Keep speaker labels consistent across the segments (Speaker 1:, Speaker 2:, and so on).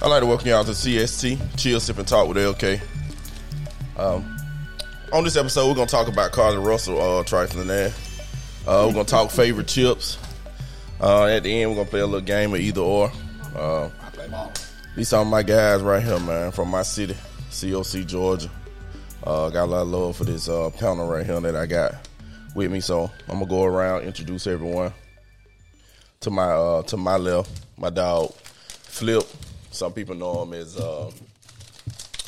Speaker 1: I'd like to welcome y'all to CST, Chill, Sip, and Talk with LK. Um, on this episode, we're going to talk about Carter Russell uh, trifling there. Uh, we're going to talk favorite chips. Uh, at the end, we're going to play a little game of either or. Uh, these are my guys right here, man, from my city, COC, Georgia. Uh, got a lot of love for this uh, panel right here that I got with me. So I'm gonna go around introduce everyone. To my uh, to my left, my dog Flip. Some people know him as uh,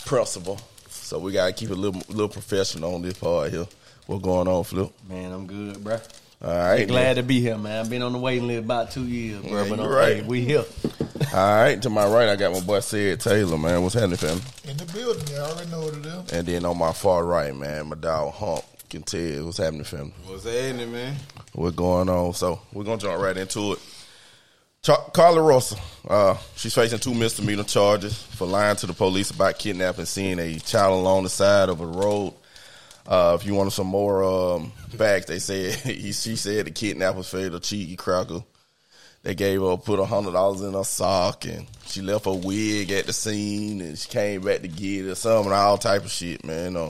Speaker 1: Principal. So we gotta keep it a little little professional on this part here. What's going on, Flip?
Speaker 2: Man, I'm good, bro.
Speaker 1: All right,
Speaker 2: Glad to be here, man. I've been on the waiting list about two years, bro.
Speaker 1: Yeah,
Speaker 2: but
Speaker 1: you
Speaker 2: I'm,
Speaker 1: right.
Speaker 2: hey, we here.
Speaker 1: man. All right. To my right, I got my boy Sid Taylor, man. What's happening, fam?
Speaker 3: In the building, y'all already know what it is.
Speaker 1: And then on my far right, man, my dog Hump can tell what's happening, fam.
Speaker 4: What's happening, man?
Speaker 1: what's going on. So we're gonna jump right into it. Char- Carla Russell, uh, she's facing two misdemeanor charges for lying to the police about kidnapping, seeing a child along the side of a road. Uh, if you want some more um, facts, they said he, she said the kidnappers fed a cheeky cracker. They gave her put a hundred dollars in her sock, and she left her wig at the scene, and she came back to get it, or something, all type of shit, man. Uh,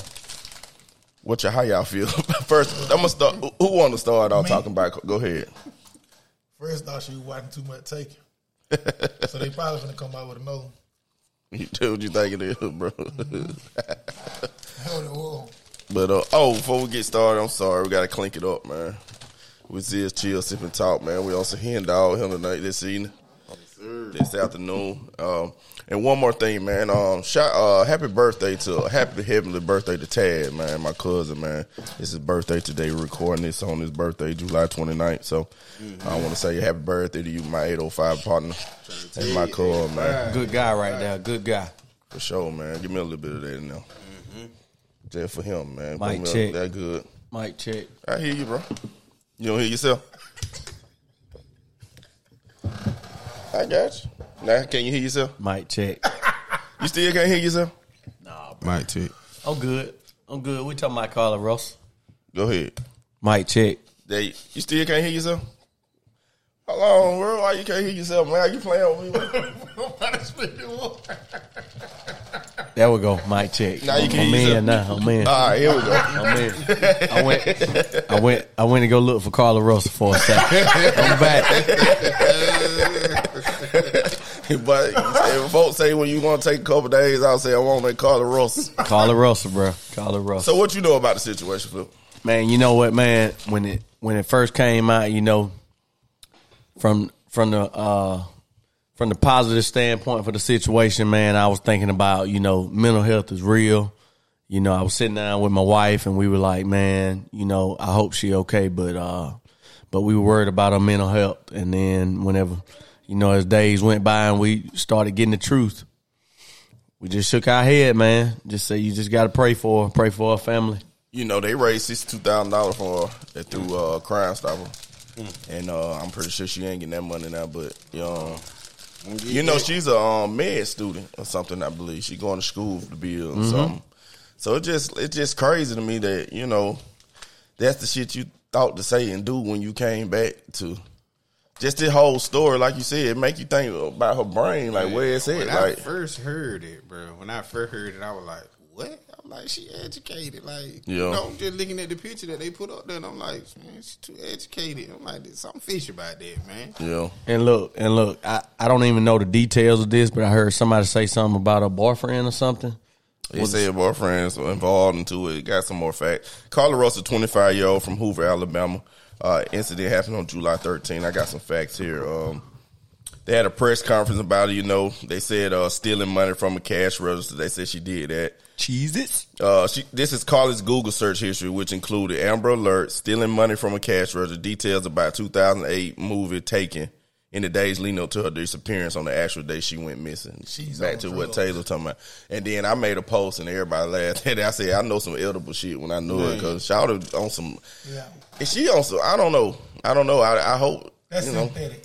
Speaker 1: what you how y'all feel? First, I'm gonna start. Who want to start off
Speaker 3: Me.
Speaker 1: talking about? Go ahead.
Speaker 3: First thought she was watching too much taken. so they probably gonna come out with another one.
Speaker 1: You do what you think it is, bro.
Speaker 3: Hell, they will.
Speaker 1: but uh, oh, before we get started, I'm sorry, we gotta clink it up, man. We just chill, sip and talk, man. We also hen dog here tonight this evening, this afternoon. Um, and one more thing, man. Um, shout, uh, happy birthday to happy heavenly birthday to Tad, man, my cousin, man. It's his birthday today. We're recording this on his birthday, July 29th. So I want to say happy birthday to you, my 805 partner, and my cousin, man.
Speaker 2: Good guy right there. Good guy.
Speaker 1: For sure, man. Give me a little bit of that now. Just for him, man.
Speaker 2: Mic
Speaker 1: Put me
Speaker 2: check.
Speaker 1: up that good.
Speaker 2: Mike check.
Speaker 1: I hear you, bro. You don't hear yourself? I got you. Now, can you hear yourself?
Speaker 2: Mike check.
Speaker 1: You still can't hear yourself?
Speaker 4: Mike Tick.
Speaker 2: I'm good. I'm good. We talking about Carla Ross.
Speaker 1: Go ahead.
Speaker 2: Mike check.
Speaker 1: They, you still can't hear yourself? How long, bro? Why you can't hear yourself, man? You playing with me?
Speaker 3: Nobody speak it up.
Speaker 2: There we go. Mike check.
Speaker 1: Now you can
Speaker 2: I'm
Speaker 1: use Uh,
Speaker 2: in. Now I'm in.
Speaker 1: All right, here we go.
Speaker 2: I'm in. I went. I went. I went to go look for Carla Russell for a second. I'm back.
Speaker 1: but if folks say when you want to take a couple days, I'll say I want to call the Russell.
Speaker 2: Carla Russell, bro. Carla Russell.
Speaker 1: So what you know about the situation, Phil?
Speaker 2: Man, you know what, man? When it when it first came out, you know, from from the uh from the positive standpoint for the situation, man, I was thinking about you know mental health is real. You know, I was sitting down with my wife, and we were like, man, you know, I hope she okay, but uh, but we were worried about her mental health. And then whenever, you know, as days went by and we started getting the truth, we just shook our head, man. Just say you just got to pray for her, pray for her family.
Speaker 1: you know, they raised sixty two thousand dollars for her through
Speaker 4: Mm.
Speaker 1: uh, Crime Stopper, and uh, I'm pretty sure she ain't getting that money now. But you know, you know she's a um, med student or something. I believe she going to school to be or something. So it just it's just crazy to me that you know that's the shit you thought to say and do when you came back to. Just this whole story, like you said, it make you think about her brain, like where it's at.
Speaker 4: When
Speaker 1: Like
Speaker 4: I first heard it, bro. When I first heard it, I was like, "What?" I'm like, "She educated." Like,
Speaker 1: Yeah.
Speaker 4: you know, I'm just looking at the picture that they put up there, and I'm like, "Man, she's too educated." I'm like, "There's something fishy about that, man."
Speaker 1: yeah,
Speaker 2: And look, and look, I, I don't even know the details of this, but I heard somebody say something about her boyfriend or something.
Speaker 1: They said boyfriends were involved into it. Got some more facts. Carla Russell, 25 year old from Hoover, Alabama. Uh, incident happened on July 13. I got some facts here. Um, they had a press conference about it. You know, they said uh, stealing money from a cash register. They said she did that.
Speaker 2: Cheese it.
Speaker 1: Uh, she, this is Carla's Google search history, which included Amber Alert, stealing money from a cash register, details about 2008 movie Taken, in the days leading up to her disappearance on the actual day she went missing.
Speaker 3: She's
Speaker 1: back
Speaker 3: on
Speaker 1: to what
Speaker 3: drugs.
Speaker 1: Taylor talking about. And then I made a post and everybody laughed. And I said, I know some edible shit when I knew it because shout out on some.
Speaker 3: Yeah.
Speaker 1: Is she on some? I don't know. I don't know. I, I hope
Speaker 3: That's
Speaker 1: you know
Speaker 3: synthetic.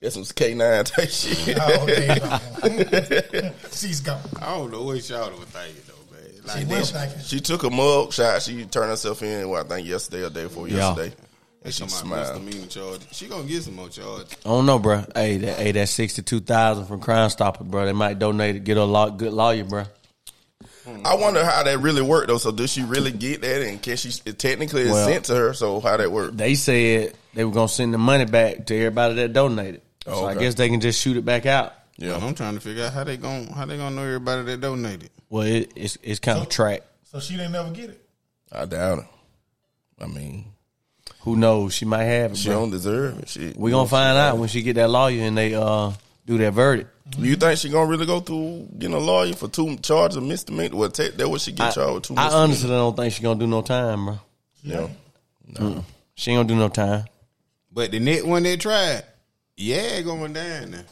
Speaker 1: that's some K nine type shit.
Speaker 3: Oh, there you go. She's gone.
Speaker 4: I don't know what y'all were thinking though, man.
Speaker 3: She
Speaker 4: Like,
Speaker 3: was
Speaker 4: that,
Speaker 3: thinking.
Speaker 1: She took a mug shot. She turned herself in. Well, I think yesterday or day before
Speaker 2: Yeah.
Speaker 1: yesterday.
Speaker 4: They
Speaker 1: she
Speaker 4: come out
Speaker 1: smiled.
Speaker 4: misdemeanor charge. She gonna get some more charges.
Speaker 2: I don't know, bro. Hey, that hey, that sixty two thousand from Crime Stopper, bro. They might donate it, get a law, good lawyer, bro.
Speaker 1: I wonder how that really worked though. So does she really get that? And can she it technically it's
Speaker 2: Well-
Speaker 1: sent to her? So how that worked?
Speaker 2: They said they were gonna send the money back to everybody that donated.
Speaker 1: Oh,
Speaker 2: so I
Speaker 1: okay.
Speaker 2: guess they can just shoot it back out.
Speaker 1: Yeah.
Speaker 4: I'm trying to figure out how they gon' how they gonna know everybody that donated.
Speaker 2: Well, it, it's it's kind of track.
Speaker 3: So she didn't never get it.
Speaker 1: I doubt it. I mean,
Speaker 2: Who knows? She might have it,
Speaker 1: she
Speaker 2: bro.
Speaker 1: don't deserve it. She,
Speaker 2: We gonna find out when she get that lawyer and they uh do that verdict.
Speaker 1: You think she gonna really go through getting a lawyer for two charges of misdemeanor? Well, tech, that what she get charged with two.
Speaker 2: I
Speaker 1: misdemeanor.
Speaker 2: honestly don't think she gonna do no time, bro.
Speaker 1: Yeah.
Speaker 2: She ain't gonna do no time.
Speaker 4: But the next one they tried, yeah, going down there.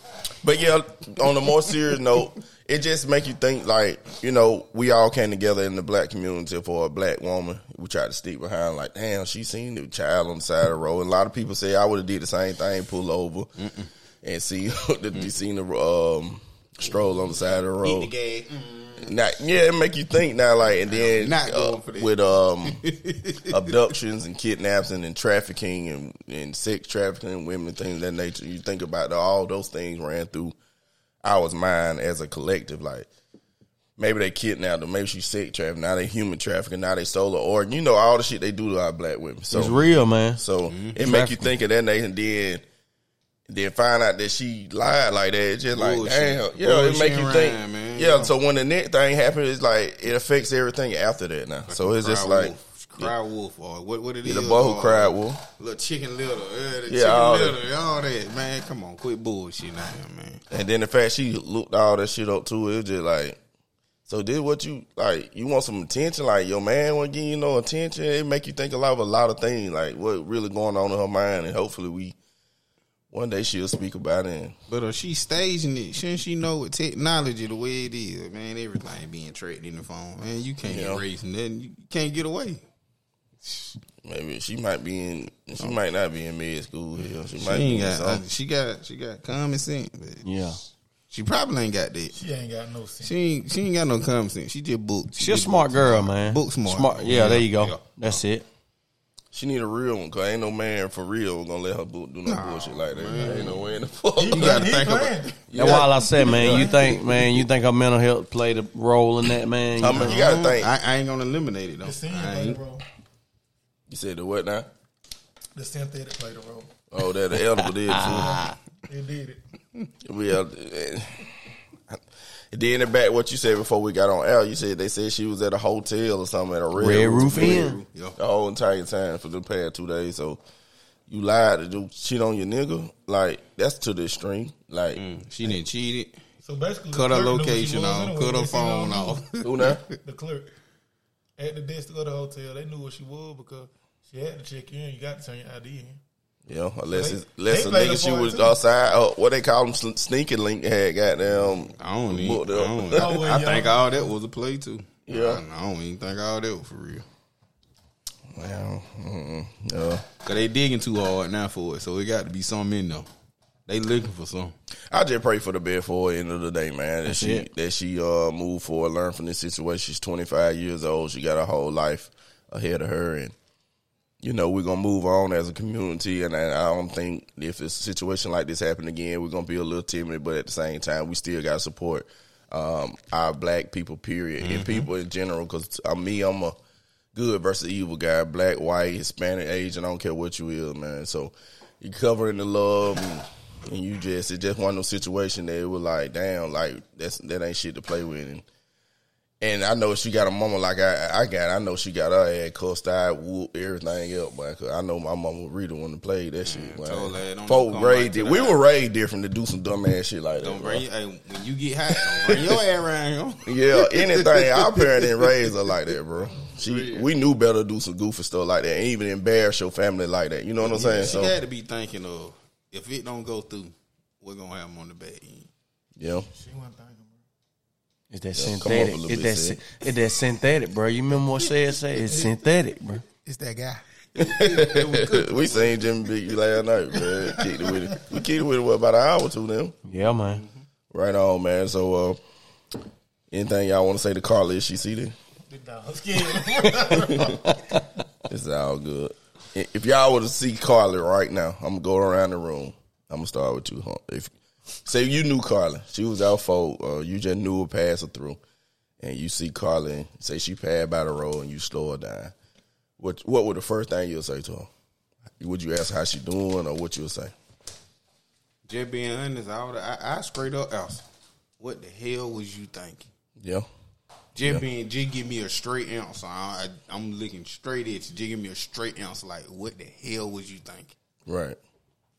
Speaker 1: But yeah, on a more serious note, it just make you think like you know we all came together in the black community for a black woman. We tried to stick behind like damn, she seen the child on the side of the road. And a lot of people say I would have did the same thing, pull over and see the, seen the um, stroll on the side of the road.
Speaker 4: gag. Mm-hmm.
Speaker 1: Now, yeah, it make you think now, like, and then
Speaker 4: Not
Speaker 1: uh,
Speaker 4: going for this.
Speaker 1: with um abductions and kidnapping and trafficking and, and sex trafficking and women and things of that nature. You think about the, all those things ran through ours mind as a collective. Like, maybe they kidnapped her, maybe she sex trafficking, now they human trafficking, now they stole her organ. You know all the shit they do to our black women. So
Speaker 2: It's real, man.
Speaker 1: so it make you think of that nation, and then then find out that she lied like that. It's just like
Speaker 4: Bullshit.
Speaker 1: damn, yeah. It
Speaker 4: Bullshit
Speaker 1: make you
Speaker 4: and
Speaker 1: think,
Speaker 4: rhyme, man.
Speaker 1: yeah,
Speaker 4: Yeah.
Speaker 1: So when the next thing happens, it's like it affects everything after that now. So it's just like
Speaker 4: wolf. cry wolf or what? What it is?
Speaker 1: the boy
Speaker 4: or
Speaker 1: who cried wolf.
Speaker 4: Little chicken little, uh, the
Speaker 1: Yeah,
Speaker 4: chicken
Speaker 1: all
Speaker 4: little, all that man. Come on, quit bullshit now, man.
Speaker 1: And then the fact she looked all that shit up too, it was just like, so did what you like? You want some attention? Like your man want to give you no attention? It make you think a lot of a lot of things, like what really going on in her mind, and hopefully we one day she'll speak about it. And,
Speaker 4: But if she staging it, shouldn't she know with technology the way it is, man? Everything being tracked in the phone, man. You can't
Speaker 1: Yeah.
Speaker 4: erase nothing. You can't get away.
Speaker 1: Maybe she might be in. She might not be in med school. Hell, she,
Speaker 4: She
Speaker 1: might
Speaker 4: ain't
Speaker 1: be
Speaker 4: got. uh,
Speaker 1: something.
Speaker 4: she got. She got common sense. But
Speaker 2: Yeah.
Speaker 4: She probably ain't got that.
Speaker 3: She ain't got no sense.
Speaker 4: She ain't. She ain't got no common sense. She just booked.
Speaker 2: She a
Speaker 4: just
Speaker 2: smart
Speaker 4: booked.
Speaker 2: girl, man.
Speaker 4: Book smart.
Speaker 2: Yeah, there you go.
Speaker 4: Yeah.
Speaker 2: That's it.
Speaker 1: She need a real one because ain't no man for real gonna let her bu- do no bullshit like that. Ain't no way in the fuck.
Speaker 3: He,
Speaker 4: You gotta
Speaker 3: he
Speaker 4: think about-
Speaker 3: playing.
Speaker 2: That's why I said, man, you think, man, you think her mental health played a role in that, man? You
Speaker 1: I mean,
Speaker 2: think-
Speaker 1: you gotta think.
Speaker 4: Uh-huh. I, I ain't gonna eliminate it though.
Speaker 3: The sin
Speaker 4: I
Speaker 3: played
Speaker 4: ain't.
Speaker 3: a role.
Speaker 1: You said the what now?
Speaker 3: The synthetic played a role.
Speaker 1: Oh, that the elder did too.
Speaker 3: It did it.
Speaker 1: Yeah. eh, Then it back what you said before we got on air. You said they said she was at a hotel or something at a red,
Speaker 2: Red Roof Inn.
Speaker 4: Yeah.
Speaker 1: the whole entire time for the past two days. So you lied to do cheat on your nigga. Like that's to the extreme. Like
Speaker 4: Mm. She didn't cheat it.
Speaker 3: So basically,
Speaker 4: Cut
Speaker 3: the
Speaker 4: her
Speaker 3: clerk knew what she
Speaker 4: location
Speaker 3: was
Speaker 4: off.
Speaker 3: anyway.
Speaker 4: Cut
Speaker 3: They
Speaker 4: her
Speaker 3: seen on
Speaker 4: phone
Speaker 3: the news.
Speaker 4: off.
Speaker 1: who now?
Speaker 3: The clerk at the desk to go to the hotel, they knew what she was because she had to check in. You got to turn your ID in.
Speaker 1: Yeah, unless
Speaker 3: They-
Speaker 1: it's, unless
Speaker 3: they
Speaker 1: a
Speaker 3: played
Speaker 1: nigga
Speaker 3: a
Speaker 1: she
Speaker 3: part
Speaker 1: was
Speaker 3: too.
Speaker 1: outside, uh, what they call them sn- sneaking link had goddamn.
Speaker 4: I don't even. I,
Speaker 1: booked up.
Speaker 4: don't,
Speaker 3: Oh, well,
Speaker 4: I think
Speaker 3: y'all-
Speaker 4: all that was a play too.
Speaker 1: Yeah.
Speaker 4: I, I don't even think all that was for real.
Speaker 1: Well, mm, yeah.
Speaker 4: Cause they digging too hard now for it, so it got to be something in though. They looking for something.
Speaker 1: I just pray for the best for her end of the day, man. That she
Speaker 2: it.
Speaker 1: that she uh move forward, learn from this situation. She's twenty five years old. She got a whole life ahead of her, and you know we're gonna move on as a community. And I, I don't think if a situation like this happen again, we're gonna be a little timid. But at the same time, we still got to support um, our black people, period,
Speaker 4: Mm-hmm.
Speaker 1: and people in general. Because uh, me, I'm a good versus evil guy, black, white, Hispanic, Asian. I don't care what you is, man. So you covering the love, and, and you just it's just one of those situations that it was like, damn, like that's that ain't shit to play with. And, and I know she got a mama like I, I got. I know she got her ass cussed out, whooped, everything else, man. 'cause I know my mama Rita wanted to play that shit.
Speaker 4: told her,
Speaker 1: Man.
Speaker 4: don't
Speaker 1: Folk
Speaker 4: come
Speaker 1: raised
Speaker 4: back to
Speaker 1: it.
Speaker 4: the
Speaker 1: We
Speaker 4: house.
Speaker 1: were raised different to do some dumb ass shit like that.
Speaker 4: Don't
Speaker 1: bro.
Speaker 4: bring hey, when you get hot. Don't bring your ass around. here.
Speaker 1: Yeah, anything. Our parents didn't raise her like that, bro. She, we knew better to do some goofy stuff like that, and even embarrass your family like that. You know what I'm saying?
Speaker 4: she
Speaker 1: So,
Speaker 4: had to be thinking of if it don't go through, we're gonna have them on the back end.
Speaker 1: yeah,
Speaker 3: She wasn't thinking.
Speaker 2: It's that
Speaker 1: come up a
Speaker 2: synthetic.
Speaker 1: little
Speaker 2: It's
Speaker 1: bit,
Speaker 2: that,
Speaker 1: Sid.
Speaker 2: sy- it's that synthetic, bro. You remember what said? Said it's synthetic, bro.
Speaker 3: It's that guy.
Speaker 1: we seen Jimmy Big last night, man. Kicked it with it. We kicked it with it what, about an hour or two now.
Speaker 2: Yeah, man.
Speaker 1: Right on, man. So, uh, anything y'all want to say to Carla? Is she seated?
Speaker 3: The dog scared.
Speaker 1: It's all good. if y'all were to see Carly right now, I'm gonna go around the room. I'm gonna start with you, Hump. If say you knew Carly, she was out for uh, you just knew her passing through, and you see Carly, and say she passed by the road, and you slow her down. What what would the first thing you'll say to her? Would you ask how she doing, or what you'll say?
Speaker 4: Just being honest, I, would, I, I straight up asked, what the hell was you thinking?
Speaker 1: Yeah,
Speaker 4: Just being, just give me a straight answer. I, I, I'm looking straight at you. Just give me a straight answer. Like, what the hell was you thinking?
Speaker 1: right.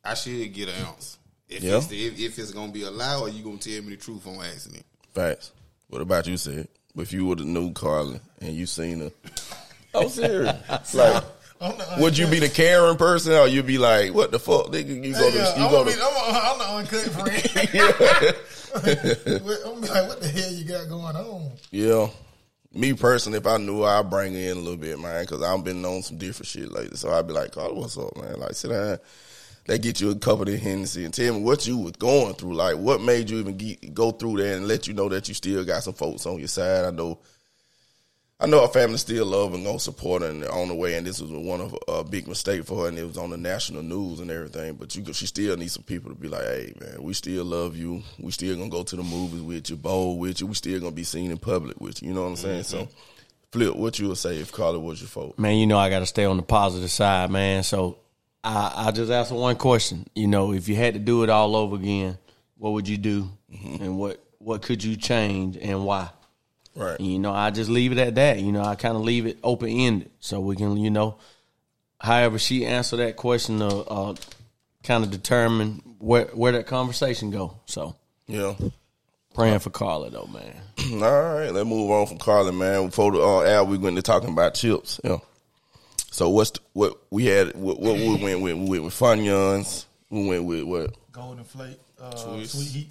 Speaker 4: I should get an answer. If,
Speaker 1: Yeah.
Speaker 4: it's, the, if, if it's gonna be a lie, or you gonna tell me the truth on accident?
Speaker 1: Facts. What about you, said? If you would have knew Carly and you seen her,
Speaker 3: Oh,
Speaker 1: I'm serious. like,
Speaker 3: I'm the
Speaker 1: would you be the Karen person, or you'd be like, "What the fuck, nigga? You go to
Speaker 3: Yeah,
Speaker 1: you
Speaker 3: I'm,
Speaker 1: go
Speaker 3: gonna be,
Speaker 1: to
Speaker 3: I'm, a, I'm the uncut friend. I'm gonna be like, what the hell you got going on?
Speaker 1: Yeah. Me personally, if I knew, I'd bring her in a little bit, man, because I've been on some different shit lately. So I'd be like, Carla, what's up, man? Like, sit down. They get you a cup of the Hennessy and tell me what you was going through. Like, what made you even ge go through that and let you know that you still got some folks on your side? I know. I know her family still love and gonna support her and on the way, and this was one of a big mistake for her, and it was on the national news and everything. But you, go- she still needs some people to be like, "Hey, man, we still love you. We still gonna go to the movies with you, bowl with you. We still gonna be seen in public with you." You know what I'm saying? So, flip what you would say if Carla was your fault.
Speaker 2: man, you know I got to stay on the positive side, man. So I, I just asked one question. You know, if you had to do it all over again, what would you do,
Speaker 4: Mm-hmm.
Speaker 2: and what what could you change, and why?
Speaker 1: Right.
Speaker 2: You know, I just leave it at that. You know, I kind of leave it open ended so we can, you know, however she answer that question, uh, uh kind of determine where where that conversation go. So
Speaker 1: Yeah.
Speaker 2: praying for Carla though, man.
Speaker 1: All right, let's move on from Carla, man. Before the uh, hour, we went to talking about chips. Yeah. So what's the, what we had? What, what we went with? We went with Funyuns. We went with what?
Speaker 3: Golden flake, uh, sweet heat.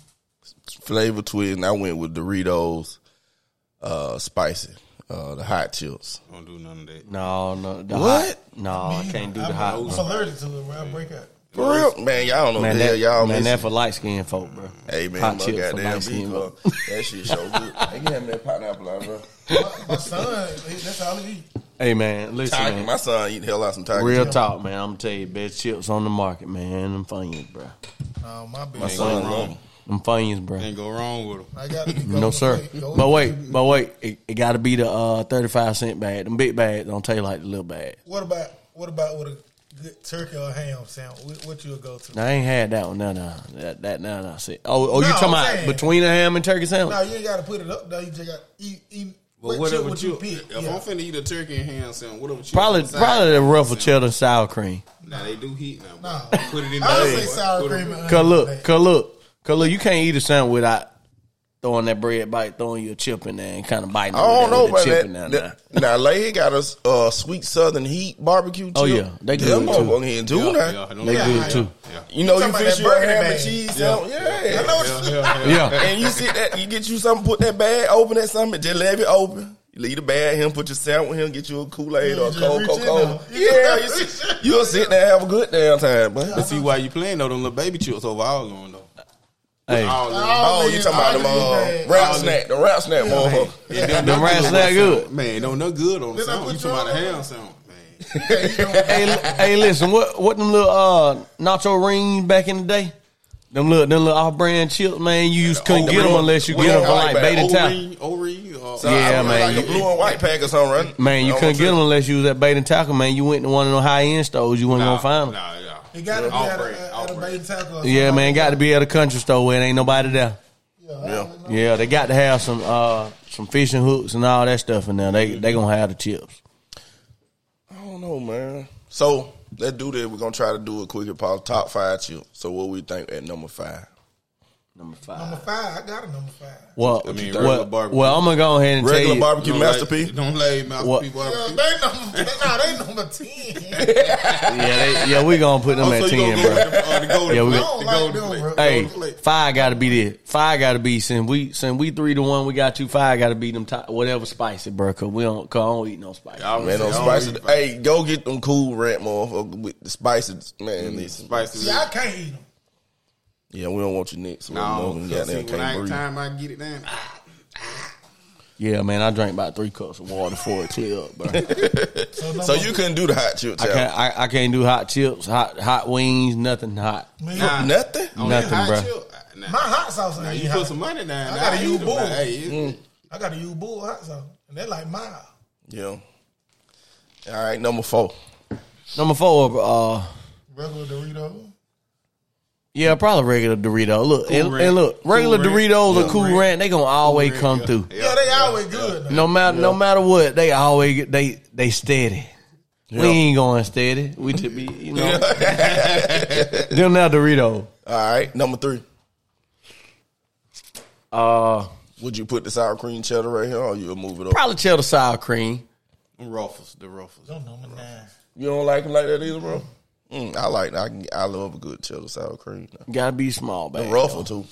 Speaker 1: flavor twist, and I went with Doritos, uh, spicy, uh, the hot chips.
Speaker 4: Don't do none of that.
Speaker 2: No, no, the
Speaker 1: What?
Speaker 2: hot- no, Oh, I can't do the
Speaker 3: I'm,
Speaker 2: hot.
Speaker 3: I'm
Speaker 2: one.
Speaker 3: allergic to it. When I break out.
Speaker 1: For real, man, y'all don't know
Speaker 2: Man,
Speaker 1: the hell
Speaker 2: that,
Speaker 1: y'all
Speaker 2: man, that
Speaker 1: missing.
Speaker 2: for light skinned folk, bro.
Speaker 1: Hey man,
Speaker 2: hot
Speaker 1: my
Speaker 2: chip for
Speaker 1: goddamn
Speaker 2: light skin.
Speaker 1: beef, that shit so good. Hey, you have me that pineapple out, bro.
Speaker 3: My, my son, he- that's all he eat.
Speaker 2: Hey man, listen,
Speaker 1: Tiger,
Speaker 2: man.
Speaker 1: my son eat the hell out some tiger.
Speaker 2: real
Speaker 1: chips.
Speaker 2: talk, man. I'm gonna tell you, best chips on the market, man. I'm Funyuns, bro.
Speaker 3: No, my bad.
Speaker 1: my son love 'em.
Speaker 2: I'm Funyuns, bro.
Speaker 4: Ain't go wrong with them.
Speaker 3: I got to
Speaker 2: No sir. But wait, but wait, it, it got to be the uh, thirty-five cent bag. Them big bags don't taste like the little bag.
Speaker 3: What about what about with a good turkey or ham sandwich? What, what you go to?
Speaker 2: Now, I ain't had that one. No, no, that that no, no. See, oh, oh, you
Speaker 3: No,
Speaker 2: talking
Speaker 3: I'm
Speaker 2: about
Speaker 3: saying-
Speaker 2: between a ham and turkey sandwich?
Speaker 3: No, you ain't got to put it up. though. you just got to eat. eat
Speaker 4: But
Speaker 3: what
Speaker 4: whatever
Speaker 3: chip would
Speaker 4: you,
Speaker 3: you, pick?
Speaker 4: if
Speaker 3: Yeah.
Speaker 4: I'm finna eat a turkey and ham sandwich, whatever chip
Speaker 2: probably,
Speaker 4: on the side,
Speaker 2: probably the ruffled
Speaker 4: sandwich.
Speaker 2: cheddar sour cream.
Speaker 4: Nah, they do heat now.
Speaker 3: Nah.
Speaker 4: boy. put it in.
Speaker 3: I would
Speaker 4: the
Speaker 3: say
Speaker 4: oven,
Speaker 3: sour
Speaker 4: put it-
Speaker 3: cream. and
Speaker 2: Cause
Speaker 3: onion.
Speaker 2: look, cause look, cause look, you can't eat a sandwich without throwing that bread bite, throwing your chip in there, and kind of biting.
Speaker 1: I don't know
Speaker 2: with
Speaker 1: about
Speaker 2: the chip in
Speaker 1: that.
Speaker 2: there.
Speaker 1: That- Now, like, he got a s- uh, sweet Southern heat barbecue. Chip.
Speaker 2: Oh, yeah. They good,
Speaker 1: Them
Speaker 2: too.
Speaker 1: motherfuckers here do
Speaker 4: Yeah,
Speaker 1: that.
Speaker 4: yeah, I don't
Speaker 2: They
Speaker 4: know.
Speaker 2: good too.
Speaker 4: Yeah.
Speaker 1: You know, you
Speaker 3: talking about
Speaker 1: fix
Speaker 3: that
Speaker 1: your
Speaker 3: burger
Speaker 1: ham and
Speaker 3: bag.
Speaker 1: cheese. sandwich. yeah.
Speaker 3: I know what you
Speaker 4: Yeah, yeah.
Speaker 2: Yeah,
Speaker 1: and you sit that you get you something, put that bag open that something, just leave it open. You leave the bag him, put your sandwich him, get you a Kool Aid
Speaker 3: Yeah,
Speaker 1: or a
Speaker 3: just
Speaker 1: cold
Speaker 3: reach in
Speaker 1: Coca.
Speaker 3: there.
Speaker 1: Yeah, you sit, you'll sit there and have a good damn time,
Speaker 4: I
Speaker 1: but
Speaker 4: see why you playing though. Them little baby chips over all of them though.
Speaker 2: hey,
Speaker 4: All of them.
Speaker 3: Oh,
Speaker 1: oh,
Speaker 3: yeah,
Speaker 1: you talking about
Speaker 3: I
Speaker 1: them
Speaker 3: agree,
Speaker 1: uh,
Speaker 3: man.
Speaker 1: rap snack, the rap snack motherfucker.
Speaker 4: Yeah, them,
Speaker 2: them rats that good.
Speaker 4: Man, don't no good on the
Speaker 3: Then I
Speaker 4: sandwich. You
Speaker 3: put
Speaker 4: talking about a
Speaker 3: you on-
Speaker 4: ham sandwich, man?
Speaker 2: hey, li- hey, listen, what what them little uh, nacho rings back in the day? Them little them little off brand chips, man. You used
Speaker 4: Oh,
Speaker 2: couldn't
Speaker 1: old
Speaker 2: get them
Speaker 1: ring.
Speaker 2: unless you
Speaker 1: What
Speaker 2: get them
Speaker 1: they
Speaker 2: from
Speaker 1: call
Speaker 2: like
Speaker 1: it back?
Speaker 2: Beta Taco.
Speaker 4: O-ring, O-ring, or,
Speaker 1: So
Speaker 2: Yeah,
Speaker 1: I,
Speaker 2: man,
Speaker 1: Like a
Speaker 2: you-
Speaker 1: blue and white pack or something, right?
Speaker 2: Man, you
Speaker 1: I
Speaker 2: couldn't
Speaker 1: want
Speaker 2: get them unless you was at Bait and Tackle, man. You went to one of them high end stores, you wasn't
Speaker 4: nah,
Speaker 2: gonna find them.
Speaker 4: Nah, yeah.
Speaker 3: It got to be
Speaker 4: All
Speaker 3: at
Speaker 4: bread,
Speaker 3: a,
Speaker 4: all
Speaker 3: at a
Speaker 4: bread.
Speaker 3: bait tackle. or
Speaker 2: Yeah,
Speaker 3: something.
Speaker 2: man, got to be at a country store where it ain't nobody there.
Speaker 3: Yeah.
Speaker 2: Yeah, they got to have some uh some fishing hooks and all that stuff in there. They they gonna have the chips.
Speaker 1: I don't know, man. So let's do this. We're gonna try to do it quick and pause. Top five chill. So what we think at number five?
Speaker 2: Number five.
Speaker 3: Number five, I got a number five.
Speaker 2: Well,
Speaker 4: I mean,
Speaker 2: well,
Speaker 4: regular barbecue.
Speaker 2: well, I'm gonna go ahead and tell
Speaker 1: Regular
Speaker 2: you.
Speaker 1: barbecue
Speaker 4: Don't
Speaker 1: masterpiece.
Speaker 4: Lay, don't lay mouth
Speaker 2: What?
Speaker 4: people
Speaker 3: Yeah,
Speaker 4: out.
Speaker 3: they number, nah, they number ten.
Speaker 2: Yeah, they, yeah, we gonna put them
Speaker 4: Oh,
Speaker 2: at
Speaker 4: so you
Speaker 2: ten,
Speaker 4: gonna
Speaker 2: bro.
Speaker 4: go with the, uh, the golden
Speaker 2: Yeah, we
Speaker 4: plate,
Speaker 3: got-
Speaker 4: the
Speaker 3: I don't like them,
Speaker 4: golden plate.
Speaker 3: bro.
Speaker 2: Hey,
Speaker 4: Golden plate.
Speaker 2: five got to be this. Five got to be since we since we three to one. We got two. Five got to be them top, whatever spicy, bro. Cause we don't. Cause I don't eat no spicy.
Speaker 4: I
Speaker 1: Man,
Speaker 4: would
Speaker 1: no
Speaker 4: say- I
Speaker 1: spicy.
Speaker 4: don't eat
Speaker 1: Hey, go get them cool rat motherfucker with the spices.
Speaker 4: Mm.
Speaker 1: Man, listen.
Speaker 4: spicy.
Speaker 3: See, I can't eat them.
Speaker 1: Yeah, we don't want you next.
Speaker 4: No,
Speaker 1: No,
Speaker 4: see,
Speaker 1: goddamn
Speaker 4: when I
Speaker 1: can't breathe.
Speaker 4: time I get it down,
Speaker 2: Yeah, man, I drank about three cups of water before it cleared up, bro.
Speaker 1: So
Speaker 3: So,
Speaker 1: you couldn't do the hot chip
Speaker 2: I
Speaker 1: challenge.
Speaker 2: can't, I, I can't do hot chips, hot hot wings, nothing hot.
Speaker 3: man,
Speaker 4: Nah.
Speaker 1: Nothing.
Speaker 4: On
Speaker 2: Nothing,
Speaker 4: that
Speaker 2: bruh.
Speaker 4: hot chip, uh, nah.
Speaker 3: my hot sauce ain't
Speaker 4: Now, you
Speaker 3: even
Speaker 4: put
Speaker 3: hot.
Speaker 4: some money down.
Speaker 3: I gotta
Speaker 4: Nah,
Speaker 3: use
Speaker 4: you-
Speaker 3: bull.
Speaker 4: Hey, you-
Speaker 3: I got to use bull hot sauce, and they're like mild.
Speaker 1: Yeah. All right, number four.
Speaker 2: Number four, uh,
Speaker 3: Regular Dorito.
Speaker 2: yeah, probably regular Dorito. Look, and,
Speaker 4: Ranch.
Speaker 2: and look, regular
Speaker 4: Cool Ranch.
Speaker 2: Doritos
Speaker 4: Yeah.
Speaker 2: or Cool
Speaker 4: Ranch.
Speaker 2: Ranch, they gonna always come through.
Speaker 3: Yeah, they always good. though.
Speaker 2: No matter no matter what, they always get they they steady. We ain't going steady. We just be you know. Them now Dorito.
Speaker 1: All right, number three.
Speaker 2: Uh,
Speaker 1: Would you put the sour cream cheddar right here, or you'll move it up?
Speaker 2: probably cheddar sour cream.
Speaker 4: Ruffles, the Ruffles.
Speaker 3: Them number nine.
Speaker 1: You don't like them like that either, bro. Mm, I like. I can, I love a good cheddar sour cream.
Speaker 2: Gotta be small bag.
Speaker 1: Ruffle too.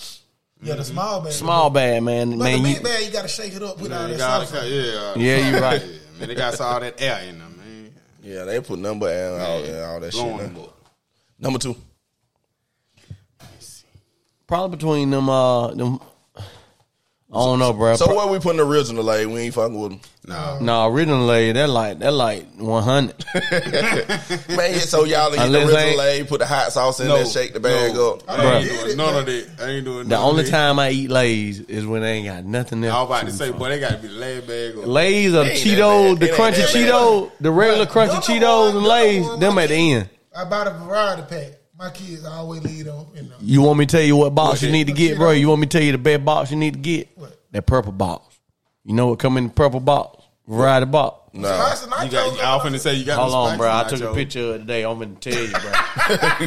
Speaker 3: Yeah,
Speaker 4: Mm-hmm.
Speaker 3: the small bag.
Speaker 2: Small bag, man.
Speaker 3: But
Speaker 2: man,
Speaker 3: the
Speaker 2: you,
Speaker 3: big bag, you got to shake it up with all
Speaker 4: They
Speaker 3: that
Speaker 4: got all
Speaker 3: sauce.
Speaker 4: the- yeah,
Speaker 2: Yeah, you right.
Speaker 4: Yeah, man, they got all that air in them, man.
Speaker 1: Yeah, they put number and all, and all that
Speaker 4: Blowing
Speaker 1: shit.
Speaker 4: them
Speaker 1: man.
Speaker 4: up.
Speaker 1: Number two.
Speaker 2: probably between them. Uh, them. I don't know, bro.
Speaker 1: So
Speaker 2: Pro-
Speaker 1: what we putting the original like? We ain't fucking with them.
Speaker 4: Nah,
Speaker 2: no, originally they're like they're like one hundred.
Speaker 1: Man, yeah, so y'all get the
Speaker 2: Unless
Speaker 1: original
Speaker 2: ain't-
Speaker 1: lay, put the hot sauce in
Speaker 4: no,
Speaker 1: there, shake the bag
Speaker 4: no.
Speaker 1: up.
Speaker 4: I ain't
Speaker 2: Bruh.
Speaker 4: doing none of that. I ain't doing
Speaker 2: The
Speaker 4: none of
Speaker 2: only
Speaker 4: that.
Speaker 2: time I eat Lay's is when they ain't got nothing else.
Speaker 4: I was about to
Speaker 2: choose
Speaker 4: say,
Speaker 2: from.
Speaker 4: boy, they got to be laid bag. Or,
Speaker 2: Lay's or the
Speaker 1: ain't that
Speaker 2: Cheetos,
Speaker 1: bad.
Speaker 2: the
Speaker 1: It ain't
Speaker 2: crunchy
Speaker 1: that bad.
Speaker 2: Cheeto, the regular crunchy
Speaker 3: number
Speaker 2: Cheetos
Speaker 3: one-
Speaker 2: and
Speaker 3: number
Speaker 2: Lay's.
Speaker 3: one
Speaker 2: Them at the
Speaker 3: Lay's.
Speaker 2: end.
Speaker 3: I buy the variety pack. My kids always leave them in the
Speaker 2: You want me to tell you what box
Speaker 4: What
Speaker 2: you
Speaker 4: that-
Speaker 2: need to get, bro? You want me to tell you the best box you need to get?
Speaker 3: What?
Speaker 2: That purple box. You know what come in the purple box? Variety box.
Speaker 1: No,
Speaker 4: you got, I was finna say, you got
Speaker 2: Hold
Speaker 4: them
Speaker 2: on,
Speaker 4: spicy
Speaker 2: bro. I took a
Speaker 4: nachos.
Speaker 2: picture of it today. I'm gonna tell you, bro.
Speaker 4: You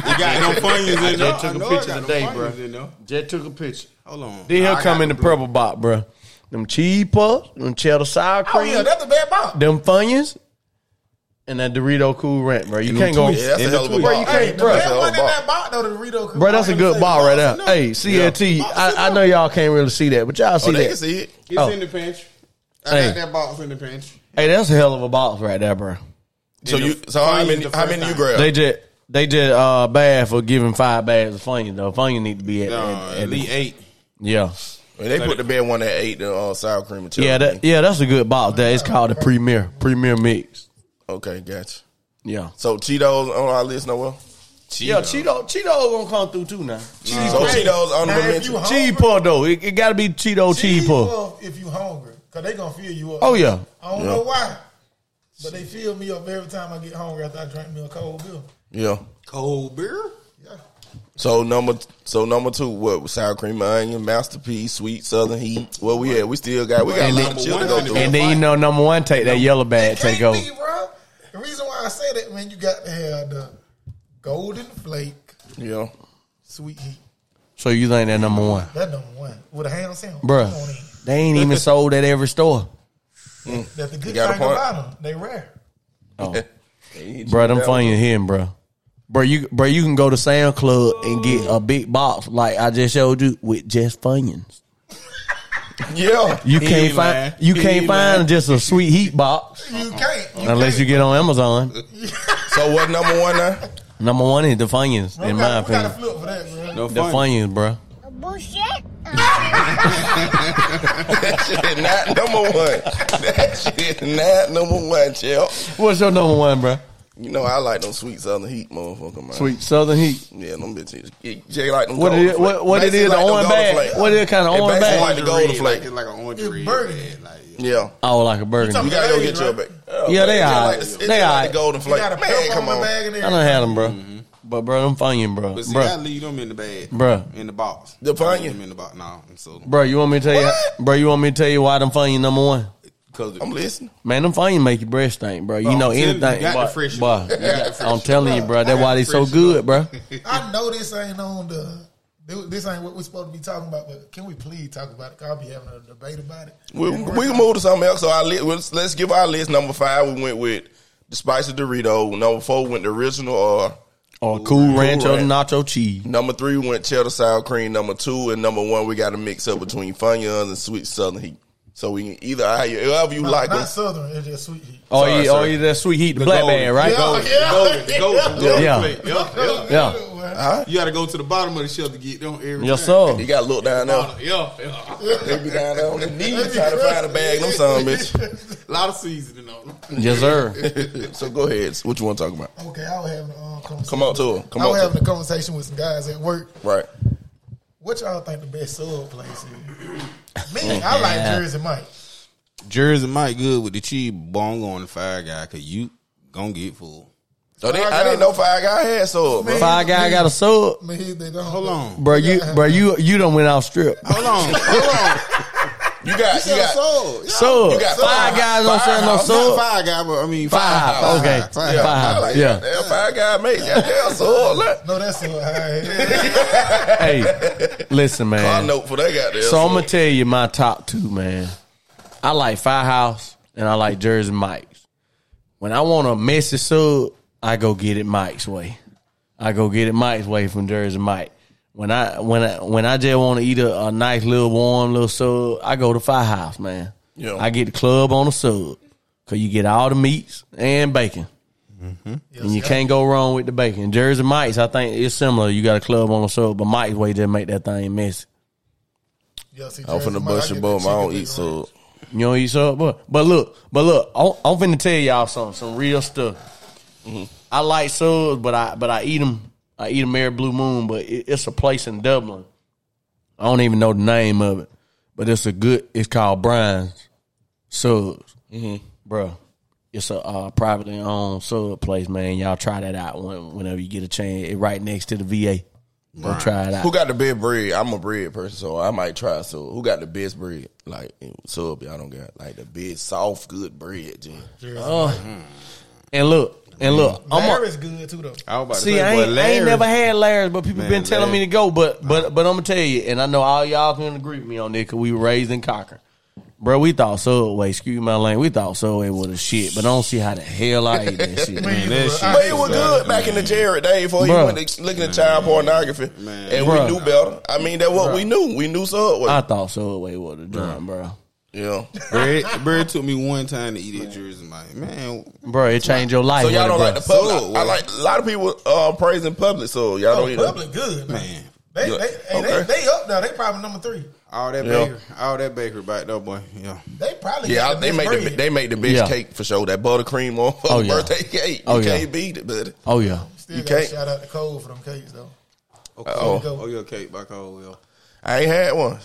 Speaker 4: got no
Speaker 2: I
Speaker 4: funyuns in there.
Speaker 2: just took
Speaker 4: I
Speaker 2: a
Speaker 4: know I
Speaker 2: picture
Speaker 4: got them
Speaker 2: today,
Speaker 4: funyuns
Speaker 2: bro.
Speaker 4: in there.
Speaker 2: Just took a picture.
Speaker 4: Hold on.
Speaker 2: Then
Speaker 4: I
Speaker 2: he'll
Speaker 4: got
Speaker 2: come in the
Speaker 4: blue.
Speaker 2: purple box, bro. Them cheese puffs, them cheddar sour
Speaker 3: Oh,
Speaker 2: cream,
Speaker 3: yeah, that's the bad box.
Speaker 2: them Funyuns, and that Dorito Cool Ranch, bro. You can't go.
Speaker 1: Yeah, that's a hell of a
Speaker 2: Bro, you
Speaker 1: box.
Speaker 2: can't,
Speaker 1: That's
Speaker 2: bro.
Speaker 1: a
Speaker 3: That
Speaker 1: hell
Speaker 3: one
Speaker 1: of
Speaker 3: in
Speaker 1: a box.
Speaker 3: that box, though, the Dorito.
Speaker 2: Bro, that's a good ball right there. Hey, CLT,
Speaker 3: Box
Speaker 2: I, I know y'all can't really see that, but y'all see
Speaker 1: Oh, they can
Speaker 2: that.
Speaker 1: see it.
Speaker 4: It's
Speaker 2: Oh.
Speaker 4: in the pantry. I
Speaker 2: Hey.
Speaker 4: got that box in the pantry.
Speaker 2: Hey, that's a hell of a box right there, bro.
Speaker 1: So
Speaker 4: And the
Speaker 1: you, so how
Speaker 4: Funyuns
Speaker 1: many,
Speaker 4: the
Speaker 1: how
Speaker 4: first
Speaker 1: many you
Speaker 4: time.
Speaker 1: grab?
Speaker 2: They just they just uh bad for giving five bags of Funyuns though. Funyuns need to be at,
Speaker 4: No,
Speaker 2: at,
Speaker 4: at
Speaker 2: at
Speaker 4: least eight.
Speaker 2: yeah.
Speaker 1: Well, they put the bad one at eight, the uh, sour cream and chili.
Speaker 2: Yeah, that, yeah, that's a good box. That it's called a premier premier mix.
Speaker 1: Okay, gotcha.
Speaker 2: Yeah.
Speaker 1: So Cheetos on our list, nowhere.
Speaker 2: Yeah, Cheeto Cheeto gonna come through too now.
Speaker 1: So Cheetos on the
Speaker 3: Now, if
Speaker 1: mention.
Speaker 3: you hungry,
Speaker 2: Cheese puff though, it, it gotta be Cheeto cheese puff.
Speaker 3: puff If you hungry, because they going to fill you up.
Speaker 2: Oh yeah,
Speaker 3: I don't
Speaker 1: Yeah.
Speaker 3: know why, but they fill me up every time I get hungry after I drink me a cold beer.
Speaker 1: Yeah.
Speaker 4: Cold beer?
Speaker 3: Yeah.
Speaker 1: So number, so number two, what sour cream and onion, masterpiece, sweet southern heat. Well, we had, we still got, we got a
Speaker 4: And
Speaker 1: lot of
Speaker 4: then-
Speaker 1: chill to go
Speaker 4: and
Speaker 1: through.
Speaker 2: and then you know number one take that yellow bag take
Speaker 3: Can't
Speaker 2: over.
Speaker 3: be, bro. The reason why I say that, man, you got to have the golden flake
Speaker 1: Yeah.
Speaker 3: sweet heat.
Speaker 2: So you think that number one,
Speaker 3: That number one with a ham sandwich. Come on in.
Speaker 2: Bruh, They ain't even sold at every store,
Speaker 3: That's the good
Speaker 1: got a
Speaker 3: thing
Speaker 1: point.
Speaker 3: about them. They rare.
Speaker 2: Bruh, Them Funyuns hitting, bruh. Bro, you bro, you can go to Sound Club and get a big box like I just showed you with just Funyuns.
Speaker 1: Yeah.
Speaker 2: You
Speaker 4: He
Speaker 2: can't
Speaker 4: ain't
Speaker 2: find
Speaker 4: lying.
Speaker 2: you
Speaker 4: He
Speaker 2: can't
Speaker 4: ain't
Speaker 2: find
Speaker 4: lying.
Speaker 2: just a sweet heat box
Speaker 3: You can't. You
Speaker 2: unless you get on Amazon.
Speaker 1: So what number one now?
Speaker 2: Number one is the Funyuns, in my
Speaker 3: we got
Speaker 2: opinion.
Speaker 3: to flip for that, bro.
Speaker 4: No
Speaker 2: The Funyuns, bro.
Speaker 5: Bullshit.
Speaker 1: That shit is not number one. That shit is not number one, chill.
Speaker 2: What's your number one, bro?
Speaker 1: You know I like them sweet southern heat, motherfucker, man.
Speaker 2: Sweet Southern Heat.
Speaker 1: Yeah, them bitches. It- Jay like them.
Speaker 2: What
Speaker 1: golden
Speaker 2: it is- what-
Speaker 1: flake.
Speaker 2: what it
Speaker 1: Basically
Speaker 2: is, the
Speaker 1: them
Speaker 2: orange
Speaker 1: golden
Speaker 2: bag?
Speaker 1: flake.
Speaker 2: What is kind of
Speaker 1: It
Speaker 2: orange
Speaker 1: basically
Speaker 2: bag?
Speaker 1: Like the golden
Speaker 4: Like,
Speaker 1: flake.
Speaker 4: it's like an orange
Speaker 3: It's
Speaker 4: red.
Speaker 3: burgundy.
Speaker 4: man, Like,
Speaker 1: Yeah.
Speaker 2: Oh, like a
Speaker 1: You
Speaker 2: burgundy. I
Speaker 1: gotta go
Speaker 3: Ladies,
Speaker 1: get your
Speaker 3: right?
Speaker 1: bag.
Speaker 2: Yeah, they
Speaker 1: It's
Speaker 2: all
Speaker 1: like
Speaker 2: right.
Speaker 1: the- it's
Speaker 2: They
Speaker 1: like
Speaker 2: all
Speaker 1: the
Speaker 2: right.
Speaker 1: golden
Speaker 3: You
Speaker 1: flake.
Speaker 3: got a
Speaker 1: Man,
Speaker 3: pepper
Speaker 1: come
Speaker 3: on the
Speaker 1: on.
Speaker 3: bag in there.
Speaker 2: don't have them, bro. But bro, them Funyun, bro.
Speaker 4: Mm-hmm. But see, I
Speaker 2: Bro,
Speaker 4: leave them in the bag.
Speaker 2: Bruh.
Speaker 4: In the box.
Speaker 1: The
Speaker 4: I leave
Speaker 1: Funyun.
Speaker 4: them in the box. No, I'm so.
Speaker 2: bro, you want me to tell you? Bro, you want me to tell you why them Funyun number one?
Speaker 4: Because
Speaker 1: I'm listening.
Speaker 2: Man, them Funyun make your breath stink, bro. You
Speaker 4: I'm
Speaker 2: know
Speaker 4: telling you,
Speaker 2: anything,
Speaker 4: you got
Speaker 2: bro.
Speaker 4: to freshen
Speaker 2: bro,
Speaker 4: up. You
Speaker 2: you
Speaker 4: got to
Speaker 2: got-
Speaker 4: freshen
Speaker 2: I'm telling you, bro. That's
Speaker 4: I
Speaker 2: why
Speaker 4: got
Speaker 2: they
Speaker 4: to
Speaker 2: so
Speaker 4: freshen
Speaker 2: good,
Speaker 4: up.
Speaker 2: bro.
Speaker 3: I know this ain't on the. This ain't what we're supposed to be talking about, but can we please talk about it? Cause I'll be having a debate about it.
Speaker 1: We, we can move to something else. So our li- let's, let's give our list. Number five, we went with the spicy Dorito. Number four went the original. uh, Or
Speaker 2: Or Oh, cool ranch or
Speaker 1: Ranch.
Speaker 2: nacho cheese.
Speaker 1: number three went cheddar sour cream. Number two and number one, we got a mix up between Funyuns and sweet southern heat. So we can either however you like
Speaker 3: not
Speaker 1: them.
Speaker 3: southern, it's just sweet heat.
Speaker 2: Oh,
Speaker 1: Sorry,
Speaker 2: you, oh,
Speaker 1: sir.
Speaker 2: you that sweet heat, the black
Speaker 4: golden.
Speaker 2: band, right?
Speaker 3: Yeah,
Speaker 4: Go,
Speaker 3: yeah,
Speaker 4: go, go,
Speaker 3: yeah.
Speaker 4: go,
Speaker 2: Yeah.
Speaker 4: plate. Yeah, yeah.
Speaker 2: Yeah.
Speaker 3: Well,
Speaker 4: time.
Speaker 1: Huh?
Speaker 4: You got to go to the bottom of the shelf to get them every
Speaker 2: Yes,
Speaker 4: time.
Speaker 2: sir.
Speaker 1: You gotta look down there.
Speaker 4: Yeah, yeah.
Speaker 1: They be down there on their knees trying to find a bag. Them son of a bitch.
Speaker 4: A lot of seasoning on them.
Speaker 2: Yes, sir.
Speaker 1: so go ahead. What you want to talk about?
Speaker 3: Okay, I was having a um, conversation.
Speaker 1: Come on to him. Come
Speaker 3: I
Speaker 1: on.
Speaker 3: was
Speaker 1: To
Speaker 3: having
Speaker 1: him.
Speaker 3: a conversation with some guys at work.
Speaker 1: Right.
Speaker 3: What y'all think the best sub place is? Me, I like Jersey Mike.
Speaker 4: Jersey Mike good with the cheese, but I'm going to Fire Guy because you going to get full.
Speaker 1: So Oh, they, I didn't know Five Guy had so. Bro.
Speaker 2: Five guy got a sub,
Speaker 3: I mean, he- they don't.
Speaker 4: Hold on.
Speaker 2: bro. You, bro, you, you done went off strip.
Speaker 4: Hold on. Hold on.
Speaker 1: You got you got
Speaker 4: sold. Yeah.
Speaker 2: Sub.
Speaker 1: got
Speaker 2: Five
Speaker 1: five-
Speaker 2: guys don't sell no
Speaker 1: five-
Speaker 4: Not
Speaker 2: sub.
Speaker 4: Fire Guy, but I mean
Speaker 2: Five,
Speaker 4: Five.
Speaker 2: okay.
Speaker 4: Five.
Speaker 1: yeah,
Speaker 2: Five,
Speaker 1: I like,
Speaker 2: yeah.
Speaker 1: yeah. Five Guy mate. Goddamn so. Like,
Speaker 3: No, that's so high.
Speaker 2: Hey, listen,
Speaker 1: I
Speaker 2: man.
Speaker 1: know for that goddamn.
Speaker 2: So
Speaker 1: soul.
Speaker 2: I'm gonna tell you my top two, man. I like Firehouse and I like Jersey Mike's. When I want a messy sub, I go get it Mike's way. I go get it Mike's way from Jersey Mike. When I when I when I just want to eat a, a nice little warm little sub, I go to Firehouse, man.
Speaker 1: Yeah.
Speaker 2: I get the club on the sub because you get all the meats and bacon. And you can't go wrong with the bacon. Jersey Mike's, I think it's similar. You got a club on the sub, but Mike's way just make that thing messy.
Speaker 1: I'm finna bust your bum. I don't eat so.
Speaker 2: You don't eat sub, but but look, but look, I'm, I'm finna tell y'all something, some real stuff. I like subs, but I but I eat them. I eat them every blue moon. But it, it's a place in Dublin. I don't even know the name of it, but it's a good. It's called Brian's Subs, bro. It's a uh, privately owned sub place, man. Y'all try that out when, whenever you get a chance. It right next to the VA. Go try it out.
Speaker 1: Who got the best bread? I'm a bread person, so I might try. So who got the best bread? Like sub, y'all don't got like the best soft good bread. G.
Speaker 2: Uh, and look, and look, I'm a,
Speaker 3: Larry's good too, though.
Speaker 4: I was about to
Speaker 2: See,
Speaker 4: say,
Speaker 2: I ain't, I
Speaker 4: boy,
Speaker 2: ain't
Speaker 4: Larry-
Speaker 2: never had Larry's, but people
Speaker 4: Man,
Speaker 2: been telling me
Speaker 4: Larry.
Speaker 2: to go. But but but I'm gonna tell you, and I know all y'all can agree with me on this because we were raised in Cochran. Bro, we thought Subway, excuse my lane, we thought Subway was a shit, but I don't see how the hell I eat that shit.
Speaker 4: Man, that shit
Speaker 1: But it
Speaker 4: is
Speaker 1: was good back in the Jared day before he
Speaker 2: Bruh.
Speaker 1: went to looking at child pornography,
Speaker 4: Man.
Speaker 1: and
Speaker 2: Bruh.
Speaker 1: we knew better. I mean, that what we knew. We knew Subway.
Speaker 2: I thought Subway was a drum, bro.
Speaker 1: yeah.
Speaker 4: Bread, bread took me one time to eat at Jersey Mike. Man,
Speaker 2: Bro, it changed your life.
Speaker 1: So y'all
Speaker 2: wouldn't
Speaker 1: don't
Speaker 2: it, bro?
Speaker 1: like the public.
Speaker 4: Subway.
Speaker 1: I like a lot of people uh, praising public, so y'all don't
Speaker 3: Oh,
Speaker 1: eat
Speaker 3: public good, man.
Speaker 4: man,
Speaker 3: They, they,
Speaker 1: Yeah.
Speaker 3: hey,
Speaker 1: Okay.
Speaker 3: they, they up now. They probably number three.
Speaker 4: all that
Speaker 1: Yeah.
Speaker 4: baker, all that baker back there, boy. Yeah,
Speaker 3: They probably
Speaker 1: Yeah,
Speaker 3: got
Speaker 1: I- they
Speaker 3: best
Speaker 1: make the
Speaker 3: bread.
Speaker 1: they make the best
Speaker 2: Yeah.
Speaker 1: cake for sure. That buttercream on
Speaker 2: Oh, yeah.
Speaker 1: birthday cake, you
Speaker 2: Oh, yeah.
Speaker 1: can't beat it. But
Speaker 2: Oh yeah.
Speaker 3: Still
Speaker 1: you
Speaker 3: gotta
Speaker 1: can't-
Speaker 3: shout out the cold for them cakes though.
Speaker 4: okay.
Speaker 1: Oh.
Speaker 4: oh, your cake back over. Yeah.
Speaker 1: I ain't had one.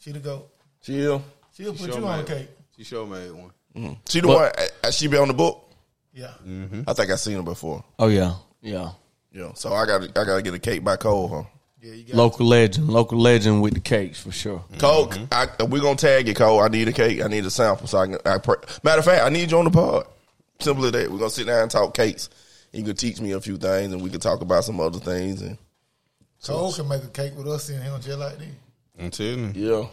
Speaker 3: She the goat.
Speaker 1: Chill.
Speaker 3: She'll put
Speaker 4: Sure
Speaker 3: you on a
Speaker 4: made-
Speaker 3: cake.
Speaker 4: She sure made one.
Speaker 1: She the one. uh, She be on the book.
Speaker 3: Yeah.
Speaker 1: I think I seen her before.
Speaker 2: Oh yeah. Yeah.
Speaker 1: Yeah. So I got I gotta get a cake by Cole, huh?
Speaker 3: Yeah, you got
Speaker 2: Local legend. Local legend with the cakes for sure.
Speaker 1: Cole, I, we gonna tag it, Cole. I need a cake. I need a sample. So I can. I pray. Matter of fact, I need you on the pod. Simple as that. We are gonna sit down and talk cakes. You can teach me a few things, and we can talk about some other things. And
Speaker 3: Cole can make a cake with us in him just like this.
Speaker 4: I'm telling you.
Speaker 1: yeah,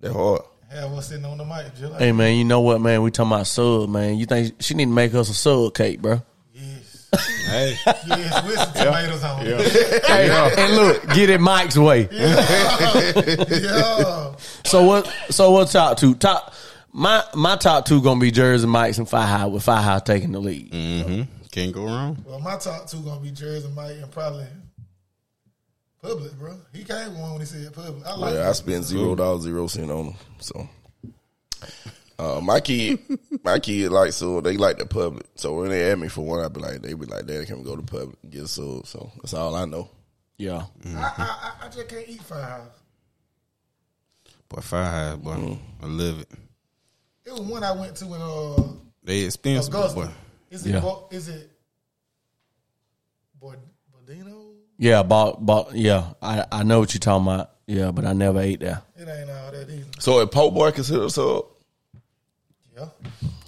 Speaker 1: that hard.
Speaker 3: Have us sitting on the mic just like
Speaker 2: Hey man, you know what, man? We talking about sub, man. You think she need to make us a sub cake, bro?
Speaker 3: yes.
Speaker 4: Hey,
Speaker 3: Yes, with some tomatoes on it.
Speaker 2: Hey, and look, get it Mike's way.
Speaker 3: Yeah.
Speaker 2: So what? So what? Top two. Top. My my top two gonna be Jersey Mike's and Five High with Five High taking the lead.
Speaker 4: can't go wrong.
Speaker 3: Well, my top two gonna be Jersey Mike and probably Public, bro. He came one when he said Public. I like
Speaker 1: Yeah, I spent zero dollars zero cent on them. So, uh, my kid, my kid like so they like the public. So when they ask me for one, I be like, they be like, Daddy, can we go to public and get sold? So that's all I know.
Speaker 2: Yeah.
Speaker 3: I, I, I, I just can't eat Firehouse.
Speaker 4: Boy, fire boy. I love it.
Speaker 3: It was one I went to in uh
Speaker 4: They expensive, but boy.
Speaker 3: Augusta. Is it?
Speaker 2: Yeah.
Speaker 3: Bo- is it? Bord- Bordino?
Speaker 2: Yeah. Bought. Bought. Yeah. I I know what you're talking about. Yeah, but I never ate there.
Speaker 3: It ain't all that either.
Speaker 1: So if Pope Boy considered sub,
Speaker 3: Yeah.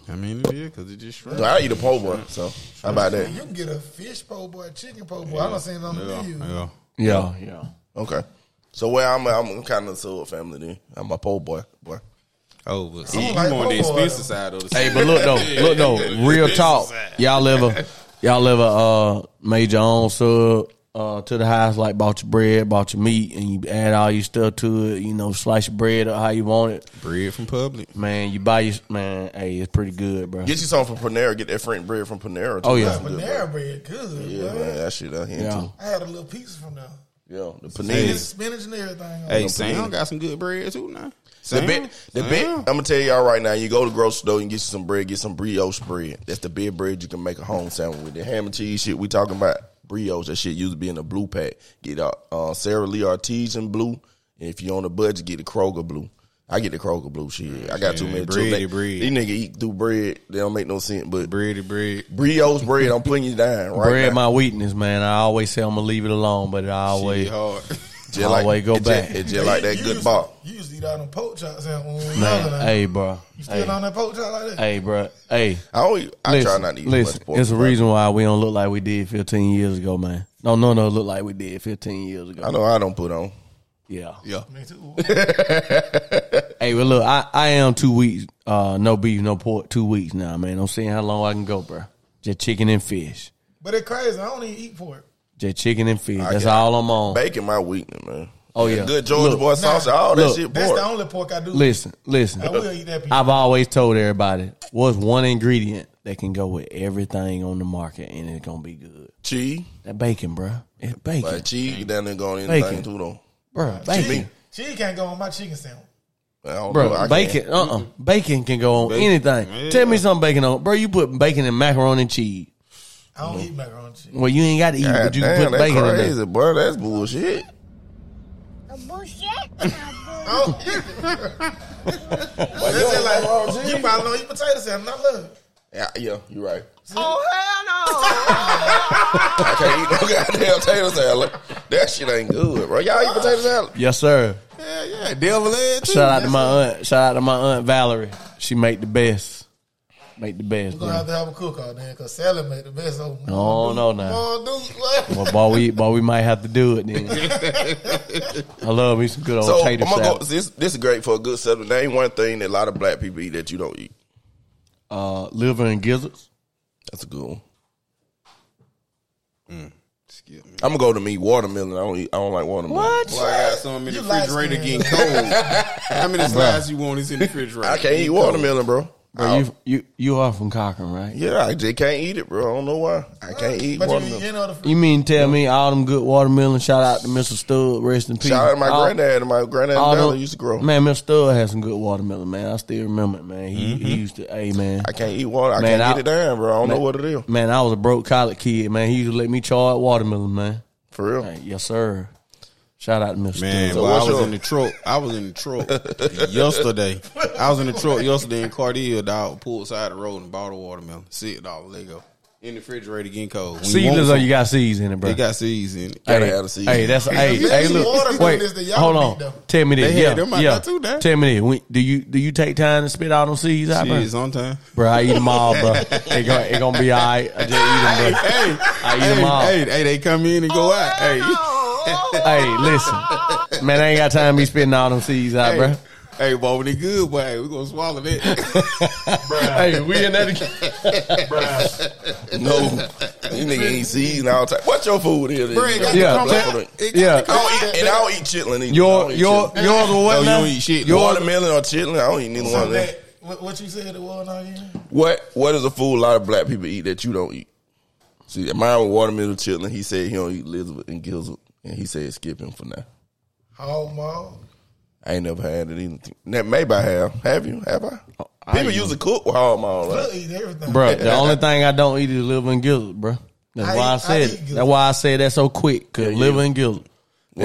Speaker 4: I mean, it is because it just shrank.
Speaker 1: I eat a Pope Boy. So how about that?
Speaker 3: You can get a fish po' boy, chicken po' boy. I don't see it on the
Speaker 4: Yeah,
Speaker 3: menu.
Speaker 4: yeah.
Speaker 2: Yeah. Yeah.
Speaker 1: Okay. So where I'm, I'm kind of sub family then. I'm a pole boy. Boy,
Speaker 4: Oh, but see, you
Speaker 3: like
Speaker 4: on the
Speaker 3: Popo, though.
Speaker 4: expensive side of the
Speaker 2: Hey, but look though, look though, real talk. Y'all ever, y'all ever uh made your own sub uh, to the house, like bought your bread, bought your meat, and you add all your stuff to it. You know, slice your bread up how you want it.
Speaker 4: Bread from public.
Speaker 2: Man, you buy your man. Hey, it's pretty good, bro.
Speaker 1: Get you something from Panera. Get that Frank bread from Panera. too.
Speaker 2: Oh, yeah.
Speaker 1: That's good, bro.
Speaker 3: Panera bread, good.
Speaker 1: Yeah,
Speaker 3: bro.
Speaker 1: man, that shit out here
Speaker 2: Yeah.
Speaker 1: too.
Speaker 3: I had a little piece from there.
Speaker 1: Yeah, the
Speaker 3: And
Speaker 1: panini.
Speaker 3: it's spinach and everything.
Speaker 4: Hey, Sam got some good bread too
Speaker 1: The
Speaker 4: now.
Speaker 2: Mm-hmm.
Speaker 4: Sam,
Speaker 1: bit, the
Speaker 4: Sam.
Speaker 1: bit. I'm gonna tell y'all right now. You go to the grocery store and get you some bread. Get some brioche bread. That's the big bread you can make a home sandwich with. The ham and cheese shit we talking about brioche. That shit used to be in the blue pack. Get uh, uh Sarah Lee Artesian blue. And if you on a budget, get the Kroger blue. I get the Kroger blue shit. I got too many
Speaker 4: bread,
Speaker 1: children.
Speaker 4: bread.
Speaker 1: These nigga eat through bread. They don't make no sense. But
Speaker 4: bread and bread.
Speaker 1: brioche bread, I'm putting you down right
Speaker 2: bread,
Speaker 1: now.
Speaker 2: my weakness, man. I always say I'm gonna leave it alone, but I always
Speaker 4: Shit hard.
Speaker 1: Just like-
Speaker 2: always go
Speaker 1: it just-
Speaker 2: back.
Speaker 1: It just like that
Speaker 3: You
Speaker 1: good
Speaker 3: used-
Speaker 1: ball.
Speaker 3: You used to eat all them pork chops out when we was
Speaker 2: man.
Speaker 3: younger. now.
Speaker 2: Hey, bro.
Speaker 3: You still
Speaker 2: Hey,
Speaker 3: on that pork chop like that?
Speaker 2: hey, bro. Hey.
Speaker 1: I always, I
Speaker 2: listen,
Speaker 1: try not to eat
Speaker 2: listen,
Speaker 1: much pork.
Speaker 2: It's a
Speaker 1: but
Speaker 2: reason why we don't look like we did 15 years ago, man. No, no, no, look like we did 15 years ago.
Speaker 1: I know I don't put on.
Speaker 2: Yeah.
Speaker 3: Me too.
Speaker 2: Hey, but look, I, I am two weeks, uh, no beef, no pork, two weeks now, man. I'm seeing how long I can go, bro. Just chicken and fish.
Speaker 3: But it's crazy. I don't even eat pork.
Speaker 2: Just chicken and fish. That's
Speaker 1: get-
Speaker 2: all I'm on.
Speaker 1: Bacon my weakness, man.
Speaker 2: Oh, yeah.
Speaker 1: good George
Speaker 2: Look.
Speaker 1: boy sausage, all that
Speaker 2: Look.
Speaker 1: shit.
Speaker 3: That's
Speaker 1: Boy.
Speaker 3: the only pork I do.
Speaker 2: Listen, listen.
Speaker 3: I will eat that. Piece.
Speaker 2: I've always told everybody what's one ingredient that can go with everything on the market and it's gonna be good.
Speaker 1: cheese,
Speaker 2: That bacon, bro. It's bacon,
Speaker 1: like cheese down there going
Speaker 2: Bacon.
Speaker 1: anything too though.
Speaker 2: bro.
Speaker 1: Bacon.
Speaker 2: Bacon,
Speaker 3: She can't go on my chicken sandwich.
Speaker 1: I don't know, I
Speaker 2: bro.
Speaker 1: can't.
Speaker 2: Bacon, uh, uh bacon can go on anything.
Speaker 4: Yeah.
Speaker 2: Tell me something bacon on, bro. You put bacon in macaroni and cheese.
Speaker 3: I don't eat macaroni and cheese.
Speaker 2: Well, you ain't got to eat,
Speaker 1: God
Speaker 2: but you
Speaker 1: damn,
Speaker 2: can put
Speaker 1: that's
Speaker 2: bacon in there.
Speaker 1: crazy, bro. That's bullshit.
Speaker 5: Bullshit. Bullshit.
Speaker 3: That's just like you probably don't eat potato sandwich. I love it.
Speaker 1: Yeah, yeah, you're right.
Speaker 5: oh hell no.
Speaker 1: I can't eat no goddamn potato salad. That shit ain't good, bro. Y'all eat potato salad?
Speaker 2: Yes, sir.
Speaker 4: yeah, yeah, devil egg too.
Speaker 2: Shout out to my aunt. Shout out to my aunt Valerie. She make the best. Make the best.
Speaker 3: We're gonna
Speaker 2: Bro.
Speaker 3: have to have a cookout then, cause salad make the best. Oh
Speaker 2: Oh no, now.
Speaker 3: no,
Speaker 2: Well, boy, we boy, we might have to do it then. I love me some good old
Speaker 1: So I'm
Speaker 2: tater
Speaker 1: gonna go.
Speaker 2: Oh, salad.
Speaker 1: This this is great for a good subject. There ain't one thing that a lot of black people eat that you don't eat.
Speaker 2: Uh, liver and gizzards.
Speaker 1: That's a good one.
Speaker 4: Excuse me.
Speaker 1: I'm gonna go to me watermelon. I don't eat. I don't like watermelon.
Speaker 4: Boy, I got some in the
Speaker 3: You light
Speaker 4: refrigerator
Speaker 3: skinned.
Speaker 4: getting cold. How many slices you want is in the refrigerator?
Speaker 1: I can't eat watermelon, bro.
Speaker 2: Bro,
Speaker 1: Oh.
Speaker 2: you you you are from Cochrane, right?
Speaker 1: Yeah, I just can't eat it, bro. I don't know why. I can't eat
Speaker 3: But
Speaker 1: watermelon.
Speaker 3: you eat any other fruit?
Speaker 2: You mean tell me all them good watermelon? Shout out to Mr. Stud, rest in peace.
Speaker 1: Shout out to my
Speaker 2: All-
Speaker 1: granddad and my granddad
Speaker 2: all
Speaker 1: and
Speaker 2: them-
Speaker 1: brother used to grow.
Speaker 2: Oh. Man, Mr. Stud had some good watermelon, man. I still remember it, man. He, he used to, hey, man.
Speaker 1: Mm-hmm. I can't eat water. I
Speaker 2: Man,
Speaker 1: can't
Speaker 2: I-
Speaker 1: get it down, bro. I don't know what it is.
Speaker 2: Man, I was a broke college kid, man. He used to let me charge watermelon, man.
Speaker 1: For real.
Speaker 2: Hey, yes, sir. Shout out to Mr.
Speaker 4: Man,
Speaker 2: Stud.
Speaker 1: So
Speaker 4: well, I
Speaker 1: what's
Speaker 4: was
Speaker 1: your-
Speaker 4: in the truck. I was in the truck yesterday. I was in the truck yesterday in Cartier, dog. Pulled side of the road and bought a watermelon. Six dollar Lego in the refrigerator getting cold. When
Speaker 2: Seeds
Speaker 4: want
Speaker 2: or
Speaker 4: some-
Speaker 2: you got seeds in it, bro.
Speaker 4: It got seeds in it.
Speaker 1: Gotta
Speaker 2: hey,
Speaker 1: have the seeds.
Speaker 2: Hey, that's hey,
Speaker 3: you
Speaker 2: hey.
Speaker 3: see water
Speaker 2: Look,
Speaker 3: doing
Speaker 2: wait,
Speaker 3: this, then y'all
Speaker 2: hold
Speaker 3: beat
Speaker 2: on.
Speaker 3: them.
Speaker 2: Tell me this.
Speaker 4: They had
Speaker 2: yeah,
Speaker 4: them out
Speaker 2: yeah.
Speaker 4: there too, damn.
Speaker 2: Tell me this. When, do you do you take time to spit all them seeds out, bro?
Speaker 4: Shit, sometime.
Speaker 2: Bro, I eat them all, bro. It gonna it gonna be all right. I just eat them, bro.
Speaker 4: Hey,
Speaker 2: I eat
Speaker 4: hey,
Speaker 2: them all. Oh, Hey,
Speaker 4: hey, hey, they come in and go out. Hey,
Speaker 2: listen, man, I ain't got time to be spitting all them seeds out,
Speaker 4: hey,
Speaker 2: bro.
Speaker 4: hey, boy, when it good, boy, hey, we gonna swallow that.
Speaker 2: Hey, we in that.
Speaker 1: No, you nigga eat seeds and all type. What's your food here? then?
Speaker 4: Bread got
Speaker 1: You
Speaker 2: Yeah.
Speaker 1: got black
Speaker 4: to
Speaker 1: on
Speaker 4: come
Speaker 1: it.
Speaker 4: out. It got
Speaker 2: Yeah.
Speaker 4: to
Speaker 1: I
Speaker 4: come out.
Speaker 1: don't eat, and I don't eat chitlin either.
Speaker 2: Your your
Speaker 1: your
Speaker 2: yours or
Speaker 4: No,
Speaker 2: what
Speaker 4: you
Speaker 2: now?
Speaker 4: don't eat shit.
Speaker 1: watermelon or chitlin. I don't eat neither one of them.
Speaker 3: That, what, what you said it was not again?
Speaker 1: What What is a food a lot of black people eat that you don't eat? See, mine was watermelon chitlin. He said he don't eat lizard and gizzard, and he said skip him for now.
Speaker 3: Hog maw.
Speaker 1: I ain't never had it either. That maybe I have. Have you? Have I?
Speaker 2: I
Speaker 1: people
Speaker 2: ain't
Speaker 1: usually cook with hog maw. Right?
Speaker 3: I eat everything.
Speaker 2: Bro, the only thing I don't eat is liver and gizzard, bro. That's
Speaker 3: I
Speaker 2: why I
Speaker 3: eat- I
Speaker 2: said
Speaker 3: eat
Speaker 2: it.
Speaker 3: gizzard.
Speaker 2: That's why I said that so quick. Cause liver and gizzard. And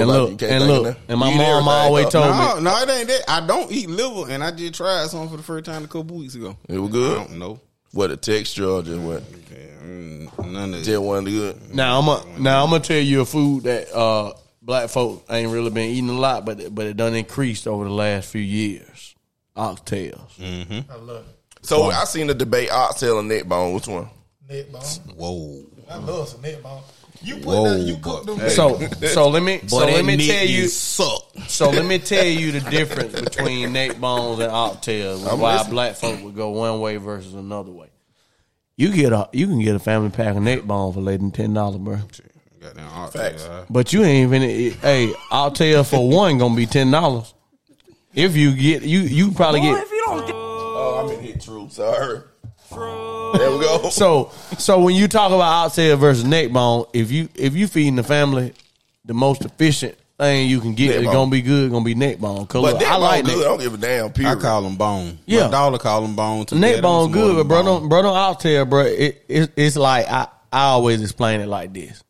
Speaker 1: about you?
Speaker 2: look,
Speaker 1: Can't
Speaker 2: and
Speaker 1: think of
Speaker 2: look,
Speaker 1: nothing?
Speaker 2: and my
Speaker 1: You eat
Speaker 2: mom
Speaker 1: everything,
Speaker 2: always
Speaker 1: dog.
Speaker 2: told me,
Speaker 4: No, no, it ain't that. I don't eat liver, and I just tried some for the first time a couple weeks ago.
Speaker 1: It was
Speaker 4: I
Speaker 1: good.
Speaker 4: don't know.
Speaker 1: What the texture or just what?
Speaker 4: Yeah, mm, None of that.
Speaker 1: Just wasn't good.
Speaker 2: Now I'm a, now I'm gonna tell you a food that uh, black folk ain't really been eating a lot, but but it done increased over the last few years. Oxtails.
Speaker 1: Mm.
Speaker 3: I love
Speaker 1: So I seen the debate oxtail and neck bone. Which one?
Speaker 3: it. Neck bone.
Speaker 4: Whoa.
Speaker 3: I love some neck bone. You put
Speaker 4: Whoa,
Speaker 3: that, you cook them.
Speaker 2: So so let me so let me tell you
Speaker 4: suck.
Speaker 2: so let me tell you the difference between neck bones and oxtails and why black folk would go one way versus another way. You get a you can get a family pack of neck bones for less than ten dollars, bro.
Speaker 4: Goddamn oxtail.
Speaker 1: Facts.
Speaker 4: all right.
Speaker 2: But you ain't even. Hey, I'll tell you for one gonna be ten dollars. If you get you, you probably get.
Speaker 1: Oh, I'm in hit troops. Sorry. There we go.
Speaker 2: So so when you talk about outside versus neck bone, if you if you feeding the family, the most efficient thing you can
Speaker 1: Neck
Speaker 2: get is
Speaker 1: bone.
Speaker 2: gonna be good, gonna be neck bone. 'Cause
Speaker 1: but
Speaker 2: look,
Speaker 1: that
Speaker 2: I like
Speaker 1: good. I
Speaker 2: neck,
Speaker 1: don't give a damn.
Speaker 4: I
Speaker 1: Period.
Speaker 4: call them bone.
Speaker 2: Yeah.
Speaker 4: My daughter call them bone. To
Speaker 2: neck bone good, but bro, don't bro don't outside, bro. It, it it's like I I always explain it like this.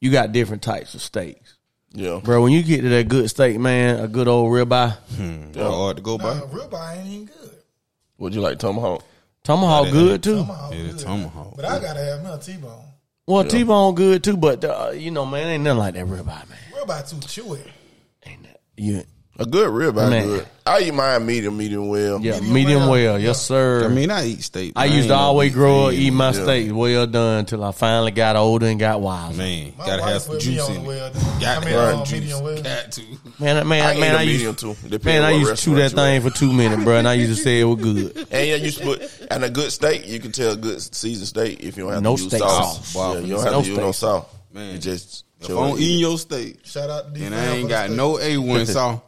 Speaker 2: You got different types of steaks,
Speaker 1: yeah.
Speaker 2: bro. When you get to that good steak, man, a good old ribeye.
Speaker 4: Hard to go by.
Speaker 3: Nah, Uh, ribeye ain't even good.
Speaker 1: Would you like tomahawk?
Speaker 2: Tomahawk good too.
Speaker 3: Tomahawk
Speaker 4: Yeah, the
Speaker 3: good.
Speaker 4: tomahawk.
Speaker 3: But I gotta have me a T-bone.
Speaker 2: Well, T-bone good too, but uh, you know, man, ain't nothing like that ribeye, man.
Speaker 3: Ribeye too chewy.
Speaker 2: Ain't that you?
Speaker 1: A good ribeye.
Speaker 2: Man.
Speaker 1: Good. I eat mine medium, medium well.
Speaker 2: Yeah, medium,
Speaker 3: Medium well.
Speaker 2: well, yes sir.
Speaker 4: I mean, I eat steak.
Speaker 2: I
Speaker 4: but
Speaker 2: used
Speaker 4: ain't
Speaker 2: to
Speaker 4: no
Speaker 2: always
Speaker 4: big
Speaker 2: grow up
Speaker 4: fan.
Speaker 2: eat my
Speaker 1: Yeah.
Speaker 2: steaks well done until I finally got older and got wiser. Man,
Speaker 4: Man,
Speaker 3: My
Speaker 4: gotta
Speaker 3: wife
Speaker 4: have some
Speaker 3: put me
Speaker 4: juice
Speaker 3: on
Speaker 4: in
Speaker 3: the
Speaker 4: it.
Speaker 3: well.
Speaker 4: Got
Speaker 3: I
Speaker 4: to
Speaker 3: mean,
Speaker 4: have
Speaker 3: uh,
Speaker 4: juice.
Speaker 3: medium well.
Speaker 4: Got to.
Speaker 2: man,
Speaker 1: I
Speaker 2: man,
Speaker 1: eat
Speaker 2: man,
Speaker 1: a
Speaker 2: I
Speaker 1: medium
Speaker 2: used,
Speaker 1: too. depending
Speaker 2: man, I
Speaker 1: what
Speaker 2: used to chew that
Speaker 1: restaurant you
Speaker 2: thing for two minutes, bro, and I used to say it was good.
Speaker 1: at. And yeah, you should put and a good steak. You can tell a good seasoned steak if you don't have
Speaker 2: No
Speaker 1: to use
Speaker 2: steak
Speaker 1: sauce.
Speaker 2: sauce.
Speaker 1: Yeah,
Speaker 4: Wow,
Speaker 1: you don't
Speaker 4: no
Speaker 1: have to use no
Speaker 2: steak
Speaker 1: sauce.
Speaker 4: Man.
Speaker 1: you just
Speaker 4: If
Speaker 1: chill
Speaker 4: I
Speaker 1: and
Speaker 4: don't eat
Speaker 1: eat
Speaker 4: your steak,
Speaker 3: Shout out to D.
Speaker 4: and
Speaker 3: Fam
Speaker 4: I
Speaker 3: for
Speaker 4: ain't
Speaker 3: the
Speaker 4: got
Speaker 3: steak.
Speaker 4: no A1 sauce,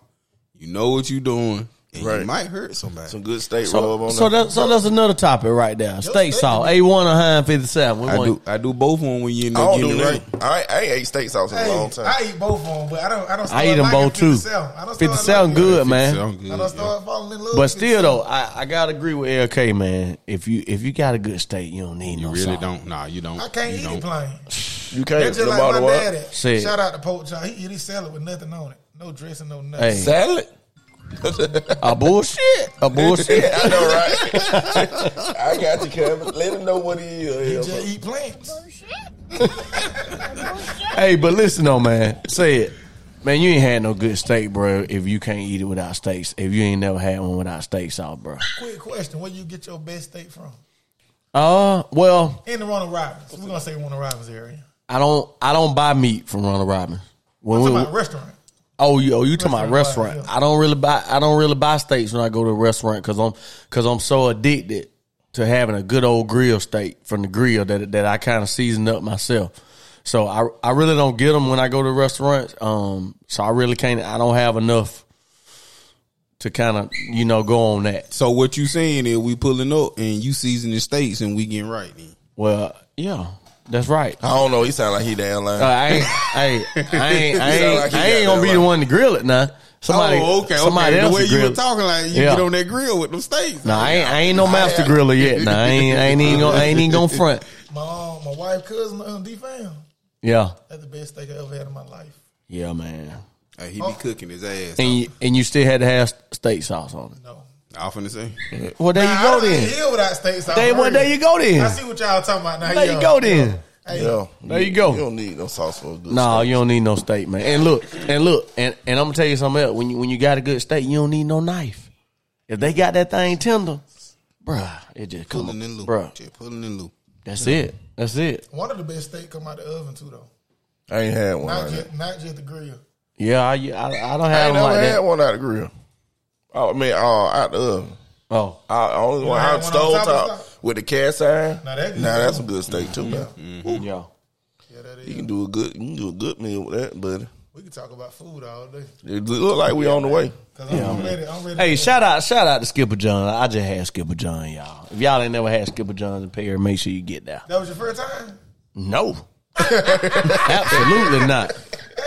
Speaker 4: you know what you doing. And
Speaker 1: Right.
Speaker 4: You might hurt somebody.
Speaker 1: some good steak rub
Speaker 2: So,
Speaker 1: on
Speaker 2: so
Speaker 1: there.
Speaker 2: that's so that's another topic right there. Steak
Speaker 3: steak
Speaker 2: sauce, A one or hundred fifty seven.
Speaker 4: I do. I do both of them when you
Speaker 1: I
Speaker 4: know
Speaker 1: don't
Speaker 4: getting
Speaker 1: do
Speaker 4: it right.
Speaker 1: that. I, ain't- I ain't ate steak sauce in
Speaker 3: Hey,
Speaker 1: a long time.
Speaker 3: I eat both of them, but I don't. I don't.
Speaker 2: I
Speaker 3: start
Speaker 2: eat them
Speaker 3: liking
Speaker 2: both too.
Speaker 3: 57. I don't start
Speaker 2: Fifty seven
Speaker 3: liking
Speaker 2: good,
Speaker 3: it.
Speaker 2: man.
Speaker 4: Sound
Speaker 3: I
Speaker 4: good.
Speaker 3: don't start falling in love.
Speaker 2: But
Speaker 3: with
Speaker 2: still
Speaker 3: 57.
Speaker 2: though, I, I gotta agree with LK, man. If you if you got a good steak, you don't need
Speaker 4: You
Speaker 2: no
Speaker 4: really
Speaker 2: sauce.
Speaker 4: don't. Nah, you don't.
Speaker 3: I can't
Speaker 4: you
Speaker 3: eat
Speaker 4: don't.
Speaker 3: it plain.
Speaker 1: you can't.
Speaker 3: That's
Speaker 1: No
Speaker 3: just like my
Speaker 1: matter
Speaker 3: daddy.
Speaker 1: what.
Speaker 2: Shit.
Speaker 3: Shout out to Pope John. He eat his salad with nothing on it, no dressing, no nothing.
Speaker 2: Hey,
Speaker 1: Salad.
Speaker 2: a bullshit, a bullshit.
Speaker 1: I know, right? I got you, Kevin. Let him know what he is.
Speaker 3: Just eat plants.
Speaker 5: Bullshit.
Speaker 2: Hey, but listen though, man. Say it. Man, you ain't had no good steak, bro, if you can't eat it without steaks. If you ain't never had one without steak sauce, bro.
Speaker 3: Quick question: Where you get your best steak from?
Speaker 2: Uh well,
Speaker 3: In the Ronald Robbins. We're gonna say Ronald Robbins area.
Speaker 2: I don't I don't buy meat from Ronald Robbins. When
Speaker 3: Talking
Speaker 2: we-
Speaker 3: about restaurant.
Speaker 2: oh, you, oh, you talking about
Speaker 3: Restaurant,
Speaker 2: restaurant.
Speaker 3: yeah.
Speaker 2: I don't really buy I don't really buy steaks when I go to a restaurant because I'm because I'm so addicted to having a good old grill steak from the grill that that I kind of season up myself. So I I really don't get them when I go to restaurants. Um, so I really can't. I don't have enough to kind of you know go on that.
Speaker 4: So what you saying is we pulling up and you seasoning steaks and we getting right then.
Speaker 2: Well, yeah, that's right.
Speaker 1: I don't know. He sound like he down line.
Speaker 2: Uh, I ain't, I ain't, I ain't, I
Speaker 1: You sound
Speaker 2: ain't,
Speaker 1: like he
Speaker 2: I ain't
Speaker 1: got
Speaker 2: gonna
Speaker 1: that
Speaker 2: be the
Speaker 1: right.
Speaker 2: one to grill it now. Somebody,
Speaker 4: oh, okay,
Speaker 2: somebody
Speaker 4: okay. The
Speaker 2: else
Speaker 4: way
Speaker 2: to
Speaker 4: you
Speaker 2: grill
Speaker 4: were
Speaker 2: it.
Speaker 4: talking, like you
Speaker 2: Yeah.
Speaker 4: get on that grill with them steaks.
Speaker 2: No, I ain't, I ain't no master
Speaker 1: Yeah.
Speaker 2: griller yet. No, I ain't, I ain't even gonna, I ain't even gonna front.
Speaker 3: My um, my wife cousin um, D fam.
Speaker 2: Yeah,
Speaker 3: That's the best steak I ever had in my life.
Speaker 2: yeah, man.
Speaker 4: Hey, he be cooking his ass.
Speaker 2: And you, and you still had to have steak sauce on
Speaker 3: No.
Speaker 4: I finna say.
Speaker 2: it. Well, there
Speaker 3: Nah,
Speaker 2: you go
Speaker 3: I don't
Speaker 2: then.
Speaker 3: Deal without steak sauce.
Speaker 2: They, well, there you go
Speaker 3: I
Speaker 2: then.
Speaker 3: see what y'all talking about now.
Speaker 2: There
Speaker 3: yeah.
Speaker 2: you go then.
Speaker 3: Hey,
Speaker 1: yeah.
Speaker 2: There you go.
Speaker 1: You don't need no sauce for a good
Speaker 2: No,
Speaker 1: steak.
Speaker 2: you don't need no steak, man. And look, and look, and, and I'm gonna tell you something else. When you when you got a good steak, you don't need no knife. If they got that thing tender, bruh, it just come,
Speaker 4: Pulling in loop.
Speaker 2: bruh.
Speaker 4: Just pulling in loop.
Speaker 2: That's it. That's it.
Speaker 3: One of the best steak come out the oven too though.
Speaker 1: I ain't had one.
Speaker 3: Not
Speaker 1: Like that.
Speaker 3: just not just the grill.
Speaker 2: Yeah, I I, I don't
Speaker 1: I
Speaker 2: have
Speaker 1: ain't
Speaker 2: them
Speaker 1: never
Speaker 2: like
Speaker 1: had
Speaker 2: that.
Speaker 1: one out of the grill. Oh, I mean, uh, out the oven.
Speaker 2: Oh,
Speaker 1: I only one
Speaker 3: had
Speaker 1: out
Speaker 3: one on
Speaker 1: stove
Speaker 3: top of
Speaker 1: top
Speaker 3: stuff?
Speaker 1: with the cast iron. Now,
Speaker 3: Now that-
Speaker 1: that's some good steak too, man.
Speaker 2: Oh, yeah.
Speaker 3: Yeah, that
Speaker 1: You
Speaker 3: is.
Speaker 1: can do a good, you can do a good meal with that, but
Speaker 3: We can talk about food all day.
Speaker 1: it look like we on the way.
Speaker 3: Cause I'm ready. I'm ready.
Speaker 2: Hey,
Speaker 3: to-
Speaker 2: shout out, shout out to Skipper John. I just had Skipper John, y'all. If y'all ain't never had Skipper John's in Perry, make sure you get there.
Speaker 3: that was your first time.
Speaker 2: No, absolutely not,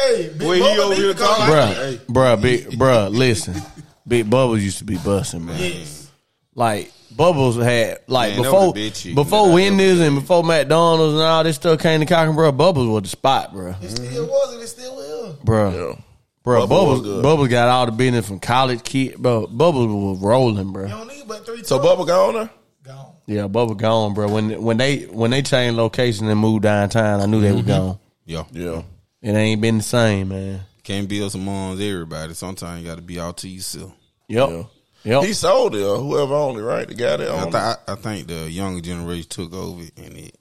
Speaker 3: Hey, big
Speaker 4: Boy, he
Speaker 3: Bubba
Speaker 4: over
Speaker 3: need
Speaker 4: here
Speaker 3: to come
Speaker 4: talking.
Speaker 3: out.
Speaker 2: bruh, bruh, big, bruh. Listen, Big Bubbles used to be busting, man.
Speaker 3: Yes.
Speaker 2: Like Bubbles had like
Speaker 4: Man, that
Speaker 2: before
Speaker 4: was the bitchy.
Speaker 2: before
Speaker 4: That
Speaker 2: Wendy's and before McDonald's and all this stuff came to Cochran, bro. Bubbles was the spot, bro.
Speaker 3: It still
Speaker 1: Mm-hmm.
Speaker 3: was and it still will.
Speaker 2: Bro,
Speaker 1: Yeah.
Speaker 2: bro,
Speaker 1: Bubba was
Speaker 2: Bubbles,
Speaker 1: good.
Speaker 2: Bubbles got all the business from college kid, bro. Bubbles was rolling,
Speaker 3: You
Speaker 2: bro.
Speaker 3: don't need but three.
Speaker 1: So
Speaker 3: trucks.
Speaker 1: Bubba gone there.
Speaker 3: gone.
Speaker 2: Yeah, Bubba gone, bro. When when they when they changed location and moved downtown, I knew they were gone.
Speaker 4: Yeah.
Speaker 1: Yeah,
Speaker 2: It ain't been the same, man.
Speaker 4: Can't build some moms everybody. Sometimes you gotta be all to yourself.
Speaker 2: Yep, yep.
Speaker 1: he sold it. Or whoever owned it, right? The guy that
Speaker 4: Oh. I,
Speaker 1: owned
Speaker 4: th- I, I think the younger generation took over and it.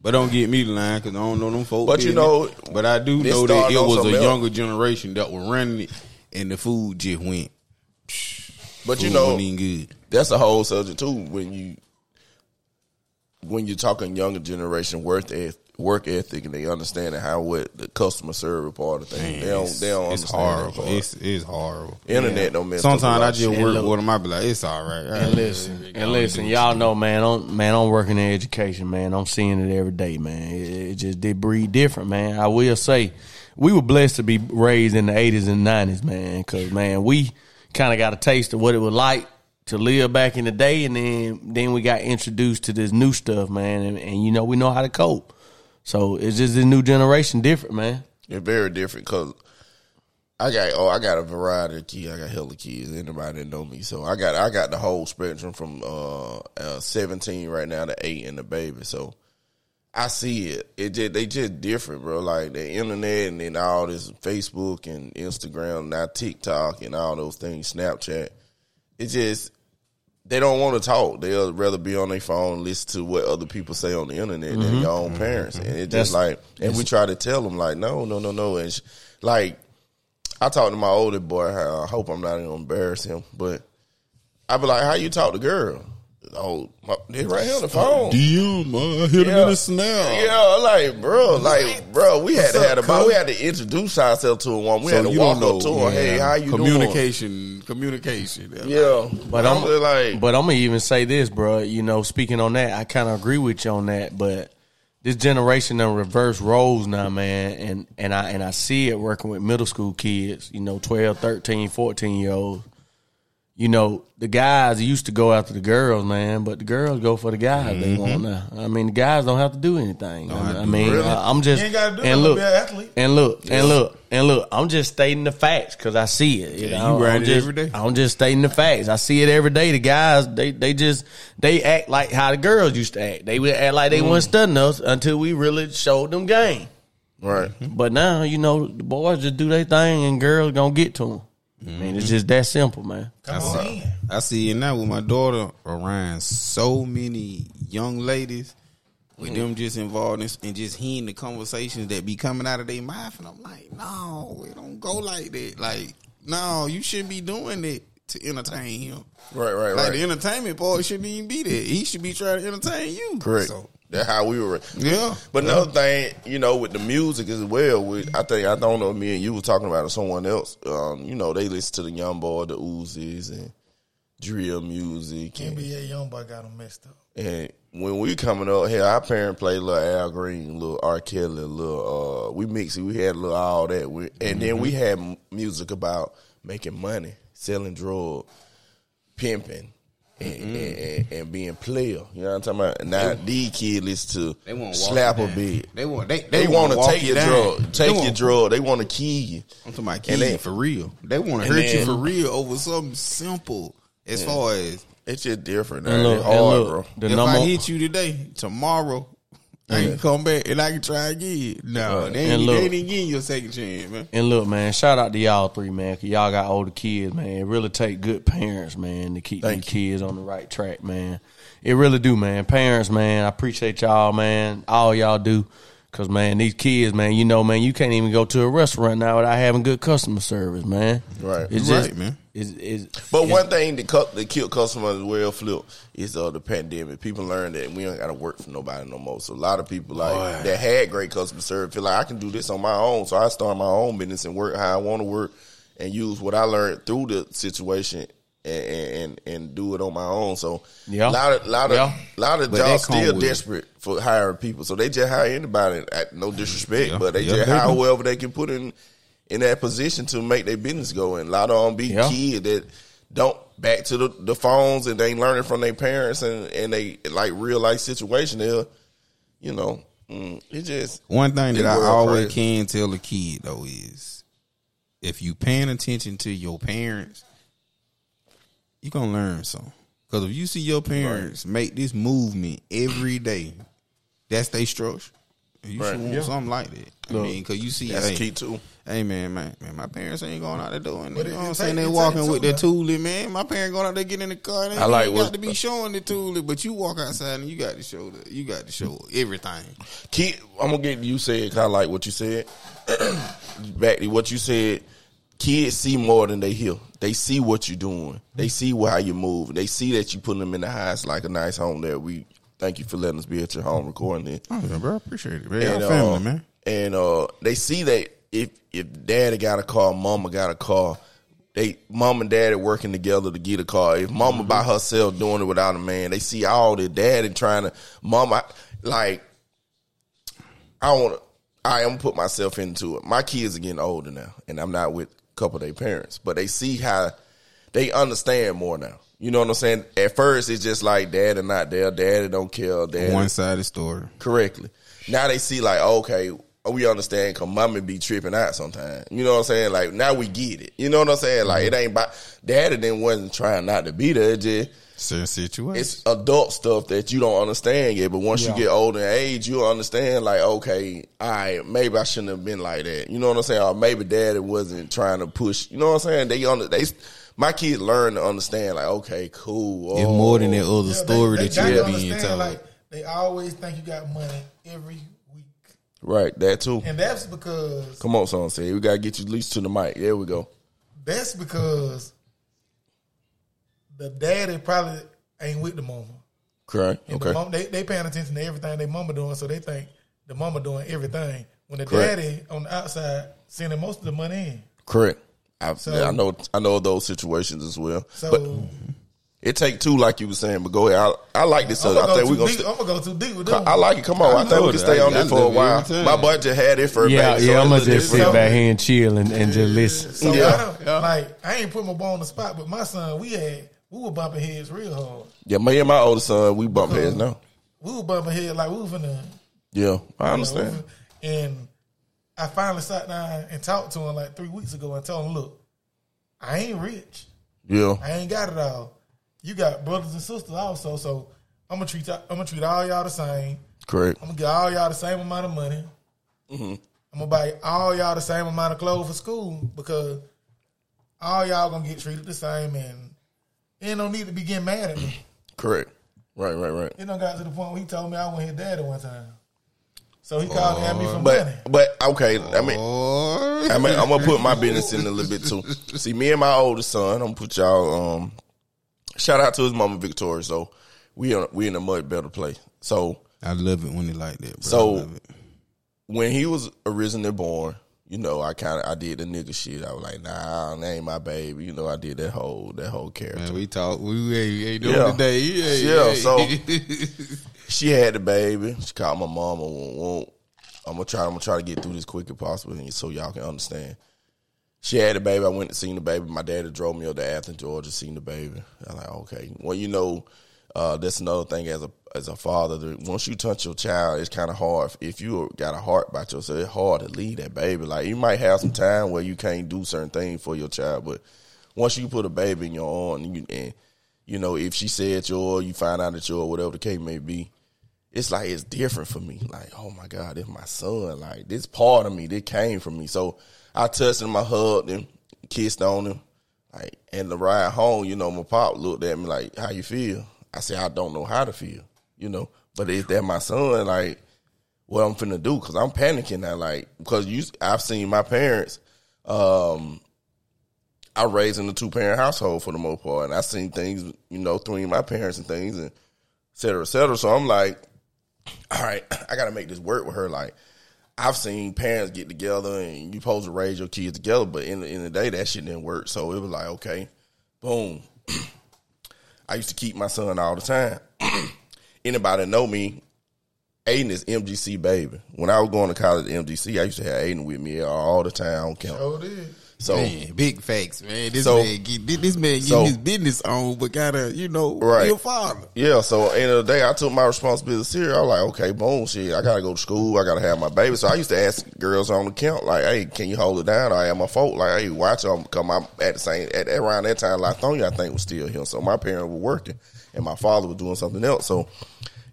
Speaker 4: But don't get me the line because I don't know them folks.
Speaker 1: But you
Speaker 4: business.
Speaker 1: know,
Speaker 4: but I do
Speaker 1: this
Speaker 4: know that
Speaker 1: started
Speaker 4: it
Speaker 1: on
Speaker 4: was a
Speaker 1: something else.
Speaker 4: younger generation that were running it, and the food just went.
Speaker 1: it. But you
Speaker 4: food
Speaker 1: know,
Speaker 4: wasn't even good.
Speaker 1: that's a whole subject too. When you when you're talking younger generation worth eth- work ethic and they understanding how what the customer service part of thing.
Speaker 4: Man,
Speaker 1: they don't
Speaker 4: it's-
Speaker 1: they don't
Speaker 4: It's
Speaker 1: understand that
Speaker 4: horrible.
Speaker 1: part.
Speaker 4: It's it's horrible.
Speaker 1: Internet don't mess up
Speaker 4: Sometimes
Speaker 1: a lot
Speaker 4: I
Speaker 1: of
Speaker 4: just
Speaker 1: shit.
Speaker 4: work
Speaker 2: And look-
Speaker 4: with them. I be like, it's all right.
Speaker 2: And listen, and listen, y'all know, man. I'm man, I'm working in education, man. I'm seeing it every day, man. It, it just did breed different, man. I will say, we were blessed to be raised in the '80s and '90s, man. Because man, we kind of got a taste of what it was like to live back in the day, and then then we got introduced to this new stuff, man. And, and you know, we know how to cope. So it's just this new generation different, man.
Speaker 1: It's very different because I got oh I got a variety of kids. I got hella kids. Anybody that know me, so I got I got the whole spectrum from uh, uh seventeen right now to eight and the baby. So I see it. It just they just different, bro. Like the internet and then all this Facebook and Instagram, now TikTok and all those things, Snapchat. It just they don't want to talk. They'll rather be on their phone and listen to what other people say on the internet than your own parents. And it's just
Speaker 2: That's-
Speaker 1: like, and we try to tell them like, no, no, no, no. And sh- like, I talked to my older boy. how- I hope I'm not gonna embarrass him, but I be like, how you talk to girl? Oh, my, they right here on the phone.
Speaker 4: DM, uh, hit him
Speaker 1: Yeah.
Speaker 4: in the snap.
Speaker 1: Yeah, like bro, like bro, we had to have about we had to introduce ourselves to a woman. We
Speaker 4: So
Speaker 1: had to
Speaker 4: you
Speaker 1: walk
Speaker 4: don't know.
Speaker 1: up to her. Hey,
Speaker 4: yeah.
Speaker 1: how you
Speaker 4: communication, communication. Yeah.
Speaker 1: doing? Yeah,
Speaker 2: But I'm,
Speaker 1: just like,
Speaker 2: but I'm gonna even say this, bro. You know, speaking on that, I kind of agree with you on that. But this generation of reverse roles now, man, and and I and I see it working with middle school kids. You know, 12, 13, 14 year olds. You know, the guys used to go after the girls, man, but the girls go for the guys they want now. I mean, the guys don't have to do anything. Mm-hmm. Oh, I, I mean, I, am just
Speaker 3: You ain't gotta do
Speaker 2: and
Speaker 3: nothing to
Speaker 2: look
Speaker 3: be an athlete.
Speaker 2: and look and look and look. I'm just stating the facts because I see it. You know,
Speaker 4: ride
Speaker 2: I'm
Speaker 4: it
Speaker 2: just,
Speaker 4: every day.
Speaker 2: I'm just stating the facts. I see it every day. The guys, they they just they act like how the girls used to act. They would act like they
Speaker 4: Mm.
Speaker 2: wasn't studying us until we really showed them game.
Speaker 1: right,
Speaker 2: But now you know the boys just do their thing and girls gonna get to them. I mean,
Speaker 4: Mm-hmm.
Speaker 2: it's just that simple, man.
Speaker 3: Come on in.
Speaker 4: I see it now with my daughter around so many young ladies with
Speaker 1: Mm.
Speaker 4: them just involved in, and just hearing the conversations that be coming out of their mouth, and I'm like, no, it don't go like that. Like, no, you shouldn't be doing it to entertain him.
Speaker 1: right, right,
Speaker 4: Like
Speaker 1: right.
Speaker 4: the entertainment part shouldn't even be there. He should be trying to entertain you.
Speaker 1: Correct.
Speaker 4: So,
Speaker 1: That's how we were.
Speaker 4: yeah.
Speaker 1: But another thing, you know, with the music as well, with I think I don't know, me and you were talking about it, someone else. Um, you know, they listen to the young boy, the Uzis and drill music and
Speaker 3: NBA young boy got him messed up.
Speaker 1: And when we coming up here, our parent played little Al Green, little R. Kelly, little uh, we mixed it. We had a little all that, we, and then
Speaker 4: Mm-hmm.
Speaker 1: we had m- music about making money, selling drugs, pimping, and, and,
Speaker 4: Mm-hmm.
Speaker 1: and, and being player. You know what I'm talking about? And now these kids listen to slap a bit.
Speaker 4: They want they
Speaker 1: They, want to take your drug, take your
Speaker 4: drug.
Speaker 1: drug. They want to kill you.
Speaker 4: I'm talking about
Speaker 1: And
Speaker 4: kids
Speaker 1: they-
Speaker 4: for real. They want to
Speaker 1: And
Speaker 4: hurt you
Speaker 1: then-
Speaker 4: for real over something simple. As far as
Speaker 1: It's just different.
Speaker 2: And
Speaker 1: man.
Speaker 2: look,
Speaker 1: It's
Speaker 2: and
Speaker 1: hard,
Speaker 2: look,
Speaker 1: bro.
Speaker 2: the
Speaker 4: if
Speaker 2: number
Speaker 4: I hit you today, tomorrow I can come back and I can try again. No, they,
Speaker 2: And
Speaker 4: ain't,
Speaker 2: look-
Speaker 4: they ain't even getting your second chance, man.
Speaker 2: And look, man, shout out to y'all three, man. Cause y'all got older kids, man. It really take good parents, man, to keep
Speaker 1: Thank
Speaker 2: these kids on the right track, man. It really do, man. Parents, man, I appreciate y'all, man. All y'all do. Cause man, these kids, man, you know, man, you can't even go to a restaurant now without having good customer service, man.
Speaker 1: Right.
Speaker 2: It's
Speaker 4: Right,
Speaker 2: just,
Speaker 4: man.
Speaker 2: It's, it's,
Speaker 1: But one thing that, cu- that killed customers as well, Flip, is uh, the pandemic. People learned that we don't got to work for nobody no more. So a lot of people like that had great customer service feel like I can do this on my own. So I start my own business and work how I want to work and use what I learned through the situation and and, and, and do it on my own. So
Speaker 2: Yeah.
Speaker 1: a lot of lot of
Speaker 2: Yeah.
Speaker 1: lot of
Speaker 4: But
Speaker 1: jobs
Speaker 4: that come
Speaker 1: still
Speaker 4: with-
Speaker 1: desperate for hiring people. So they just hire anybody. Uh, No disrespect,
Speaker 4: Yeah.
Speaker 1: but they
Speaker 4: Yeah,
Speaker 1: just
Speaker 4: they
Speaker 1: hire
Speaker 4: do.
Speaker 1: whoever they can put in in that position to make their business go. And a lot of them be
Speaker 2: Yeah.
Speaker 1: kids that don't back to the, the phones and they learning from their parents and, and they like real life situation. They'll, you know, mm, it just
Speaker 4: One thing
Speaker 1: It
Speaker 4: that I
Speaker 1: world
Speaker 4: always
Speaker 1: crazy.
Speaker 4: can tell a kid though is if you paying attention to your parents, you gonna learn something. Cause if you see your parents make this movement every day, that's their structure. You
Speaker 1: Right.
Speaker 4: should want
Speaker 1: Yeah.
Speaker 4: something like that. I mean, cause you see,
Speaker 1: that's
Speaker 4: hey,
Speaker 1: key too.
Speaker 4: hey man, man, man, my parents ain't going out the door. And, you
Speaker 3: it-
Speaker 4: know what
Speaker 3: it
Speaker 4: I'm saying?
Speaker 3: take-
Speaker 4: They
Speaker 3: it
Speaker 4: walking
Speaker 3: take
Speaker 4: with their
Speaker 3: two,
Speaker 4: toolie, man. My parents going out there getting in the car. And they
Speaker 1: I like
Speaker 4: ain't
Speaker 1: what-
Speaker 4: got to be showing the toolie, but you walk outside and you got to show the, you got to show everything.
Speaker 1: Kid, I'm gonna get you said kind of like what you said. Back to what you said. Kids see more than they hear. They see what you're doing. They see wh- how you move. They see that you putting them in the house like a nice home that we thank you for letting us be at your home recording it.
Speaker 4: Oh, yeah, bro, I appreciate it. Man. Y'all
Speaker 1: And, uh,
Speaker 4: family, man.
Speaker 1: And uh, they see that if if daddy got a car, mama got a car. They mom and daddy working together to get a car. If mama
Speaker 4: Mm-hmm.
Speaker 1: by herself doing it without a man, they see all the daddy trying to mama like. I want to. I am put myself into it. My kids are getting older now, and I'm not with a couple of their parents, but they see how they understand more now. You know what I'm saying? At first, it's just like daddy not there, daddy don't care, daddy
Speaker 4: One sided story.
Speaker 1: correctly. Now they see like, okay, oh, we understand because mommy be tripping out sometimes. You know what I'm saying? Like now we get it. You know what I'm saying? Like it ain't about daddy then wasn't trying not to be there. It just
Speaker 4: Certain situation.
Speaker 1: it's adult stuff that you don't understand yet. But once you get older in age, you'll understand like, okay, all right, maybe I shouldn't have been like that. You know what I'm saying? Or maybe daddy wasn't trying to push. You know what I'm saying? They on they my kids learn to understand like, okay, cool.
Speaker 4: It's
Speaker 1: oh,
Speaker 4: more than that other
Speaker 3: Yeah,
Speaker 4: story
Speaker 3: they,
Speaker 4: that
Speaker 3: they
Speaker 4: you're
Speaker 3: gotta
Speaker 4: being
Speaker 3: understand,
Speaker 4: told.
Speaker 3: Like, they always think you got money every week,
Speaker 1: right that too.
Speaker 3: and that's because
Speaker 1: Come on, son, say we gotta get you at least to the mic. There we go.
Speaker 3: that's because the daddy probably ain't with the mama.
Speaker 1: Correct.
Speaker 3: And
Speaker 1: Okay.
Speaker 3: the mom, they they paying attention to everything they mama doing, so they think the mama doing everything. When the
Speaker 1: Correct.
Speaker 3: daddy on the outside sending most of the money in,
Speaker 1: Correct. I,
Speaker 3: So-
Speaker 1: I know I know those situations as well.
Speaker 3: so
Speaker 1: but it take two, like you were saying. But go ahead. I, I like this.
Speaker 3: I'm,
Speaker 1: subject.
Speaker 3: gonna
Speaker 1: I think
Speaker 3: go
Speaker 1: we're
Speaker 3: too Oh.
Speaker 1: gonna.
Speaker 3: deep, I'm gonna go too deep with
Speaker 1: st-
Speaker 3: them.
Speaker 1: I like it. Come on. I,
Speaker 4: I
Speaker 1: think
Speaker 4: know
Speaker 1: we can
Speaker 4: that.
Speaker 1: stay on
Speaker 4: I- I
Speaker 1: there for a
Speaker 4: live
Speaker 1: while.
Speaker 4: every time.
Speaker 1: My budget had it for
Speaker 2: Yeah,
Speaker 1: a baby.
Speaker 2: yeah. I'm gonna
Speaker 1: it's-
Speaker 2: just
Speaker 1: it's-
Speaker 2: sit back here and chill and, and just listen.
Speaker 3: So
Speaker 1: Yeah.
Speaker 3: I don't, like I ain't put my boy on the spot, but my son, we had we were bumping heads real hard.
Speaker 1: Yeah, me and my older son, we bump heads now.
Speaker 3: We were bumping heads like we were finna.
Speaker 1: Yeah,
Speaker 3: Oh.
Speaker 1: I understand.
Speaker 3: And I finally sat down and talked to him like three weeks ago and told him, look, I ain't rich.
Speaker 1: Yeah,
Speaker 3: I ain't got it all. You got brothers and sisters also, so I'm gonna treat y'all- I'm gonna treat all y'all the same.
Speaker 1: correct.
Speaker 3: I'm gonna get all y'all the same amount of money. I'm gonna buy all y'all the same amount of clothes for school because all y'all gonna get treated the same, and ain't no need to be getting mad at me.
Speaker 1: Correct. Right, right, right.
Speaker 3: It done got to the point where he told me I went his daddy one time, so he called me at me for money.
Speaker 1: But but okay. I mean,
Speaker 4: Or-
Speaker 1: I mean, I'm gonna put my business in a little bit too. See, me and my oldest son, I'm gonna put y'all. Um, shout out to his mama Victoria. So we in, we in a much better place. So
Speaker 4: I love it when they like that, bro.
Speaker 1: So-
Speaker 4: I love it.
Speaker 1: when he was originally born, you know, I kind of I did the nigga shit. I was like, nah, that ain't my baby. You know, I did that whole that whole character.
Speaker 4: Man, we talk. We ain't, ain't doing
Speaker 1: Yeah.
Speaker 4: today. Yeah,
Speaker 1: Yeah,
Speaker 4: so
Speaker 1: She had the baby. She called my mom. Won't, won't. I'm gonna try. I'm gonna try to get through this quick as possible, and so y'all can understand. She had the baby. I went and seen the baby. My daddy drove me up to Athens, Georgia, seen the baby. I'm like, okay. Well, you know, uh, that's another thing as a as a father. that Once you touch your child, it's kind of hard. If you got a heart about yourself, it's hard to leave that baby. Like you might have some time where you can't do certain things for your child, but once you put a baby in your arm, and you, and, you know, if she said you're, you find out that you're, whatever the case may be, it's like it's different for me. Like, oh my God, it's my son. Like this part of me, that came from me. So I touched him, I hugged him, kissed on him. Like, and the ride home, you know, my pop looked at me like, "How you feel?" I said, "I don't know how to feel," you know. But is that my son? Like, what I'm finna do? Because I'm panicking now. Like, because you, I've seen my parents. Um, I raised in a two parent household for the most part, and I seen things, you know, through my parents and things, and et cetera, et cetera. So I'm like, all right, I gotta make this work with her. Like, I've seen parents get together and you supposed to raise your kids together, but in the end of the day, that shit didn't work. So it was like, okay, boom. I used to keep my son all the time. Anybody that know me, Aiden is MGC baby. When I was going to college at MGC, I used to have Aiden with me all the time on campus.
Speaker 3: Oh, did
Speaker 1: So
Speaker 4: man, big facts, man. This
Speaker 1: So-
Speaker 4: man, get, this man getting
Speaker 1: so-
Speaker 4: his business on, but gotta you know,
Speaker 1: Right.
Speaker 4: your father.
Speaker 1: Yeah, so end of the day, I took my responsibility serious. I was like, okay, boom, shit, I gotta go to school, I gotta have my baby. So I used to ask girls on the camp, like, hey, can you hold it down? I have my fault, like, hey, watch them come. I'm at the same at around that time. Lithonia, I think, was still here, so my parents were working, and my father was doing something else. So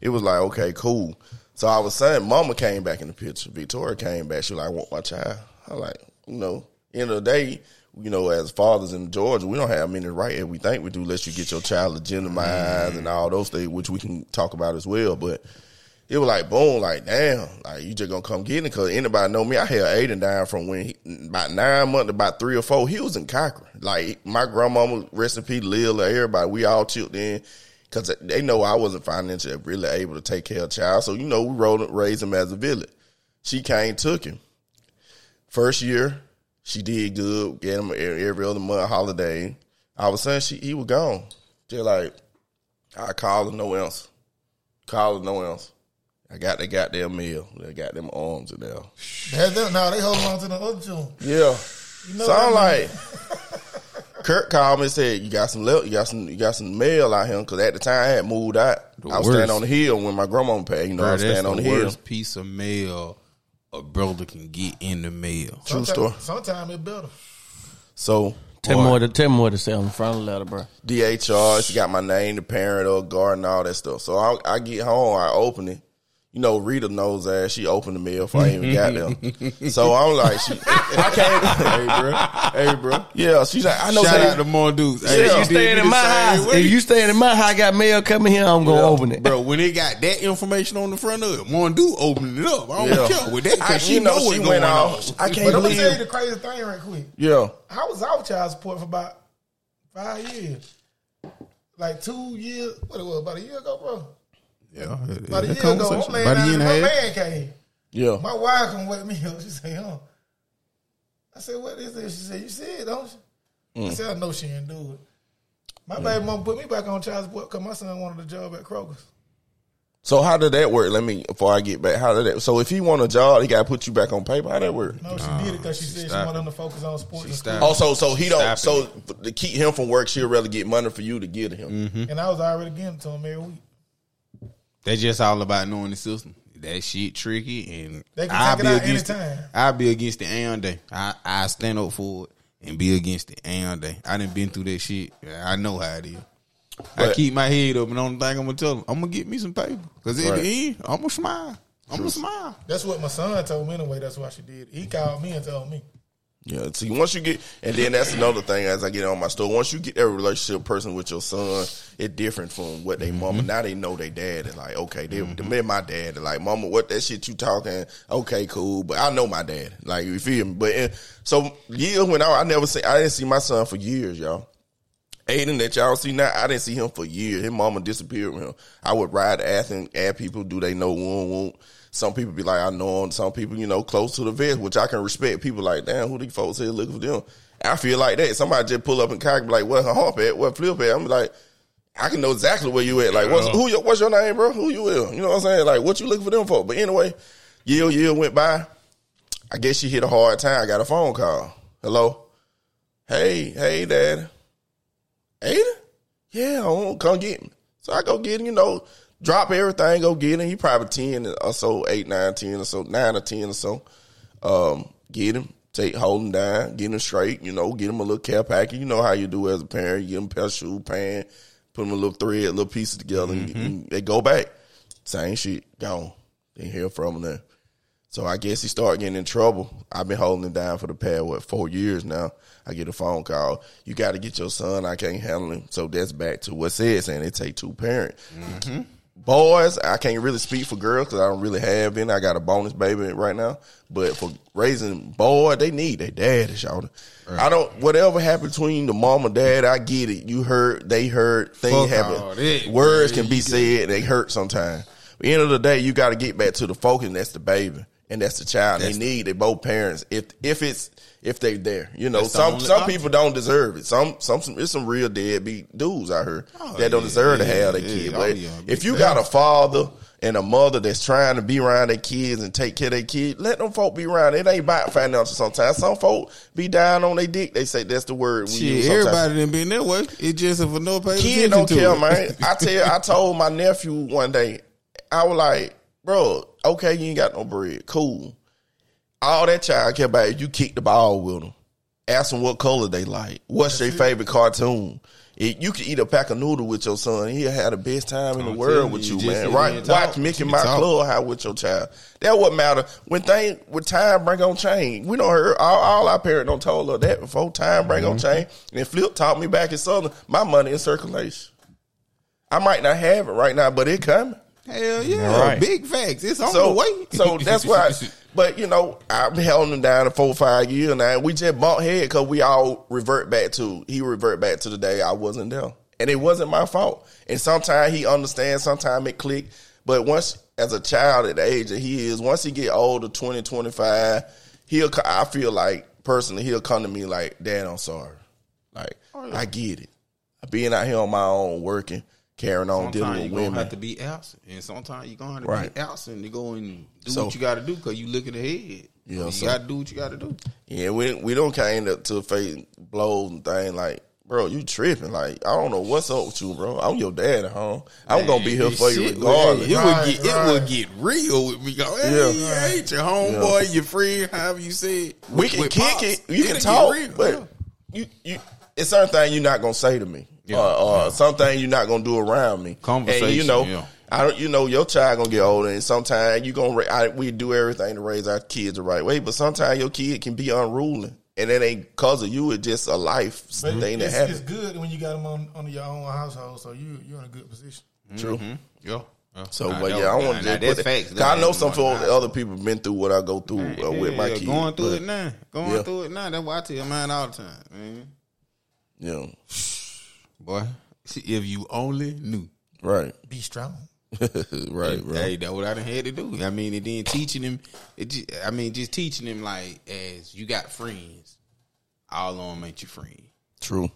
Speaker 1: it was like, okay, cool. So I was saying, Mama came back in the picture. Victoria came back. She was like, I want my child. I like, you know, end of the day, you know, as fathers in Georgia, we don't have many right as we think we do, unless you get your child legitimized and all those things, which we can talk about as well. But it was like boom, like damn, like you just gonna come get it because anybody know me. I held Aiden down from when he, about nine months to about three or four. He was in Cochrane. Like my grandmama, recipe, Lil, everybody, we all chipped in. because they know I wasn't financially really able to take care of child. So you know, we rolled, raised him as a villain. She came, took him. First year, she did good. Get him every every other month holiday. All of a sudden, she he was gone. Just like I call her, no answer. Call her, no answer. I got they got their meal. They got them arms in there.
Speaker 3: That's them. No, they hold on to the other children.
Speaker 1: Yeah.
Speaker 3: know
Speaker 1: so
Speaker 3: that
Speaker 1: I'm
Speaker 3: mean-
Speaker 1: like, Kirk called me and said, "You got some, left, you got some, you got some mail out here." Because at the time I had moved out. I was standing
Speaker 4: worst.
Speaker 1: on the hill when my grandma passed. You know, I was
Speaker 4: that's
Speaker 1: standing on
Speaker 4: the
Speaker 1: the hill.
Speaker 4: worst piece of mail a brother can get in the mail.
Speaker 1: True
Speaker 3: Sometime-
Speaker 1: story.
Speaker 3: Sometime it better.
Speaker 1: So
Speaker 2: Tell me what to tell me what to say on the front of the letter, bro.
Speaker 1: DHR, she got my name, the parent or guard, and all that stuff. So I, I get home, I open it. You know, Rita knows that she opened the mail before I even got there. So I'm like, she, I can't. hey, bro. Hey, bro. Yeah, she's like, I know.
Speaker 4: Shout
Speaker 1: that-
Speaker 4: out to more dudes.
Speaker 1: Yeah.
Speaker 2: You staying in my house. If you staying in my house, I got mail coming here. I'm gonna open it.
Speaker 4: Bro, when it got that information on the front of it, Mondu opened it up. I don't
Speaker 1: Yeah.
Speaker 4: care with that
Speaker 1: I-
Speaker 4: because she
Speaker 1: you
Speaker 4: know
Speaker 1: know
Speaker 4: what's
Speaker 1: she
Speaker 4: going
Speaker 1: went
Speaker 4: on.
Speaker 1: off. I can't
Speaker 3: But let me
Speaker 1: believe-
Speaker 3: tell you the crazy thing right quick.
Speaker 1: Yeah.
Speaker 3: I was off child support for about five years. Like two years, what it was, about a year ago, bro.
Speaker 4: Yeah,
Speaker 3: About a year
Speaker 4: that
Speaker 3: ago, I'm
Speaker 4: conversation.
Speaker 3: laying
Speaker 4: About a
Speaker 3: down
Speaker 4: year and a
Speaker 3: there, my
Speaker 4: half.
Speaker 3: man came.
Speaker 1: Yeah.
Speaker 3: My wife come wake me up. She say, huh? I said, what is this? She said, you see it, don't you? I said, I know she didn't do it. My baby mama put me back on child support because my son wanted a job at Kroger's.
Speaker 1: So how did that work? Let me before I get back. How did that? So if he want a job, he got to put you back on paper. How that work?
Speaker 3: No, she did it because she, said she
Speaker 4: stopped
Speaker 3: wanted him to focus on sports and
Speaker 4: stopped
Speaker 3: school.
Speaker 1: Also, Oh, so he don't. So
Speaker 4: Stop
Speaker 1: to keep him from work, she'll rather get money for you to give to him.
Speaker 3: And I was already getting to him every week.
Speaker 4: That's just all about knowing the system. That shit tricky, and
Speaker 3: They can
Speaker 4: I'll
Speaker 3: take
Speaker 4: be
Speaker 3: it out
Speaker 4: against it.
Speaker 3: anytime.
Speaker 4: I'll be against it and day. I I stand up for it and be against it and day. I done been through that shit. I know how it is. I
Speaker 1: But-
Speaker 4: keep my head up, and the only thing I'm gonna tell them, I'm gonna get me some paper. Cause at
Speaker 1: Right.
Speaker 4: the end, I'm gonna smile. I'm gonna smile.
Speaker 3: That's what my son told me anyway. That's why she did. it. He called me and told me.
Speaker 1: Yeah. See, once you get, and then that's another thing. As I get on my story, once you get that relationship person with your son, it different from what they mama. Now they know they dad is like, okay, they they my dad. Like, mama, what that shit you talking? Okay, cool, but I know my dad. Like, you feel me? But and, so years when I, I never see, I didn't see my son for years, y'all. Aiden that y'all see now, I didn't see him for years. His mama disappeared with him. I would ride to Athens, ask people, do they know one won't? Some people be like, I know him. Some people, you know, close to the vest, which I can respect. People like, damn, who these folks here looking for them? I feel like that. Somebody just pull up and cock, be like, what her hump at? What flip at? I'm like, I can know exactly where you at. Like, what's, who your, what's your name, bro? Who you is? You know what I'm saying? Like, what you looking for them for? But anyway, year, year went by. I guess she hit a hard time. I got a phone call. Hello? Hey, hey, dad. Ada? Yeah, I won't come get me. So I go get him, you know, drop everything, go get him. He probably 10 or so, 8, 9, 10 or so, 9 or 10 or so. Um, get him, take, hold him down, get him straight, you know, get him a little care package. You know how you do as a parent. You get him a pair of shoe, pan, put him a little thread, little pieces together, and- and they go back. Same shit, gone. Didn't hear from him then. So I guess he started getting in trouble. I've been holding him down for the past what four years now. I get a phone call. You got to get your son. I can't handle him. So that's back to what said saying they take two parents.
Speaker 4: Mm-hmm.
Speaker 1: Boys, I can't really speak for girls because I don't really have any. I got a bonus baby right now, but for raising boy, they need their daddy, y'all. I don't. Whatever happened between the mom and dad, I get it. You heard, they heard, things
Speaker 4: Fuck all that,
Speaker 1: happen. Words can be said. They hurt sometimes. But end of the day, you got to get back to the focus. And that's the baby, and that's the child.
Speaker 4: That's
Speaker 1: they need they both parents. If if it's if they there, you know,
Speaker 4: That's the
Speaker 1: some
Speaker 4: only
Speaker 1: some
Speaker 4: option.
Speaker 1: people don't deserve it. Some some some it's some real deadbeat dudes out here
Speaker 4: Oh,
Speaker 1: that don't
Speaker 4: yeah,
Speaker 1: deserve to
Speaker 4: yeah,
Speaker 1: have their
Speaker 4: yeah,
Speaker 1: kid.
Speaker 4: oh,
Speaker 1: But
Speaker 4: yeah,
Speaker 1: if you
Speaker 4: big
Speaker 1: got a father and a mother that's trying to be around their kids and take care of their kids, let them folk be around. It ain't about financial sometimes. Some folk be down on their dick. They say that's the word we use
Speaker 4: Shit,
Speaker 1: sometimes.
Speaker 4: everybody done been that way. It just if no paper.
Speaker 1: Kid don't care, man. I tell I told my nephew one day, I was like, bro, okay, you ain't got no bread. Cool. All that child care about is you kick the ball with them. Ask them what color they like. What's their favorite cartoon? It, you can eat a pack of noodle with your son. He'll have the best time in the
Speaker 4: I'm
Speaker 1: world
Speaker 4: telling
Speaker 1: with
Speaker 4: you,
Speaker 1: you,
Speaker 4: just sit
Speaker 1: man.
Speaker 4: there
Speaker 1: Right?
Speaker 4: and talk.
Speaker 1: Watch Mickey
Speaker 4: You
Speaker 1: Mouse
Speaker 4: talk.
Speaker 1: Clubhouse with your child. That what matter. When thing with time bring on change. We don't heard all, all our parents don't told her that before. Time bring
Speaker 4: Mm-hmm.
Speaker 1: on change. And then Flip taught me back in Southern, my money in circulation. I might not have it right now, but it coming.
Speaker 4: Hell yeah,
Speaker 2: Right.
Speaker 4: big facts. It's on the
Speaker 1: So,
Speaker 4: way.
Speaker 1: so that's why. But you know, I've been holding him down for four, five years now. We just bumped head because we all revert back to he revert back to the day I wasn't there. and it wasn't my fault. And sometimes he understands, sometimes it click. But once, as a child at the age that he is, once he get older, 20, 25, he'll. co- I feel like personally, he'll come to me like, "Dad, I'm sorry. Like, I get it. Being out here on my own, working, carrying on,
Speaker 4: Sometimes
Speaker 1: dealing
Speaker 4: you're
Speaker 1: with
Speaker 4: gonna
Speaker 1: women.
Speaker 4: have to be absent, and sometimes you're gonna have to
Speaker 1: Right.
Speaker 4: be absent to go and do
Speaker 1: So-
Speaker 4: what you got to do because you looking ahead.
Speaker 1: Yeah,
Speaker 4: you
Speaker 1: so-
Speaker 4: got to do what you got to do.
Speaker 1: Yeah, we we don't came up to face blows and thing like, bro, you tripping? Like, I don't know what's up with you, bro. I'm your dad at home. I'm gonna be here for you
Speaker 4: Shit,
Speaker 1: regardless.
Speaker 4: It
Speaker 3: Right,
Speaker 4: would get it
Speaker 3: right.
Speaker 4: would get real with me. Go, hey,
Speaker 1: Yeah.
Speaker 4: I ain't your homeboy, your friend, however you say it.
Speaker 1: we can
Speaker 4: With
Speaker 1: kick
Speaker 4: pops,
Speaker 1: it. You
Speaker 4: it'll
Speaker 1: can
Speaker 4: get
Speaker 1: talk,
Speaker 4: real,
Speaker 1: but
Speaker 4: yeah.
Speaker 1: you you it's certain thing you're not gonna say to me, Uh,
Speaker 4: Yeah.
Speaker 1: or, or something you're not gonna do around me.
Speaker 4: Conversation,
Speaker 1: and you know.
Speaker 4: yeah.
Speaker 1: I don't, you know, your child gonna get older, and sometimes you gonna. ra- I, we do everything to raise our kids the right way, but sometimes your kid can be unruly, and it ain't cause of you. It's just a life
Speaker 3: But
Speaker 1: thing that
Speaker 3: it's,
Speaker 1: happens.
Speaker 3: it's good when you got them on, under your own household, so you you're in a good position.
Speaker 1: True.
Speaker 4: Mm-hmm. Yeah. yeah.
Speaker 1: So,
Speaker 4: I
Speaker 1: but
Speaker 4: know.
Speaker 1: yeah, I want
Speaker 4: Nah,
Speaker 1: to
Speaker 4: nah,
Speaker 1: just
Speaker 4: that's
Speaker 1: put
Speaker 4: facts.
Speaker 1: It, 'cause I know
Speaker 4: That's
Speaker 1: some
Speaker 4: what
Speaker 1: folks,
Speaker 4: I-
Speaker 1: other people been through what I go through uh, with my
Speaker 4: Yeah,
Speaker 1: kids.
Speaker 4: Going through
Speaker 1: but,
Speaker 4: it now. Going
Speaker 1: Yeah.
Speaker 4: through it now. That's why I tell mine all the time. Man.
Speaker 1: Yeah,
Speaker 4: Boy, see, if you only knew.
Speaker 1: right,
Speaker 3: Be strong.
Speaker 1: right, bro.
Speaker 4: Hey, that's what I done had to do. I mean, and then teaching him, it ju- I mean, just teaching him like as you got friends, all of them ain't your friend.
Speaker 1: True.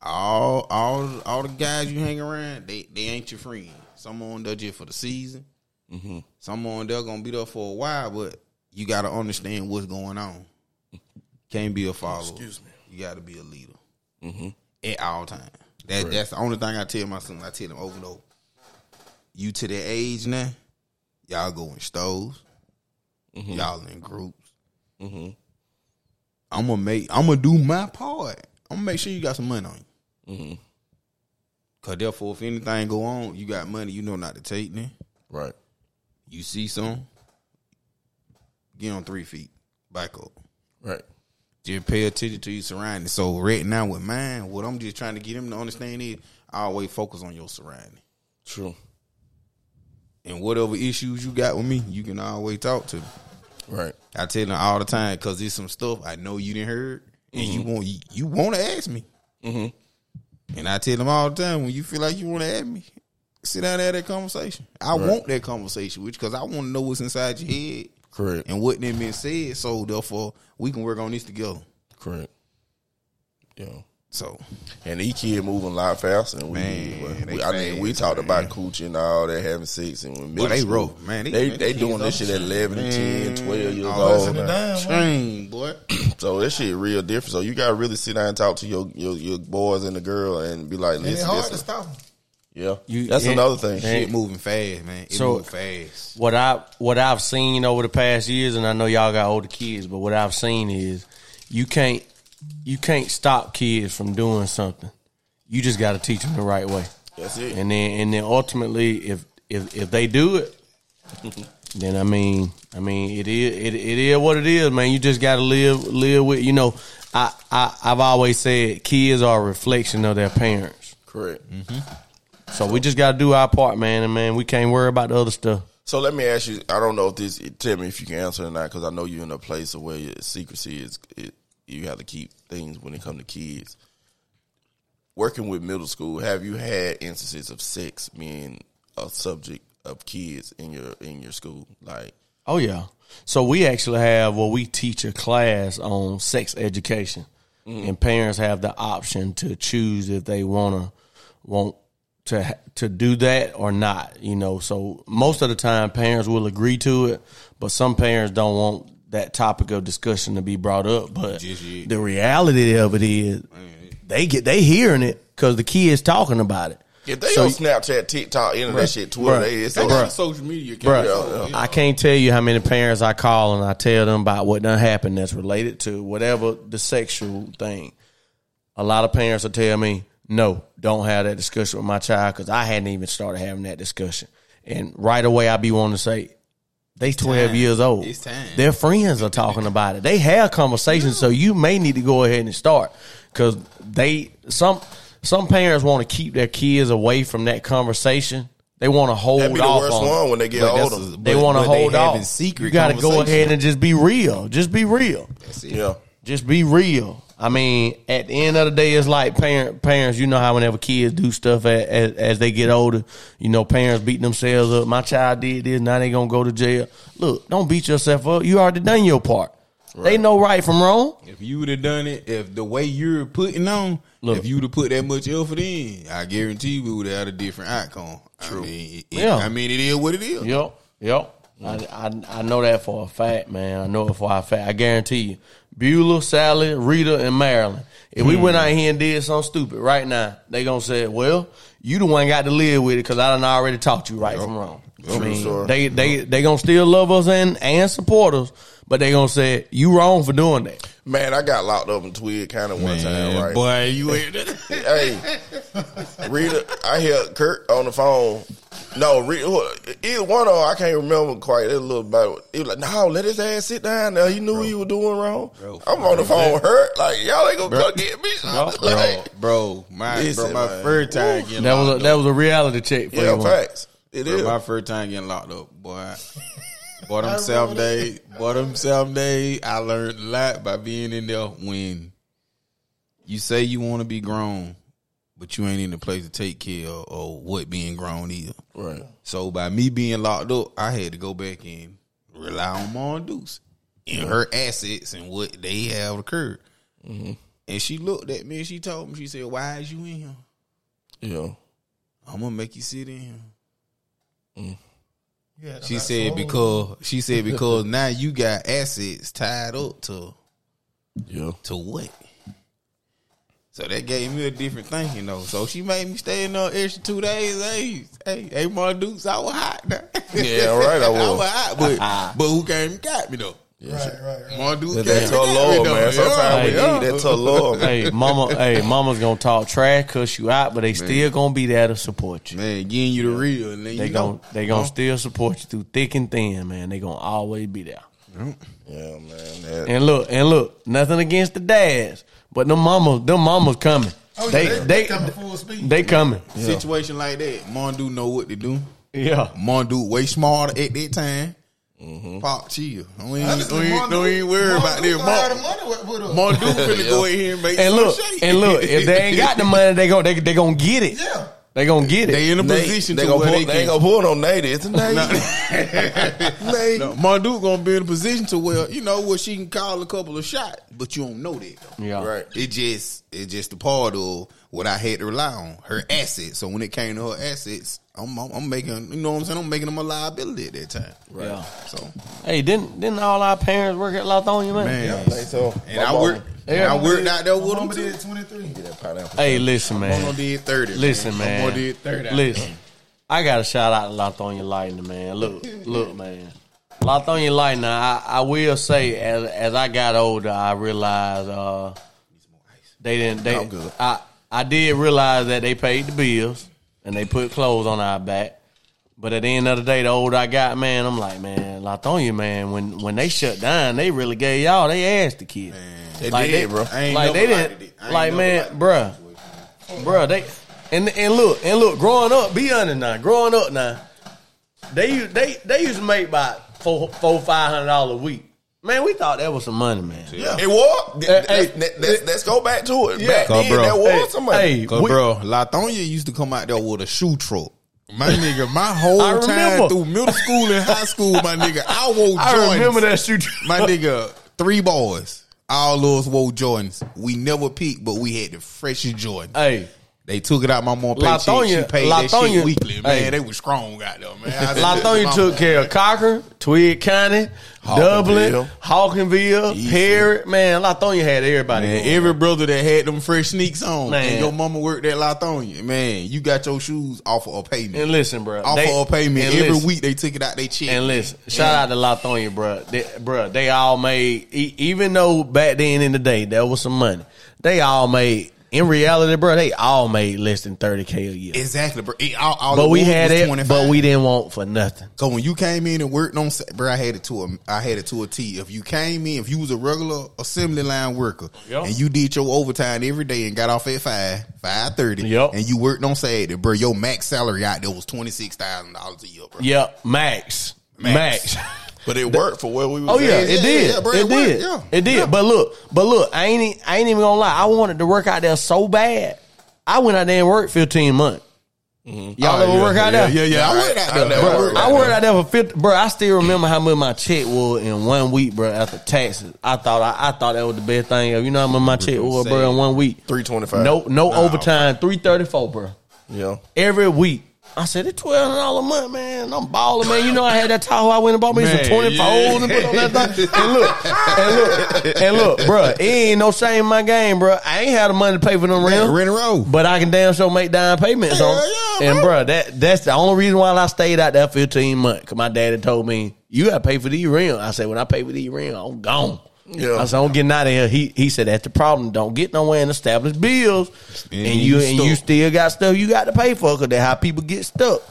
Speaker 4: All, all, all the guys you hang around, they they ain't your friend. Some on them they're just for the season.
Speaker 1: Mm-hmm.
Speaker 4: Some on they're gonna be there for a while, but you gotta understand what's going on. Can't be a follower. Excuse me. You gotta be a leader
Speaker 1: Mm-hmm.
Speaker 4: at all times. That that's the only thing I tell my son. I tell him over and over. You to the age now, y'all go in stoves, y'all in groups. I'm gonna make. I'm gonna do my part. I'm gonna make sure you got some money on you. Cause therefore, if anything go on, you got money. You know not to take then.
Speaker 1: Right.
Speaker 4: You see some, get on three feet, back up.
Speaker 1: Right.
Speaker 4: Just pay attention to your surroundings. So right now with mine, what I'm just trying to get him to understand is I always focus on your surroundings.
Speaker 1: True.
Speaker 4: And whatever issues you got with me, you can always talk to me.
Speaker 1: Right.
Speaker 4: I tell them all the time because there's some stuff I know you didn't heard, and you want you, you want to ask me. And I tell them all the time when you feel like you want to ask me, sit down and have that conversation. I want that conversation, which because I want to know what's inside your head
Speaker 1: Correct.
Speaker 4: and what them been said. So therefore, we can work on this together.
Speaker 1: Correct. Yeah.
Speaker 4: So
Speaker 1: And these kids moving a lot faster than we
Speaker 4: Man,
Speaker 1: do.
Speaker 4: they
Speaker 1: We- I mean, we
Speaker 4: fast,
Speaker 1: talked about coochie and all that, having sex and when
Speaker 4: Boy, they
Speaker 1: middle
Speaker 4: rough,
Speaker 1: school.
Speaker 4: man. They-
Speaker 1: They
Speaker 4: they
Speaker 1: they,
Speaker 4: kids
Speaker 1: doing this
Speaker 4: up.
Speaker 1: shit at 11, and 10, 12 years
Speaker 4: all
Speaker 1: old.
Speaker 3: Sit
Speaker 1: now.
Speaker 3: down. man.
Speaker 4: train boy,
Speaker 1: So that shit real different. So you gotta really sit down and talk to your your, your boys and the girl and be like,
Speaker 3: And it's
Speaker 1: listen,
Speaker 3: hard to
Speaker 1: listen.
Speaker 3: stop them.
Speaker 1: yeah,
Speaker 2: You-
Speaker 1: that's
Speaker 2: and-
Speaker 1: another thing.
Speaker 2: and-
Speaker 4: it moving fast, man. It
Speaker 2: So-
Speaker 4: moving fast.
Speaker 2: what I what I've seen over the past years, and I know y'all got older kids, but what I've seen is you can't you can't stop kids from doing something. You just got to teach them the right way,
Speaker 1: That's it.
Speaker 2: and then and then ultimately, if if if they do it, then I mean I mean it is it, it is what it is, man. You just got to live live with you know. I, I I've always said kids are a reflection of their parents,
Speaker 1: Correct.
Speaker 2: Mm. so we just got to do our part, man. And man, we can't worry about the other stuff.
Speaker 1: So let me ask you. I don't know if this. Tell me if you can answer or not, because I know you're in a place where your secrecy is. It, you have to keep things when it comes to kids. Working with middle school, have you had instances of sex being a subject of kids in your in your school? Like,
Speaker 2: Oh yeah. So we actually have well, we teach a class on sex education, and parents have the option to choose if they wanna want to ha- to do that or not. You know, so most of the time parents will agree to it, but some parents don't want that topic of discussion to be brought up. But
Speaker 4: Just yet.
Speaker 2: the reality of it is, they get they hearing it because the kids talking about it.
Speaker 1: if they
Speaker 2: So-
Speaker 1: on Snapchat, TikTok, internet shit, Twitter,
Speaker 2: Bruh.
Speaker 1: they, it's
Speaker 4: They
Speaker 1: a-
Speaker 4: got a social media,
Speaker 2: Bruh,
Speaker 4: account, so,
Speaker 2: I can't tell you how many parents I call and I tell them about what done happened that's related to whatever the sexual thing. A lot of parents will tell me, no, don't have that discussion with my child because I hadn't even started having that discussion. And right away, i be wanting to say, they 12
Speaker 4: time.
Speaker 2: years old.
Speaker 4: It's time.
Speaker 2: Their friends are talking about it. They have conversations, so you may need to go ahead and start because they some some parents want to keep their kids away from that conversation. They want to hold
Speaker 1: That'd be the
Speaker 2: off
Speaker 1: worst
Speaker 2: on it.
Speaker 1: one when they get
Speaker 4: But that's
Speaker 1: older.
Speaker 4: a-
Speaker 2: They
Speaker 4: But-
Speaker 2: want to
Speaker 4: but they
Speaker 2: hold
Speaker 4: having
Speaker 2: off.
Speaker 4: secret
Speaker 2: you got to go
Speaker 4: conversation.
Speaker 2: ahead and just be real. Just be real.
Speaker 4: That's it.
Speaker 1: yeah,
Speaker 2: Just be real. I mean, at the end of the day, it's like parent, parents. You know how whenever kids do stuff as, as, as they get older, you know, parents beating themselves up. My child did this, now they gonna go to jail. Look, don't beat yourself up. You already done your part. They know right from wrong.
Speaker 4: If you would have done it, if the way you're putting on,
Speaker 2: Look.
Speaker 4: if you would have put that much effort in, I guarantee we would have had a different outcome. I mean, it,
Speaker 2: Yeah.
Speaker 4: I mean, it is what it is.
Speaker 2: Yep, yep. I, I I know that for a fact, man. I know it for a fact. I guarantee you. Beulah, Sally, Rita, and Marilyn. If we went out here and did something stupid right now, they gonna say, "Well, you the one got to live with it because I done already taught you right from wrong." I mean,
Speaker 1: story.
Speaker 2: they they they gonna still love us and and support us, but they gonna say you wrong for doing that.
Speaker 1: Man, I got locked up in Twig kind of one
Speaker 4: Man,
Speaker 1: time, right?
Speaker 4: uh, boy, you ain't that.
Speaker 1: hey, Rita, I hear Kurt on the phone. No, Rita, who- either one of 'em, I can't remember quite. It was a little bit. He was like, "No, let his ass sit down." Now he knew he was doing wrong.
Speaker 4: Bro,
Speaker 1: I'm on the phone, hurt. Like y'all ain't gonna come get me.
Speaker 4: bro,
Speaker 1: Like,
Speaker 4: bro, my
Speaker 1: Listen,
Speaker 4: bro, my
Speaker 1: man.
Speaker 4: first time getting
Speaker 2: That
Speaker 4: locked
Speaker 2: was a, that was a reality check for
Speaker 1: yeah,
Speaker 2: you.
Speaker 1: facts. It
Speaker 4: Bro,
Speaker 1: is.
Speaker 4: my first time getting locked up, boy. Bought them self day. Bought them self day. I learned a lot by being in there when you say you want to be grown, but you ain't in the place to take care of or what being grown is.
Speaker 1: Right.
Speaker 4: So by me being locked up, I had to go back and rely on Mom Deuce and her assets and what they have occurred.
Speaker 1: Mm-hmm.
Speaker 4: And she looked at me and she told me, she said, Why is you in here?
Speaker 1: Yeah.
Speaker 4: I'm gonna make you sit in here.
Speaker 3: Yeah,
Speaker 4: She said because she said because now you got assets tied up to
Speaker 1: Yeah.
Speaker 4: to what? So that gave me a different thing, you know. So she made me stay in there extra two days. Hey, hey, hey, my dudes, I was hot. Now.
Speaker 1: Yeah, right, I was. Ah.
Speaker 4: hot, but but who came and got me though?
Speaker 3: Right, right, right.
Speaker 4: My dudes,
Speaker 1: That's her Lord, man. Sometimes we
Speaker 2: Yeah.
Speaker 1: need that to Lord, man.
Speaker 2: hey, mama. Hey, mama's gonna talk trash, cuss you out, but they still gonna be there to support you.
Speaker 4: man, getting you the real, and then
Speaker 2: They
Speaker 4: you
Speaker 2: gon'
Speaker 4: know,
Speaker 2: they gonna still support you through thick and thin, man. They gonna always be there.
Speaker 1: Yeah, man. That-
Speaker 2: And look, and look, nothing against the dads, but them mamas, them mamas coming.
Speaker 3: Oh, yeah,
Speaker 2: they,
Speaker 3: they-
Speaker 2: they,
Speaker 3: they coming full speed.
Speaker 2: They coming.
Speaker 4: situation like that. Mondu know what to do.
Speaker 2: Yeah.
Speaker 4: Mondu way smarter at that time.
Speaker 2: Mm-hmm.
Speaker 4: Pop, chill. We ain't,
Speaker 3: Honestly,
Speaker 4: we ain't,
Speaker 3: Mondu-
Speaker 4: we ain't worry about
Speaker 3: Mondu
Speaker 4: this.
Speaker 3: gonna have
Speaker 4: Mon-
Speaker 3: the money with- with us.
Speaker 4: Mondu finna go in here and make
Speaker 2: And
Speaker 4: some
Speaker 2: look,
Speaker 4: shake.
Speaker 2: and look, if they ain't got the money, they gonna they, they gonna get it.
Speaker 3: Yeah.
Speaker 2: They gonna get it.
Speaker 4: they in a
Speaker 1: They,
Speaker 4: position
Speaker 1: they
Speaker 4: to
Speaker 1: gonna
Speaker 4: where
Speaker 1: pull,
Speaker 4: they
Speaker 1: they ain't gonna
Speaker 4: can.
Speaker 1: pull no Nate. It's a Nate. Nate.
Speaker 4: No, Mondu gonna be in a position to where you know where she can call a couple of shots, but you don't know that. Though.
Speaker 2: yeah.
Speaker 1: Right.
Speaker 4: It just it just a part of what I had to rely on her assets. So when it came to her assets, I'm I'm, I'm making you know what I'm saying. I'm making them a liability at that time. Right.
Speaker 2: Yeah.
Speaker 4: So
Speaker 2: Hey, didn't didn't all our parents work at Latonia, man?
Speaker 4: man,
Speaker 1: I think so.
Speaker 4: and
Speaker 1: My
Speaker 4: I
Speaker 1: mama-
Speaker 4: worked and I worked out there with them
Speaker 3: Mama
Speaker 4: too.
Speaker 3: did 23.
Speaker 1: That pineapple.
Speaker 2: Hey, listen, man.
Speaker 4: Mono did thirty.
Speaker 2: Listen, man.
Speaker 4: Mono did thirty.
Speaker 2: Listen, I got to shout out to Latonya Lightning, man. Look, look, man. Latonya Lightning, I, I will say, as as I got older, I realized uh, they didn't. They,
Speaker 1: I'm good.
Speaker 2: I I did realize that they paid the bills and they put clothes on our back. But at the end of the day, the older I got, man, I'm like, man, Latonya, man, when when they shut down, they really gave y'all they ass to kid.
Speaker 4: They
Speaker 2: Like
Speaker 4: did,
Speaker 2: they-
Speaker 4: bro. I ain't
Speaker 2: like
Speaker 4: never
Speaker 2: they
Speaker 4: liked
Speaker 2: didn't,
Speaker 4: it. I ain't
Speaker 2: like
Speaker 4: never
Speaker 2: man,
Speaker 4: liked it.
Speaker 2: bruh, bruh, they and and look and look. Growing up, be honest now. Growing up now, they u- they they used to make about four four five hundred dollars a week. Man, we thought that was some money, man.
Speaker 1: Yeah. It was.
Speaker 2: Hey, hey.
Speaker 1: Let's- let's- let's- let's go back to it. Back
Speaker 4: Go,
Speaker 1: then,
Speaker 4: bro.
Speaker 1: that was
Speaker 2: Hey,
Speaker 1: somebody.
Speaker 2: hey,
Speaker 4: Cause
Speaker 2: We-
Speaker 4: bro, Latonya used to come out there with a shoe truck. My nigga, my whole
Speaker 2: I remember.
Speaker 4: time through middle school and high school, my nigga, I wore Jordans.
Speaker 2: I remember that shoot.
Speaker 4: My nigga, three boys, all of us wore Jordans. We never peaked, but we had the freshest Jordan.
Speaker 2: hey,
Speaker 4: They took it out my mom paycheck.
Speaker 2: Latonya-
Speaker 4: she paid that
Speaker 2: Latonya-
Speaker 4: shit weekly. Man,
Speaker 2: hey.
Speaker 4: they was strong out there, man. I said,
Speaker 2: Latonya
Speaker 4: "Mama."
Speaker 2: took care of Cocker, Tweed County, Dublin, Hawkinville, Perry. Man, Latonya had everybody.
Speaker 4: Man,
Speaker 2: going.
Speaker 4: every brother that had them fresh sneaks on,
Speaker 2: Man.
Speaker 4: and your mama worked at Latonya, man, you got your shoes off of a payment.
Speaker 2: and listen, bro,
Speaker 4: off
Speaker 2: they-
Speaker 4: of a payment
Speaker 2: and
Speaker 4: every
Speaker 2: listen.
Speaker 4: week. They took it out they check.
Speaker 2: And listen, shout out to Latonya, bruh. They, bruh, they all made, e- even though back then in the day there was some money, they all made, in reality, bruh, they all made less than 30K a year.
Speaker 4: Exactly, bro. It- all, all
Speaker 2: but
Speaker 4: it
Speaker 2: we
Speaker 4: was
Speaker 2: had
Speaker 4: was
Speaker 2: it,
Speaker 4: 25.
Speaker 2: but we didn't want for nothing.
Speaker 4: So when you came in and worked on, Sa- bro, I had it to a, I had it to a T. If you came in, if you was a regular assembly line worker,
Speaker 2: Yep.
Speaker 4: and you did your overtime every day and got off at five, five thirty,
Speaker 2: Yep.
Speaker 4: and you worked on Saturday, bro, your max salary out there was twenty six thousand dollars a year, bro.
Speaker 2: Yep, max. Max.
Speaker 4: Max.
Speaker 1: But it worked for where we were.
Speaker 2: Oh yeah,
Speaker 1: at.
Speaker 2: it
Speaker 4: yeah,
Speaker 2: did.
Speaker 4: yeah, bro,
Speaker 2: it,
Speaker 4: it worked,
Speaker 2: did.
Speaker 4: yeah.
Speaker 2: It did. But look, but look, I ain't e- I ain't even gonna lie. I wanted to work out there so bad. I went out there and worked fifteen months.
Speaker 4: Mm-hmm.
Speaker 2: Y'all
Speaker 4: Oh,
Speaker 2: ever work out
Speaker 1: yeah,
Speaker 2: there?
Speaker 1: yeah, yeah.
Speaker 4: I worked out there.
Speaker 1: never
Speaker 4: Bro,
Speaker 1: worked out
Speaker 2: I worked out there for fifty, bro. I still remember how much my check was in one week, bro. After taxes, I thought I, I thought that was the best thing. ever. You know how much my
Speaker 4: Mm-hmm.
Speaker 2: check was, bro, in one week.
Speaker 1: 325.
Speaker 2: No, no overtime. Three thirty four, bro.
Speaker 1: Yeah.
Speaker 2: Every week. I said it's twelve dollars a month, man. I'm balling, man. You know I had that Tahoe. I went and bought me some
Speaker 4: Man,
Speaker 2: twenty four
Speaker 4: yeah.
Speaker 2: and put on that thing. And look, and look, and look, bruh, It ain't no shame in my game, bruh. I ain't had the money to pay for them rent,
Speaker 4: rent a row.
Speaker 2: but I can damn sure make down payments on. it.
Speaker 4: yeah,
Speaker 2: and bruh, that that's the only reason why I stayed out there fifteen months. Cause my daddy told me you got to pay for these rent. I said when I pay for these rent, I'm gone.
Speaker 1: Yeah.
Speaker 2: I said I'm getting out of here. He he said that's the problem. Don't get nowhere and establish bills,
Speaker 4: And
Speaker 2: and you
Speaker 4: you
Speaker 2: and you
Speaker 4: stuck.
Speaker 2: still got stuff you got to pay for. Cause that's how people get stuck.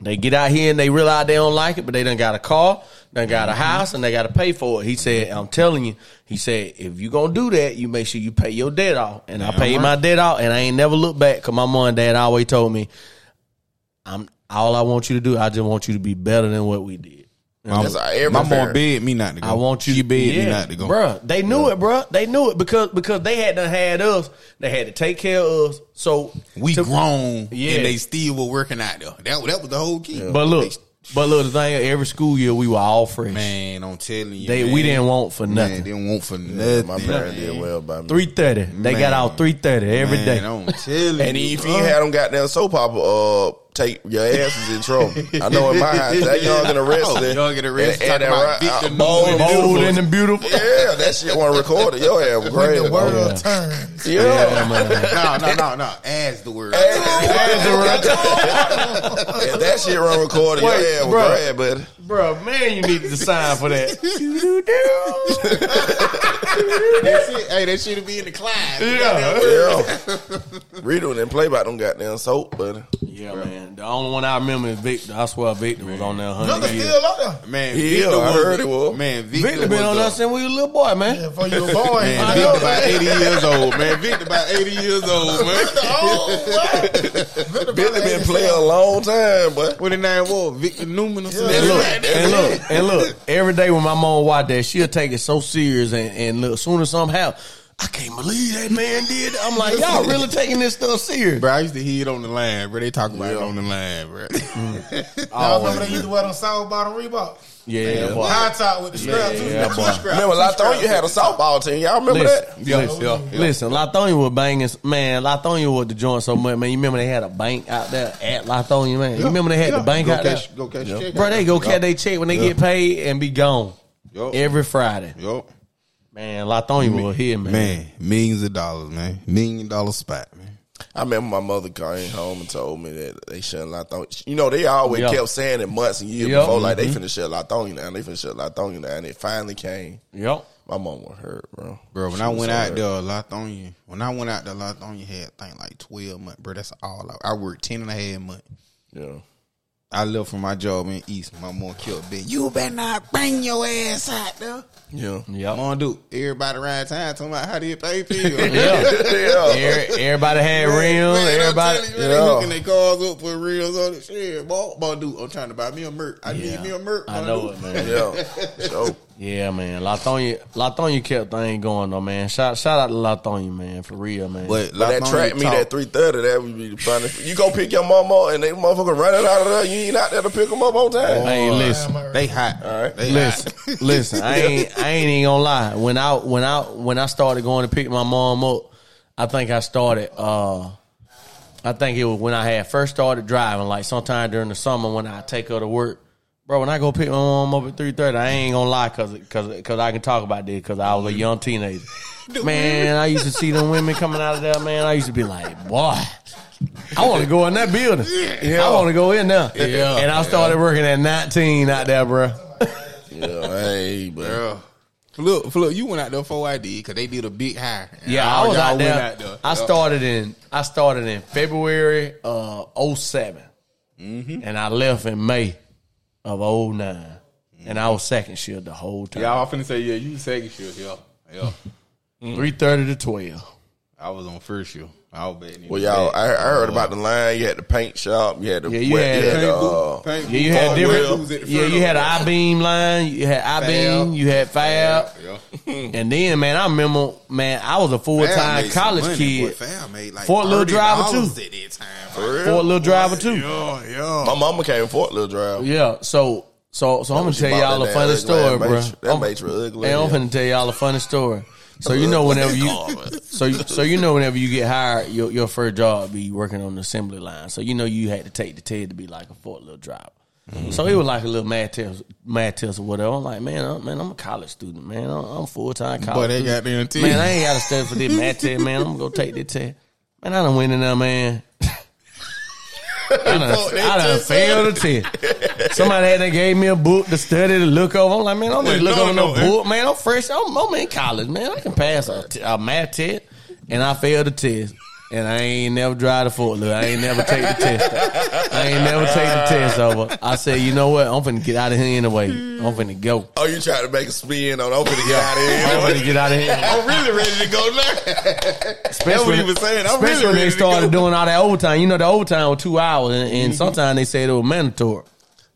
Speaker 2: They get out here and they realize they don't like it, but they done got a car, they got
Speaker 4: Mm-hmm.
Speaker 2: a house, and they got to pay for it. He said, "I'm telling you," he said, "if you gonna do that, you make sure you pay your debt off." And I paid my debt off, and I ain't never looked back because my mom and dad always told me, "I'm all I want you to do. I just want you to be better than what we did.
Speaker 1: That's how every
Speaker 4: My mom
Speaker 1: parent-
Speaker 4: bid me not to go.
Speaker 2: I want you.
Speaker 4: She bid
Speaker 2: Yeah,
Speaker 4: me not to go.
Speaker 2: bruh. They knew it, bruh. They knew it because because they had done had us. They had to take care of us. So
Speaker 4: We
Speaker 2: to-
Speaker 4: grown,
Speaker 2: Yeah.
Speaker 4: and they still were working out there. That, that was the whole key.
Speaker 2: But look, but look, the thing is, every school year we were all fresh.
Speaker 4: man, I'm telling you,
Speaker 2: They
Speaker 4: man,
Speaker 2: we didn't want for
Speaker 4: man,
Speaker 2: nothing.
Speaker 4: didn't want for nothing.
Speaker 1: My parents did well by me.
Speaker 2: Three thirty. They got
Speaker 4: Man.
Speaker 2: out three thirty every day.
Speaker 4: Man, I'm telling
Speaker 1: And
Speaker 4: you,
Speaker 1: if you
Speaker 4: bro.
Speaker 1: had them goddamn soap opera, uh, take your ass is in trouble. I know in my house, that young and arrested.
Speaker 4: Oh, young and uh, arrested,
Speaker 1: And, and,
Speaker 4: talking about
Speaker 1: and,
Speaker 4: Victor
Speaker 1: and,
Speaker 4: Newell and
Speaker 2: Bold and the beautiful.
Speaker 1: Yeah, that shit wasn't recorded. Your ass was
Speaker 3: When
Speaker 1: crazy.
Speaker 3: the world
Speaker 1: bro.
Speaker 3: turns,
Speaker 1: Yeah.
Speaker 2: Yeah, man.
Speaker 4: no, no, no, no. As the word.
Speaker 1: If that shit run recorded, your
Speaker 2: Wait,
Speaker 1: ass was
Speaker 2: bro.
Speaker 1: crazy, buddy.
Speaker 2: Bro, man, you need to sign for that.
Speaker 4: That's it. Hey, that should be in the class.
Speaker 2: Yeah.
Speaker 1: Yeah. Rita didn't play about them goddamn soap, buddy.
Speaker 2: Yeah, man. The only one I remember is Victor. I swear Victor was on there a
Speaker 3: brother
Speaker 2: hundred years.
Speaker 3: still out
Speaker 4: Man,
Speaker 1: Yeah,
Speaker 4: Victor
Speaker 1: I
Speaker 4: was-
Speaker 1: heard it was.
Speaker 4: Man, Victor,
Speaker 2: Victor been
Speaker 4: was
Speaker 2: on
Speaker 4: the-
Speaker 2: there since we was a little boy,
Speaker 3: there
Speaker 2: man.
Speaker 3: for your boy.
Speaker 4: Man, Victor about eighty years old. Man, Victor about eighty years old. Man,
Speaker 1: Billy been playing a long time, but
Speaker 4: what the name was? Victor Newman or something.
Speaker 2: And look, and look, and look. Every day when my mom watch that, she'll take it so serious. And, and look, soon as something happens, I can't believe that man did. that." I'm like, y'all really taking this stuff serious?
Speaker 4: Bro, I used to hear it on the line, bro. They talk about it on the line, bro.
Speaker 2: Mm.
Speaker 3: I remember they used to wear them sour bottom Reebok.
Speaker 2: Yeah, boy.
Speaker 3: High top with the strap too.
Speaker 2: Yeah, boy.
Speaker 1: remember last time you had a softball team. Y'all remember
Speaker 2: Listen,
Speaker 1: that?
Speaker 4: Yeah,
Speaker 2: listen,
Speaker 4: yeah, yeah.
Speaker 2: listen. Lithonia was banging, man. Lithonia was the joint so much, man. You remember they had a bank out there at Lithonia, man. You remember they had the bank
Speaker 4: go
Speaker 2: out
Speaker 4: cash,
Speaker 2: there,
Speaker 4: Go cash check.
Speaker 2: bro. They go catch their check when they get paid and be gone
Speaker 4: Yup.
Speaker 2: every Friday,
Speaker 4: Yup.
Speaker 2: man. Lithonia was here, man.
Speaker 4: Man, millions of dollars, man. Million dollar spot, man.
Speaker 1: I remember my mother came home and told me that they shut Lithonia. You know, they always
Speaker 2: Yeah.
Speaker 1: kept saying it months and years
Speaker 2: Yeah.
Speaker 1: before, like they finna shut Lithonia down, they finna shut Lithonia down. And it finally came.
Speaker 2: Yep.
Speaker 1: My mom was hurt, bro.
Speaker 4: Bro, when
Speaker 1: She
Speaker 4: I
Speaker 1: was
Speaker 4: went
Speaker 1: so
Speaker 4: out
Speaker 1: hurt.
Speaker 4: there, a lot on you. When I went out there, a lot on you had, I think, like 12 months, bro. That's all. I, I worked 10 and a half months.
Speaker 1: yeah.
Speaker 4: I left from my job in East. My mom killed me. You better not bring your ass out there.
Speaker 1: Yeah.
Speaker 2: Yep.
Speaker 4: Mom, do everybody around town talking about how they pay for you.
Speaker 2: Yeah.
Speaker 1: yeah.
Speaker 2: Every- everybody had rims.
Speaker 4: Man, I'm
Speaker 2: Everybody.
Speaker 4: telling you,
Speaker 1: Yeah.
Speaker 4: man, they hooking their cars up with reels on it. Shit, boy, boy, dude, I'm trying to buy me a Merc. I
Speaker 2: Yeah.
Speaker 4: need me a Merc.
Speaker 2: I
Speaker 4: boy,
Speaker 2: know
Speaker 4: dude.
Speaker 2: it, man.
Speaker 1: Yeah. So,
Speaker 2: Yeah, man. Latonya, Latonya kept thing going though, man. Shout, shout out to Latonya, man. For real, man.
Speaker 4: But,
Speaker 1: but that track meet at 3.30, that would be the funniest. You go pick your mama and they motherfucker running out of there. You ain't out there to pick them up on time.
Speaker 2: hey, listen,
Speaker 4: They hot. All
Speaker 1: right.
Speaker 4: right. They
Speaker 2: listen,
Speaker 4: hot.
Speaker 2: listen. I ain't, I ain't even gonna lie. When I, when I, when I started going to pick my mom up, I think I started. uh I think it was when I had first started driving. Like sometime during the summer when I take her to work. Bro, when I go pick my mom up at three thirty, I ain't gonna lie, cause, cause, cause I can talk about this, cause I was a young teenager. Man, I used to see them women coming out of there. Man, I used to be like, boy, I want to go in that building. I want to go in there.
Speaker 4: Yeah.
Speaker 2: And I started working at nineteen out there, bro.
Speaker 1: Yeah, hey, but
Speaker 4: Bro. Look, look, you went out there before I did because they did a big hire.
Speaker 2: Yeah,
Speaker 4: All
Speaker 2: I was
Speaker 4: y'all
Speaker 2: out
Speaker 4: went
Speaker 2: there.
Speaker 4: out
Speaker 2: I started in I started in February uh 7
Speaker 4: Mm-hmm.
Speaker 2: and I left in May of 9 and I was second shift the whole time.
Speaker 4: Y'all finna say, yeah, you second shift. Yeah. Yeah.
Speaker 2: Three Mm-hmm. thirty to twelve.
Speaker 4: I was on first shift. I'll bet. you
Speaker 1: Well, y'all,
Speaker 4: bet.
Speaker 1: I, I heard about the line. You had the paint shop. You had the
Speaker 2: Yeah, you
Speaker 1: wet-
Speaker 2: had-
Speaker 1: you
Speaker 4: Paint
Speaker 1: the,
Speaker 4: booth-
Speaker 1: uh,
Speaker 4: paint
Speaker 2: Yeah, you
Speaker 4: booth
Speaker 2: had
Speaker 4: all
Speaker 1: well.
Speaker 4: wet who's
Speaker 2: different.
Speaker 4: at the
Speaker 2: Yeah,
Speaker 4: front
Speaker 2: you
Speaker 4: of
Speaker 2: had
Speaker 4: it.
Speaker 2: I beam line. You had I beam.
Speaker 4: Fab.
Speaker 2: You had fab.
Speaker 4: Yeah.
Speaker 2: And then, man, I remember, man, I was a full
Speaker 4: Fab
Speaker 2: time
Speaker 4: made some
Speaker 2: college
Speaker 4: money.
Speaker 2: kid.
Speaker 4: Boy, Fab made like
Speaker 2: Fort Little Driver, too.
Speaker 4: $30 at that time.
Speaker 1: For real?
Speaker 2: Fort Little Driver too.
Speaker 4: Yeah, yeah.
Speaker 1: My mama came from Fort Little Drive.
Speaker 2: Yeah. So, so, so I'm gonna
Speaker 1: She
Speaker 2: tell
Speaker 1: bought
Speaker 2: y'all
Speaker 1: that
Speaker 2: a
Speaker 1: damn
Speaker 2: funny
Speaker 1: ugly
Speaker 2: story,
Speaker 1: ass
Speaker 2: bro.
Speaker 1: mattress. That
Speaker 2: I'm-
Speaker 1: mattress ugly.
Speaker 2: And I'm
Speaker 1: yeah.
Speaker 2: gonna tell y'all a funny story. So you know whenever you so you, so you know whenever you get hired, your your first job be working on the assembly line. So you know you had to take the TED to be like a Fort Little driver.
Speaker 4: Mm-hmm.
Speaker 2: So it was like a little mad test, mad test or whatever. I'm like, man, I'm, man, I'm a college student, man. I'm, I'm full time college.
Speaker 4: Boy, they
Speaker 2: student.
Speaker 4: got their teeth.
Speaker 2: Man, I ain't got to study for this math test, man. I'm gonna go take this test. Man, I done went in there, man. I done, I done failed the test. Somebody had they gave me a book to study to look over. I'm like, man, I'm
Speaker 4: Wait,
Speaker 2: gonna look
Speaker 4: no,
Speaker 2: over no,
Speaker 4: no, eh.
Speaker 2: book, man. I'm fresh. I'm, I'm in college, man. I can pass a, t- a math test, and I failed the test. And I ain't never drive the Fort Look. I ain't never take the test. I ain't never take the test over. I said, you know what? I'm finna get out of here anyway. I'm finna go.
Speaker 1: Oh, you trying to make a spin on? I'm finna get out of here.
Speaker 2: I'm finna get out of here.
Speaker 4: I'm really ready to go now.
Speaker 2: Especially
Speaker 4: That's what
Speaker 2: when-
Speaker 4: he was saying. I'm
Speaker 2: especially
Speaker 4: really
Speaker 2: when they
Speaker 4: ready to
Speaker 2: started
Speaker 4: go. Mm-hmm.
Speaker 2: doing all that overtime. You know, the overtime was two hours, and, and sometimes they said it was mandatory.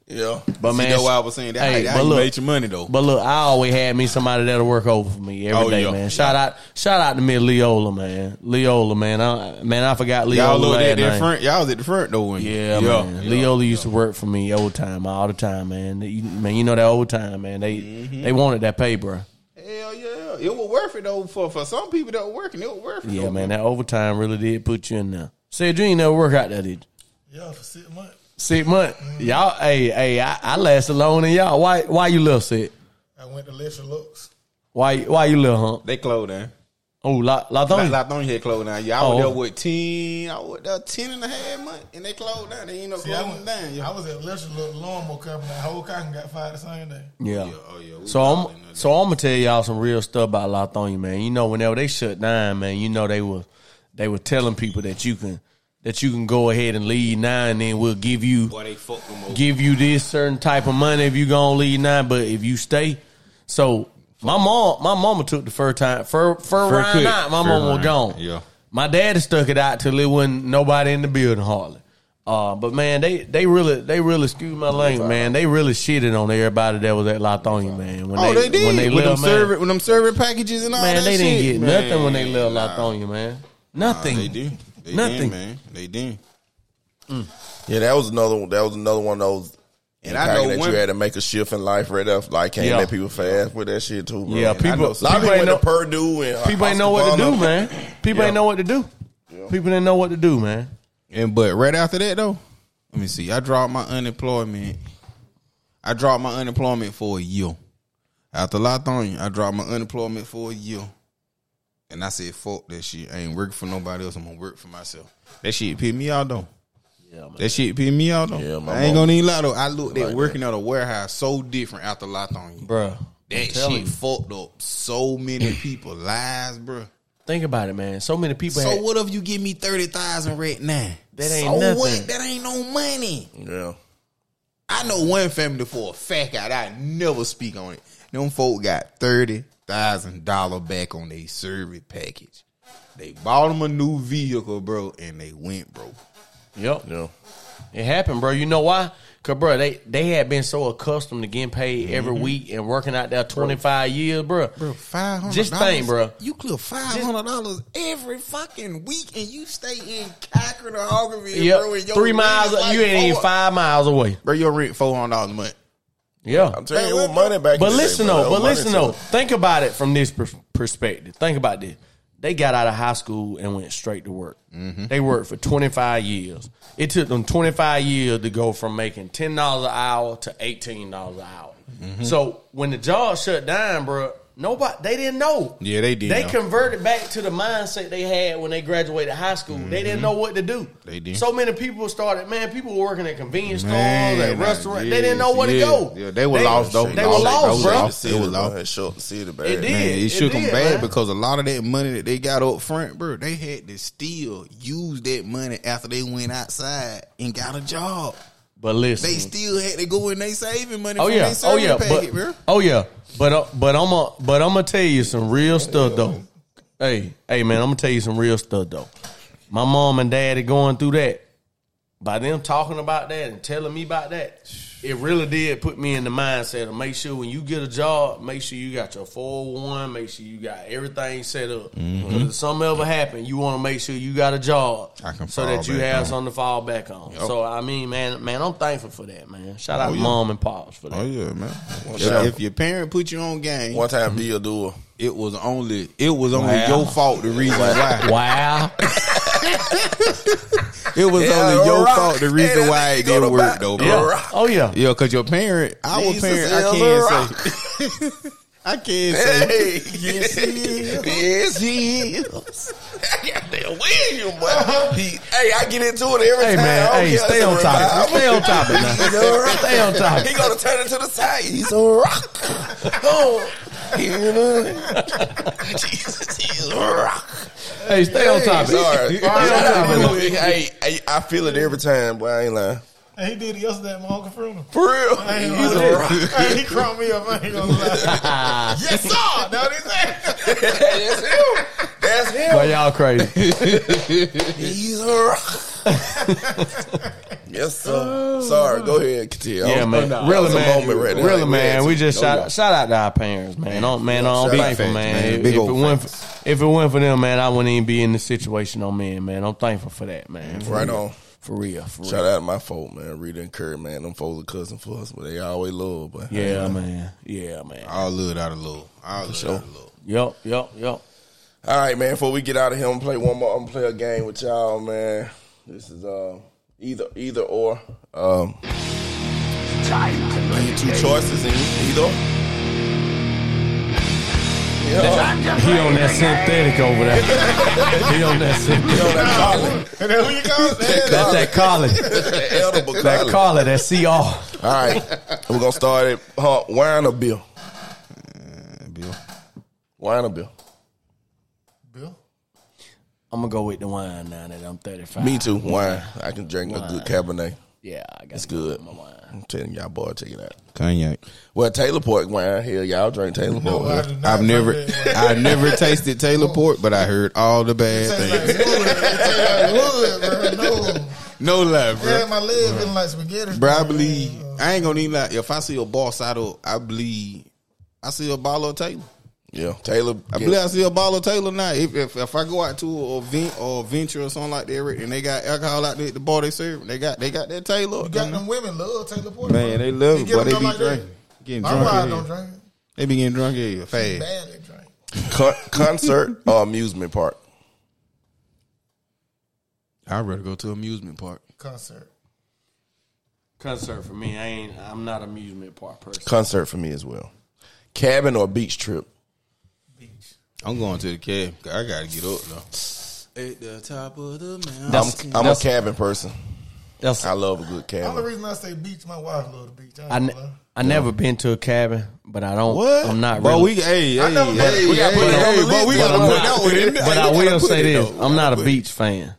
Speaker 1: yeah,
Speaker 2: But man,
Speaker 4: you know why I was saying that?
Speaker 2: Hey,
Speaker 4: Hey,
Speaker 2: but
Speaker 4: you
Speaker 2: look-
Speaker 4: made your money though.
Speaker 2: but look, I always had me somebody that'll work over for me every day,
Speaker 4: Oh, yeah.
Speaker 2: man. Shout out, shout out to me, Leola, man. Leola, man. I, man, I forgot Leola.
Speaker 4: y'all looked at
Speaker 2: last
Speaker 4: that
Speaker 2: name.
Speaker 4: front. Y'all was at the front though. wasn't you?
Speaker 2: Yeah, man. Leola used to work for me old time, all the time, man. You- Man, you know that old time, man. They
Speaker 4: Mm-hmm.
Speaker 2: they wanted that pay, bro.
Speaker 4: Hell yeah, it was worth it though for for some people that were working. It was worth it.
Speaker 2: Yeah,
Speaker 4: though.
Speaker 2: man. That overtime really did put you in there. Said you ain't never work out there, did you?
Speaker 3: Yeah, for six months.
Speaker 2: Six months. Y'all, hey, hey, I, I lasted longer than y'all. Why, why you little sick?
Speaker 3: I went to Lesher Lux.
Speaker 2: Why, why you little hump?
Speaker 4: They closed down.
Speaker 2: Oh, la, la,
Speaker 4: Like,
Speaker 2: Thorny.
Speaker 4: like on here closed down. Yeah, I
Speaker 2: Oh.
Speaker 4: was there with ten. I was there ten and a half months, and they closed down. They ain't no
Speaker 3: See, I, went,
Speaker 4: closing down. Yeah.
Speaker 3: I was at Lesher Lux lawnmower company. That whole cotton got fired the same day.
Speaker 2: yeah.
Speaker 4: Oh yeah. we
Speaker 2: So
Speaker 4: all in
Speaker 2: I'm,
Speaker 4: there.
Speaker 2: so I'm gonna tell y'all some real stuff about La Thorny, man. You know, whenever they shut down, man, you know they were, they were telling people that you can, that you can go ahead and leave now, and then we'll give you
Speaker 4: boy, they fucked them over.
Speaker 2: give you this certain type of money if you gonna leave now, but if you stay, so my mom, my mama took the first time for for
Speaker 4: Fur
Speaker 2: round
Speaker 4: cook.
Speaker 2: night. My
Speaker 4: Fur
Speaker 2: mama was
Speaker 4: round.
Speaker 2: gone.
Speaker 4: Yeah.
Speaker 2: my daddy stuck it out till it wasn't nobody in the building hardly. Uh, but man, they they really they really excuse my language, man. They really shitted on everybody that was at Latonia, man. When
Speaker 4: Oh, they, did
Speaker 2: when they
Speaker 4: with them
Speaker 2: left,
Speaker 4: serving
Speaker 2: man,
Speaker 4: with them serving packages and all
Speaker 2: man,
Speaker 4: that.
Speaker 2: they didn't get
Speaker 4: shit, man.
Speaker 2: nothing when they left
Speaker 4: Nah.
Speaker 2: Latonia, man.
Speaker 4: Nah,
Speaker 2: Nothing.
Speaker 4: They do. They
Speaker 2: Nothing.
Speaker 4: Did, man. They did.
Speaker 1: yeah. That was another. one- That was another one of those.
Speaker 4: And I know
Speaker 1: that
Speaker 4: one-
Speaker 1: you had to make a shift in life right up. Like can't
Speaker 2: Yeah.
Speaker 1: let people fast with that shit too. Bro.
Speaker 2: Yeah,
Speaker 1: And I know- A
Speaker 2: people-
Speaker 1: lot
Speaker 2: people
Speaker 1: of people
Speaker 2: ain't
Speaker 1: went
Speaker 2: know-
Speaker 1: to Purdue and
Speaker 2: People ain't know what to do, man. People ain't know what to do. People didn't know what to do, man.
Speaker 4: And but right after that though, let me see. I dropped my unemployment. I dropped my unemployment for a year. After Latonia, I dropped my unemployment for a year. And I said, fuck that shit. I ain't working for nobody else. I'm gonna work for myself. That shit pissed me out though.
Speaker 2: Yeah, man.
Speaker 4: That shit pissed me out though.
Speaker 1: Yeah, my
Speaker 4: I ain't
Speaker 1: mom-
Speaker 4: gonna even lie though. I looked at working at a warehouse so different after Latonia.
Speaker 2: Bruh.
Speaker 4: That shit
Speaker 2: telling you.
Speaker 4: fucked up so many people lives, bruh.
Speaker 2: Think about it, man. So many people.
Speaker 4: So
Speaker 2: had,
Speaker 4: what if you give me thirty thousand right now?
Speaker 2: That ain't
Speaker 4: so
Speaker 2: nothing.
Speaker 4: What? That ain't no money.
Speaker 1: Yeah,
Speaker 4: I know one family for a fact out. I never speak on it. Them folk got thirty thousand dollar back on their service package. They bought them a new vehicle, bro, and they went broke.
Speaker 2: Yep.
Speaker 1: yeah.
Speaker 2: It happened, bro. You know why? Cause, bro, they they had been so accustomed to getting paid every week and working out there twenty five years, bro.
Speaker 4: Bro, five hundred.
Speaker 2: Just think, bro.
Speaker 4: You clear five hundred dollars every fucking week, and you stay in Cochran or Augerville,
Speaker 2: Yep.
Speaker 4: bro. And your
Speaker 2: Three
Speaker 4: rent
Speaker 2: miles.
Speaker 4: is like
Speaker 2: you ain't even
Speaker 4: four-
Speaker 2: five miles away.
Speaker 4: Bro, your rent four hundred dollars a month.
Speaker 2: Yeah.
Speaker 1: I'm telling you, it was money back. in
Speaker 2: But
Speaker 1: the day,
Speaker 2: listen
Speaker 1: bro. It
Speaker 2: though.
Speaker 1: was
Speaker 2: But
Speaker 1: money
Speaker 2: listen
Speaker 1: to
Speaker 2: though.
Speaker 1: it.
Speaker 2: Think about it from this per- perspective. Think about this. They got out of high school and went straight to work.
Speaker 1: Mm-hmm.
Speaker 2: They worked for twenty five years. It took them twenty five years to go from making ten dollars an hour to eighteen dollars an hour.
Speaker 1: Mm-hmm.
Speaker 2: So when the job shut down, bro, nobody they didn't know.
Speaker 4: Yeah, they did
Speaker 2: They
Speaker 4: know.
Speaker 2: converted back to the mindset they had when they graduated high school. They didn't know what to do.
Speaker 4: Mm-hmm. They did.
Speaker 2: So many people started. Man, people were working at convenience
Speaker 4: Man,
Speaker 2: stores, at
Speaker 4: I-
Speaker 2: restaurants.
Speaker 4: yes,
Speaker 2: they didn't know where
Speaker 4: yeah,
Speaker 2: to go.
Speaker 4: yeah, they were lost, though.
Speaker 2: They were
Speaker 4: Lost,
Speaker 2: lost,
Speaker 4: they were
Speaker 2: bro.
Speaker 4: lost.
Speaker 1: It was low.
Speaker 4: It
Speaker 1: It shook the city bad.
Speaker 2: It did.
Speaker 4: Man, it, shook
Speaker 2: did,
Speaker 4: them bad
Speaker 2: man.
Speaker 4: because a lot of that money that they got up front, bro, they had to still use that money after they went outside and got a job.
Speaker 2: But listen,
Speaker 4: They still had to go in they saving money.
Speaker 2: Mm. oh
Speaker 4: from
Speaker 2: yeah,
Speaker 4: their
Speaker 2: oh
Speaker 4: salary
Speaker 2: yeah,
Speaker 4: packet,
Speaker 2: but
Speaker 4: bro.
Speaker 2: oh yeah, but uh, but I'm a, but I'm gonna tell you some real stuff though. Hey, hey man, I'm gonna tell you some real stuff though. my mom and daddy going through that, by them talking about that and telling me about that, it really did put me in the mindset of make sure when you get a job, make sure you got your 401, make sure you got everything set up.
Speaker 4: Mm-hmm.
Speaker 2: Because if something ever happened, you want to make sure you got a job
Speaker 4: I can
Speaker 2: so
Speaker 4: fall
Speaker 2: that you
Speaker 4: back
Speaker 2: have
Speaker 4: on.
Speaker 2: something to fall back on. So, I mean, man, man, I'm thankful for that, man. Shout out
Speaker 4: Oh,
Speaker 2: to
Speaker 4: yeah.
Speaker 2: mom and pops for that.
Speaker 4: Oh yeah, man. If,
Speaker 1: shot.
Speaker 4: if your parent put you on game,
Speaker 1: One time, Bill Dewar.
Speaker 4: it was only it was only
Speaker 2: Wow.
Speaker 4: your fault. The reason why
Speaker 2: Wow.
Speaker 4: it was
Speaker 1: Yeah,
Speaker 4: only your
Speaker 1: rock.
Speaker 4: fault. The
Speaker 1: Yeah,
Speaker 4: reason
Speaker 1: that
Speaker 4: why
Speaker 1: nigga
Speaker 4: it
Speaker 1: go to
Speaker 4: didn't work
Speaker 1: back.
Speaker 4: though,
Speaker 1: Yeah.
Speaker 4: bro.
Speaker 1: Rock.
Speaker 2: Oh, yeah.
Speaker 4: Yeah, because your parent, our
Speaker 1: Jesus
Speaker 4: parent,
Speaker 1: is
Speaker 4: I
Speaker 1: a
Speaker 4: can't
Speaker 1: rock.
Speaker 4: say. I can't say.
Speaker 1: Hey, yes, he is. Yes, he is. Goddamn William, boy. He, hey, I get into it every
Speaker 2: Hey
Speaker 1: time. I
Speaker 2: man,
Speaker 1: don't
Speaker 2: hey,
Speaker 1: care.
Speaker 2: stay
Speaker 1: It's a
Speaker 2: on topic.
Speaker 1: revival.
Speaker 2: Stay on topic now. Stay on
Speaker 1: He
Speaker 2: topic.
Speaker 1: gonna turn it to the side. He's a rock. Oh, you know? Jesus, he's a rock.
Speaker 2: Hey, stay on topic.
Speaker 1: Sorry.
Speaker 2: Stay on topic. Look,
Speaker 1: hey, hey, I feel it every time, boy. I ain't lying.
Speaker 3: And he did it yesterday at my Uncle Funeral.
Speaker 1: For real.
Speaker 3: I ain't
Speaker 1: He's
Speaker 3: gonna
Speaker 1: a
Speaker 3: lie.
Speaker 1: rock.
Speaker 3: Hey, he crawled me up. I ain't gonna lie. yes, sir. Now that he said.
Speaker 1: That's him. That's him.
Speaker 2: Boy, y'all crazy.
Speaker 1: He's a rock. yes, sir. Sorry, go ahead, continue.
Speaker 2: Yeah, man.
Speaker 1: That
Speaker 2: really,
Speaker 1: was a
Speaker 2: man.
Speaker 1: moment right there.
Speaker 2: really,
Speaker 1: Like,
Speaker 2: man. We
Speaker 1: to-
Speaker 2: just
Speaker 1: no,
Speaker 2: shout,
Speaker 1: no.
Speaker 2: shout out to our parents, man. I'm, man, I'm
Speaker 1: Big
Speaker 2: thankful,
Speaker 4: facts,
Speaker 2: man.
Speaker 4: man.
Speaker 2: If,
Speaker 4: Big
Speaker 2: if it
Speaker 4: old
Speaker 2: went for, if it went for them, man, I wouldn't even be in the situation I'm in, man. I'm thankful for that, man. For
Speaker 1: Right
Speaker 2: real.
Speaker 1: on.
Speaker 2: For real. For real.
Speaker 1: Shout out to my folk, man. Rita and Kurt, man. Them folks are cousin for us, but they always love. But
Speaker 2: Yeah, man. Yeah,
Speaker 1: Uh,
Speaker 2: man.
Speaker 4: All good out of little. All good out of little.
Speaker 2: Yup, yup, yup.
Speaker 1: All right, man. Before we get out of here, I'm gonna play one more. I'm gonna play a game with y'all, man. This is uh either either or. Um, give you two choices in either. Yeah,
Speaker 2: He on that synthetic over there. he on that synthetic.
Speaker 1: that collard,
Speaker 3: And then who you call?
Speaker 1: That
Speaker 2: That's that college.
Speaker 1: that edible
Speaker 2: That
Speaker 1: collard.
Speaker 2: collar, that CR.
Speaker 1: All right, we're gonna start it. Huh, wine or bill?
Speaker 4: Bill.
Speaker 1: Wine or bill?
Speaker 3: Bill.
Speaker 2: I'm gonna go with the wine now that I'm 35.
Speaker 1: Me too. Wine. I can drink a good Cabernet.
Speaker 2: Yeah, I got
Speaker 1: It's good.
Speaker 2: My wine.
Speaker 1: I'm telling y'all, boy, check it out.
Speaker 4: Cognac.
Speaker 1: Well, Taylor Port wine. Hell, y'all drink Taylor Port.
Speaker 3: I
Speaker 1: wine.
Speaker 3: do not
Speaker 4: I've
Speaker 3: drink
Speaker 4: never,
Speaker 3: that.
Speaker 4: I've never tasted Taylor Port, but I heard all the bad
Speaker 3: Tastes
Speaker 4: things.
Speaker 3: like wood. It tastes like wood, bro. No.
Speaker 4: No lie, bro.
Speaker 3: Yeah, my leg feeling like spaghetti.
Speaker 4: Bro, I believe I ain't gonna need like if I see a ball side up, I believe I see a ball of Taylor.
Speaker 1: Yeah, Taylor.
Speaker 4: I believe I see a ball of Taylor now. If, if if I go out to an event or a venture or something like that, right, and they got alcohol out there at the bar they serve, they got they got that Taylor.
Speaker 3: You got them women love Taylor Porter. bro.
Speaker 4: Man, they love
Speaker 3: You
Speaker 4: it,
Speaker 3: get them
Speaker 4: but they
Speaker 3: done
Speaker 4: be
Speaker 3: like that.
Speaker 4: drinking, getting
Speaker 3: My wife don't
Speaker 4: drunk. as hell.
Speaker 3: drink.
Speaker 4: They be getting drunk as hell fast.
Speaker 3: Badly drink.
Speaker 1: Con- concert or amusement park?
Speaker 4: I'd rather go to amusement park.
Speaker 3: Concert.
Speaker 2: Concert for me. I ain't. I'm not amusement park person.
Speaker 1: Concert for me as well. Cabin or beach trip?
Speaker 3: Beach.
Speaker 4: I'm going to the cab. I gotta get up though. At the top of the
Speaker 1: I'm,
Speaker 4: mountain.
Speaker 1: I'm a
Speaker 2: that's-
Speaker 1: cabin person.
Speaker 2: That's
Speaker 1: I
Speaker 2: I.
Speaker 1: love a good
Speaker 3: The only
Speaker 1: cabin.
Speaker 3: reason I say beach, my wife love the beach. I, ain't
Speaker 2: I, ne-
Speaker 3: gonna lie.
Speaker 2: I never been to a cabin, but I don't.
Speaker 4: What?
Speaker 2: I'm not.
Speaker 4: But
Speaker 2: Really,
Speaker 4: we, hey, hey,
Speaker 3: never been.
Speaker 4: hey,
Speaker 1: We gotta
Speaker 4: hey,
Speaker 1: put it on
Speaker 4: hey,
Speaker 1: the
Speaker 4: but
Speaker 1: list,
Speaker 4: we
Speaker 1: but
Speaker 4: gotta
Speaker 1: I'm
Speaker 4: put
Speaker 1: not-
Speaker 4: that one in there.
Speaker 2: but
Speaker 4: You
Speaker 2: I
Speaker 4: gotta
Speaker 2: will
Speaker 4: put
Speaker 2: say
Speaker 4: it
Speaker 2: this:
Speaker 4: though.
Speaker 2: I'm not a beach fan.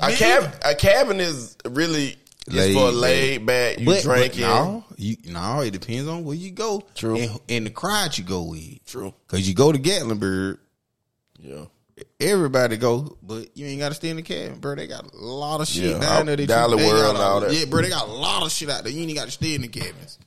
Speaker 1: A cab a cabin is really just
Speaker 4: Laid
Speaker 1: for
Speaker 4: back.
Speaker 1: laid back. You
Speaker 4: But-
Speaker 1: drinking.
Speaker 4: but No, you, no, it depends on where you go.
Speaker 1: True.
Speaker 4: And, and the crowd you go with.
Speaker 1: True.
Speaker 4: Because you go to Gatlinburg,
Speaker 1: Yeah.
Speaker 4: everybody go, but you ain't got to stay in the cabin, bro. They got a lot of shit
Speaker 1: Yeah,
Speaker 4: down there.
Speaker 1: out-
Speaker 4: That
Speaker 1: Dollar
Speaker 4: you, they
Speaker 1: World
Speaker 4: got
Speaker 1: and
Speaker 4: a-
Speaker 1: all that.
Speaker 4: Yeah, bro, they got a lot of shit out there. You ain't got to stay in the cabins.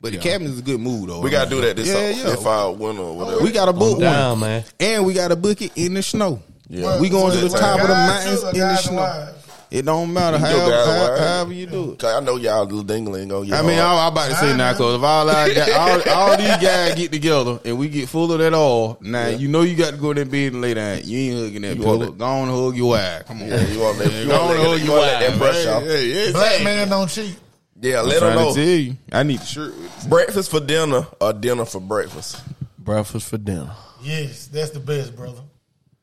Speaker 4: But the cabin is a good mood, though.
Speaker 1: We gotta do that this
Speaker 4: Yeah,
Speaker 1: summer.
Speaker 4: yeah.
Speaker 1: If I win or whatever.
Speaker 4: We got to book
Speaker 2: I'm down,
Speaker 4: one.
Speaker 2: man.
Speaker 4: And we got to book it in the snow.
Speaker 1: Yeah.
Speaker 4: We going to the
Speaker 1: Good
Speaker 4: top of the
Speaker 3: Guys
Speaker 4: mountains
Speaker 3: too,
Speaker 4: in the
Speaker 3: guys and
Speaker 4: snow.
Speaker 3: wives.
Speaker 4: It don't matter
Speaker 1: can go
Speaker 4: however,
Speaker 1: down the
Speaker 4: how,
Speaker 1: line.
Speaker 4: however you do it.
Speaker 1: 'Cause I know y'all little dingle ain't gonna get
Speaker 4: I mean,
Speaker 1: hard.
Speaker 4: all I'm about to say now, because if all, our guy, all all these guys get together and we get full of that all, now you know you got to go to bed and lay down. You ain't hugging that pillow.
Speaker 1: want
Speaker 4: Go on and hug your wife. Come on.
Speaker 1: Yeah, you want that, you
Speaker 4: Go on
Speaker 1: want
Speaker 4: and
Speaker 1: that,
Speaker 4: hug
Speaker 1: you
Speaker 4: your
Speaker 1: want that, that
Speaker 4: wife.
Speaker 1: pressure off.
Speaker 4: Hey, hey, hey,
Speaker 3: Black
Speaker 4: hey.
Speaker 3: man don't cheat.
Speaker 1: Yeah,
Speaker 4: I'm
Speaker 1: let them
Speaker 4: trying to
Speaker 1: know.
Speaker 4: tell you. I need the shirt. with it.
Speaker 1: Breakfast for dinner or dinner for breakfast.
Speaker 2: Breakfast for dinner.
Speaker 3: Yes, that's the best, brother.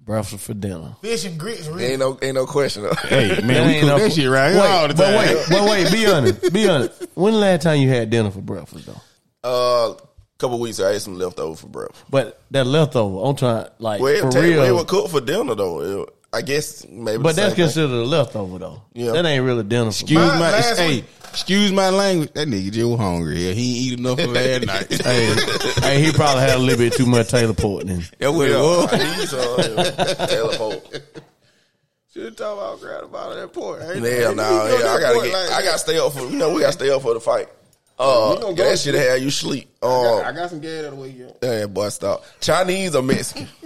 Speaker 2: Breakfast for dinner.
Speaker 3: Fish and grits, really.
Speaker 1: Ain't no ain't no question.
Speaker 4: Hey, man, we
Speaker 2: ain't
Speaker 4: cook
Speaker 2: no-
Speaker 4: that shit right here
Speaker 2: Wait,
Speaker 4: all the time.
Speaker 2: but wait, but wait. Be honest. Be honest. When the last time you had dinner for breakfast though?
Speaker 1: Uh, couple weeks ago, I ate some leftover for breakfast.
Speaker 2: But that leftover, I'm trying like
Speaker 1: Well,
Speaker 2: for
Speaker 1: tell you,
Speaker 2: real.
Speaker 1: it was cooked for dinner though. It- I guess maybe.
Speaker 2: But
Speaker 1: the
Speaker 2: that's
Speaker 1: same thing.
Speaker 2: considered a leftover though.
Speaker 1: Yeah.
Speaker 2: That ain't really dinner. For
Speaker 4: Excuse
Speaker 3: Mine
Speaker 4: my
Speaker 3: last
Speaker 4: hey,
Speaker 3: week-
Speaker 4: excuse my language. That nigga just hungry. Yeah, he ain't eat enough for last night.
Speaker 2: hey, hey, he probably had a little bit too much Taylor Port then.
Speaker 4: That what it
Speaker 1: Yeah,
Speaker 4: was.
Speaker 1: I need some, yeah. Taylor Hope.
Speaker 4: Should been talking about crowd about that point. Ain't-
Speaker 1: Hell
Speaker 4: ain't
Speaker 1: no,
Speaker 4: nigga gonna
Speaker 1: yeah, I
Speaker 4: do
Speaker 1: gotta
Speaker 4: point
Speaker 1: get,
Speaker 4: like
Speaker 1: I
Speaker 4: that.
Speaker 1: gotta stay up for you know we gotta stay up for the fight. Uh,
Speaker 4: You gonna
Speaker 1: yeah,
Speaker 4: go-
Speaker 1: that shit had you sleep.
Speaker 4: I
Speaker 1: Um,
Speaker 4: got- I got some gas out of the way, yo.
Speaker 1: yeah, boy, stop. Chinese or Mexican?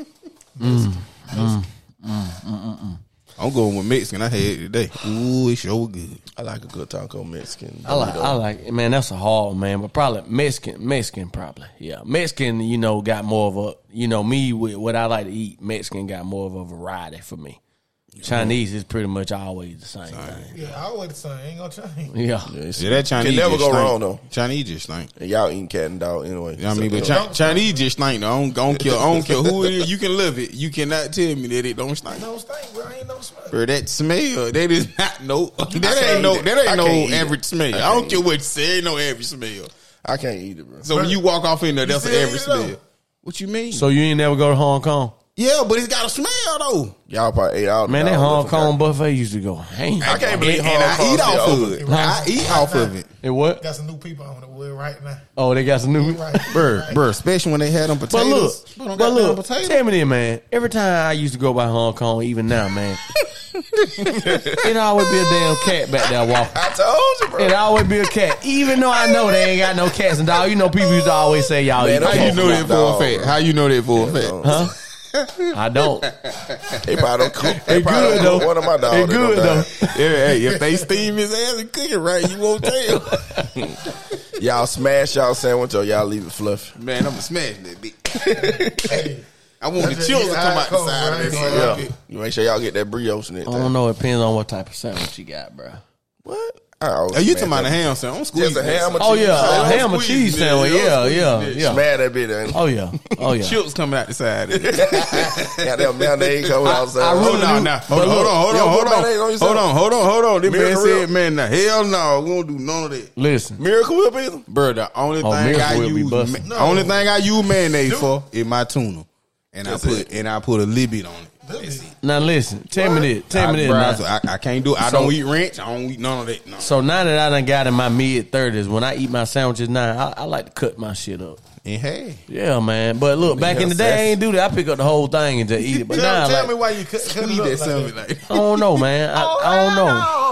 Speaker 4: I'm going with Mexican. I had it today. Ooh, it sure good.
Speaker 1: I like a good taco Mexican.
Speaker 2: I like, I like, man, that's a hard one, man, but probably Mexican, Mexican, probably, yeah. Mexican, you know, got more of a, you know, me with what I like to eat. Mexican got more of a variety for me. Chinese is pretty much always the same thing.
Speaker 3: Yeah, I always the same. Ain't gonna change.
Speaker 2: Yeah,
Speaker 4: Yeah, that Chinese
Speaker 1: Can never
Speaker 4: just
Speaker 1: go
Speaker 4: stink.
Speaker 1: wrong, though.
Speaker 4: Chinese just stink.
Speaker 1: And y'all eating cat and dog anyway.
Speaker 4: You know what I mean? But
Speaker 1: So,
Speaker 4: Chi- Chinese just stink. though. I don't, I don't care. I don't care who it is. You can love it. You cannot tell me that it don't stink.
Speaker 3: No stink, bro. Ain't no smell.
Speaker 4: Bro, that smell, that is not no. That
Speaker 1: can't
Speaker 4: ain't no.
Speaker 1: eat it.
Speaker 4: That
Speaker 1: I
Speaker 4: ain't
Speaker 1: can't
Speaker 4: no
Speaker 1: eat it.
Speaker 4: average smell.
Speaker 1: I
Speaker 4: I,
Speaker 1: can't
Speaker 4: don't care what you say. Ain't no average smell.
Speaker 1: I can't eat it, bro.
Speaker 4: So when you walk off in there, that's an
Speaker 3: still
Speaker 4: average
Speaker 3: eat it, though.
Speaker 4: smell. What you mean?
Speaker 2: So you ain't never go to Hong Kong,
Speaker 4: yeah, but it's got a smell though.
Speaker 1: y'all probably ate all.
Speaker 2: man?
Speaker 1: the
Speaker 2: That
Speaker 1: dog
Speaker 2: Hong
Speaker 1: left
Speaker 2: Kong
Speaker 1: and
Speaker 2: buffet used to go ham.
Speaker 1: got- I can't believe
Speaker 4: And
Speaker 1: Hong
Speaker 4: I
Speaker 1: Kong
Speaker 4: eat
Speaker 1: still
Speaker 4: off
Speaker 1: open.
Speaker 4: of it. I eat off of it,
Speaker 2: It what?
Speaker 3: Got some new people on the wood right now.
Speaker 2: Oh, they got some new.
Speaker 3: Right,
Speaker 4: bro,
Speaker 3: right.
Speaker 4: bro. Especially when they had them
Speaker 2: But look,
Speaker 4: potatoes. Put on
Speaker 2: but
Speaker 4: goddamn
Speaker 2: look,
Speaker 4: potatoes.
Speaker 2: tell me this, man. Every time I used to go by Hong Kong, even now, man, it always be a damn cat back there walking.
Speaker 1: I told you, bro.
Speaker 2: It always be a cat, even though I know they ain't got no cats and dogs. You know, people used to always say y'all
Speaker 1: Man, I'm
Speaker 2: eat
Speaker 4: How you
Speaker 2: cats.
Speaker 1: talking
Speaker 4: know that
Speaker 1: about dog,
Speaker 4: for a fact?
Speaker 1: bro.
Speaker 4: How you know that for a fact?
Speaker 1: Huh?
Speaker 2: I don't.
Speaker 1: They probably don't cook. They
Speaker 2: They
Speaker 1: probably don't
Speaker 2: good
Speaker 1: cook
Speaker 2: though.
Speaker 1: one of my dogs.
Speaker 2: They
Speaker 1: in no
Speaker 2: good though.
Speaker 1: time.
Speaker 4: Yeah, hey, if they steam his ass and cook it right, you won't tell.
Speaker 1: Y'all smash y'all sandwich or y'all leave it fluffy.
Speaker 4: Man, I'm gonna smash that bitch.
Speaker 3: Hey,
Speaker 4: I want the chills to come out the
Speaker 3: Cold,
Speaker 4: side of
Speaker 3: right?
Speaker 1: Yeah,
Speaker 4: that yeah.
Speaker 1: you make sure y'all get that brioche and
Speaker 2: I
Speaker 1: everything.
Speaker 2: don't know. It depends on what type of sandwich you got, bro.
Speaker 1: What? I always
Speaker 4: Are you
Speaker 1: smash
Speaker 4: talking about a
Speaker 1: that-
Speaker 4: ham sandwich? I'm
Speaker 1: Just
Speaker 4: squeezing
Speaker 1: a ham? or
Speaker 2: Oh
Speaker 1: cheese?
Speaker 2: yeah, a
Speaker 1: Sandwich?
Speaker 2: ham and
Speaker 4: squeeze
Speaker 2: cheese
Speaker 4: it,
Speaker 2: sandwich.
Speaker 4: yeah,
Speaker 2: Yeah, yeah, yeah.
Speaker 1: Smash that bit. ain't it?
Speaker 2: Oh yeah, oh yeah.
Speaker 4: Chills coming out the side. Of it.
Speaker 1: Got that mayonnaise coming outside.
Speaker 2: I really
Speaker 4: Hold on,
Speaker 2: do-
Speaker 4: now.
Speaker 2: but
Speaker 4: Hold on,
Speaker 2: look,
Speaker 4: hold
Speaker 1: yo,
Speaker 4: on, hold
Speaker 1: put
Speaker 4: on,
Speaker 1: mayonnaise on yourself.
Speaker 4: hold on, hold on, hold on. This
Speaker 1: Mirror
Speaker 4: man
Speaker 1: real.
Speaker 4: said, "Man, now hell no, we don't do none of that."
Speaker 2: Listen,
Speaker 1: Miracle Whip either?
Speaker 4: Bro, the only
Speaker 2: Oh,
Speaker 4: thing
Speaker 2: Miracle
Speaker 4: I
Speaker 2: Whip be
Speaker 4: use,
Speaker 2: busting.
Speaker 4: ma- only thing I use mayonnaise
Speaker 3: Dude.
Speaker 4: for is my tuna, and I put and I put a little bit on it. That's it.
Speaker 2: now listen. Tell me this. Tell me
Speaker 4: I,
Speaker 2: this.
Speaker 4: bro,
Speaker 2: now.
Speaker 4: I, I can't do. it. I
Speaker 2: So-
Speaker 4: don't eat ranch. I don't eat none of that. No.
Speaker 2: So now that I done got in my mid thirties, when I eat my sandwiches now, I, I like to cut my shit up.
Speaker 4: And hey,
Speaker 2: Yeah, man. But look, back in the day, I ain't do that. I pick up the whole thing and just eat it. But
Speaker 3: Tell,
Speaker 2: now,
Speaker 3: tell
Speaker 2: like,
Speaker 3: me why you cut, cut
Speaker 4: eat
Speaker 3: it
Speaker 4: that
Speaker 3: up like
Speaker 4: sandwich
Speaker 3: that.
Speaker 4: like.
Speaker 2: I don't know, man. I, I don't know.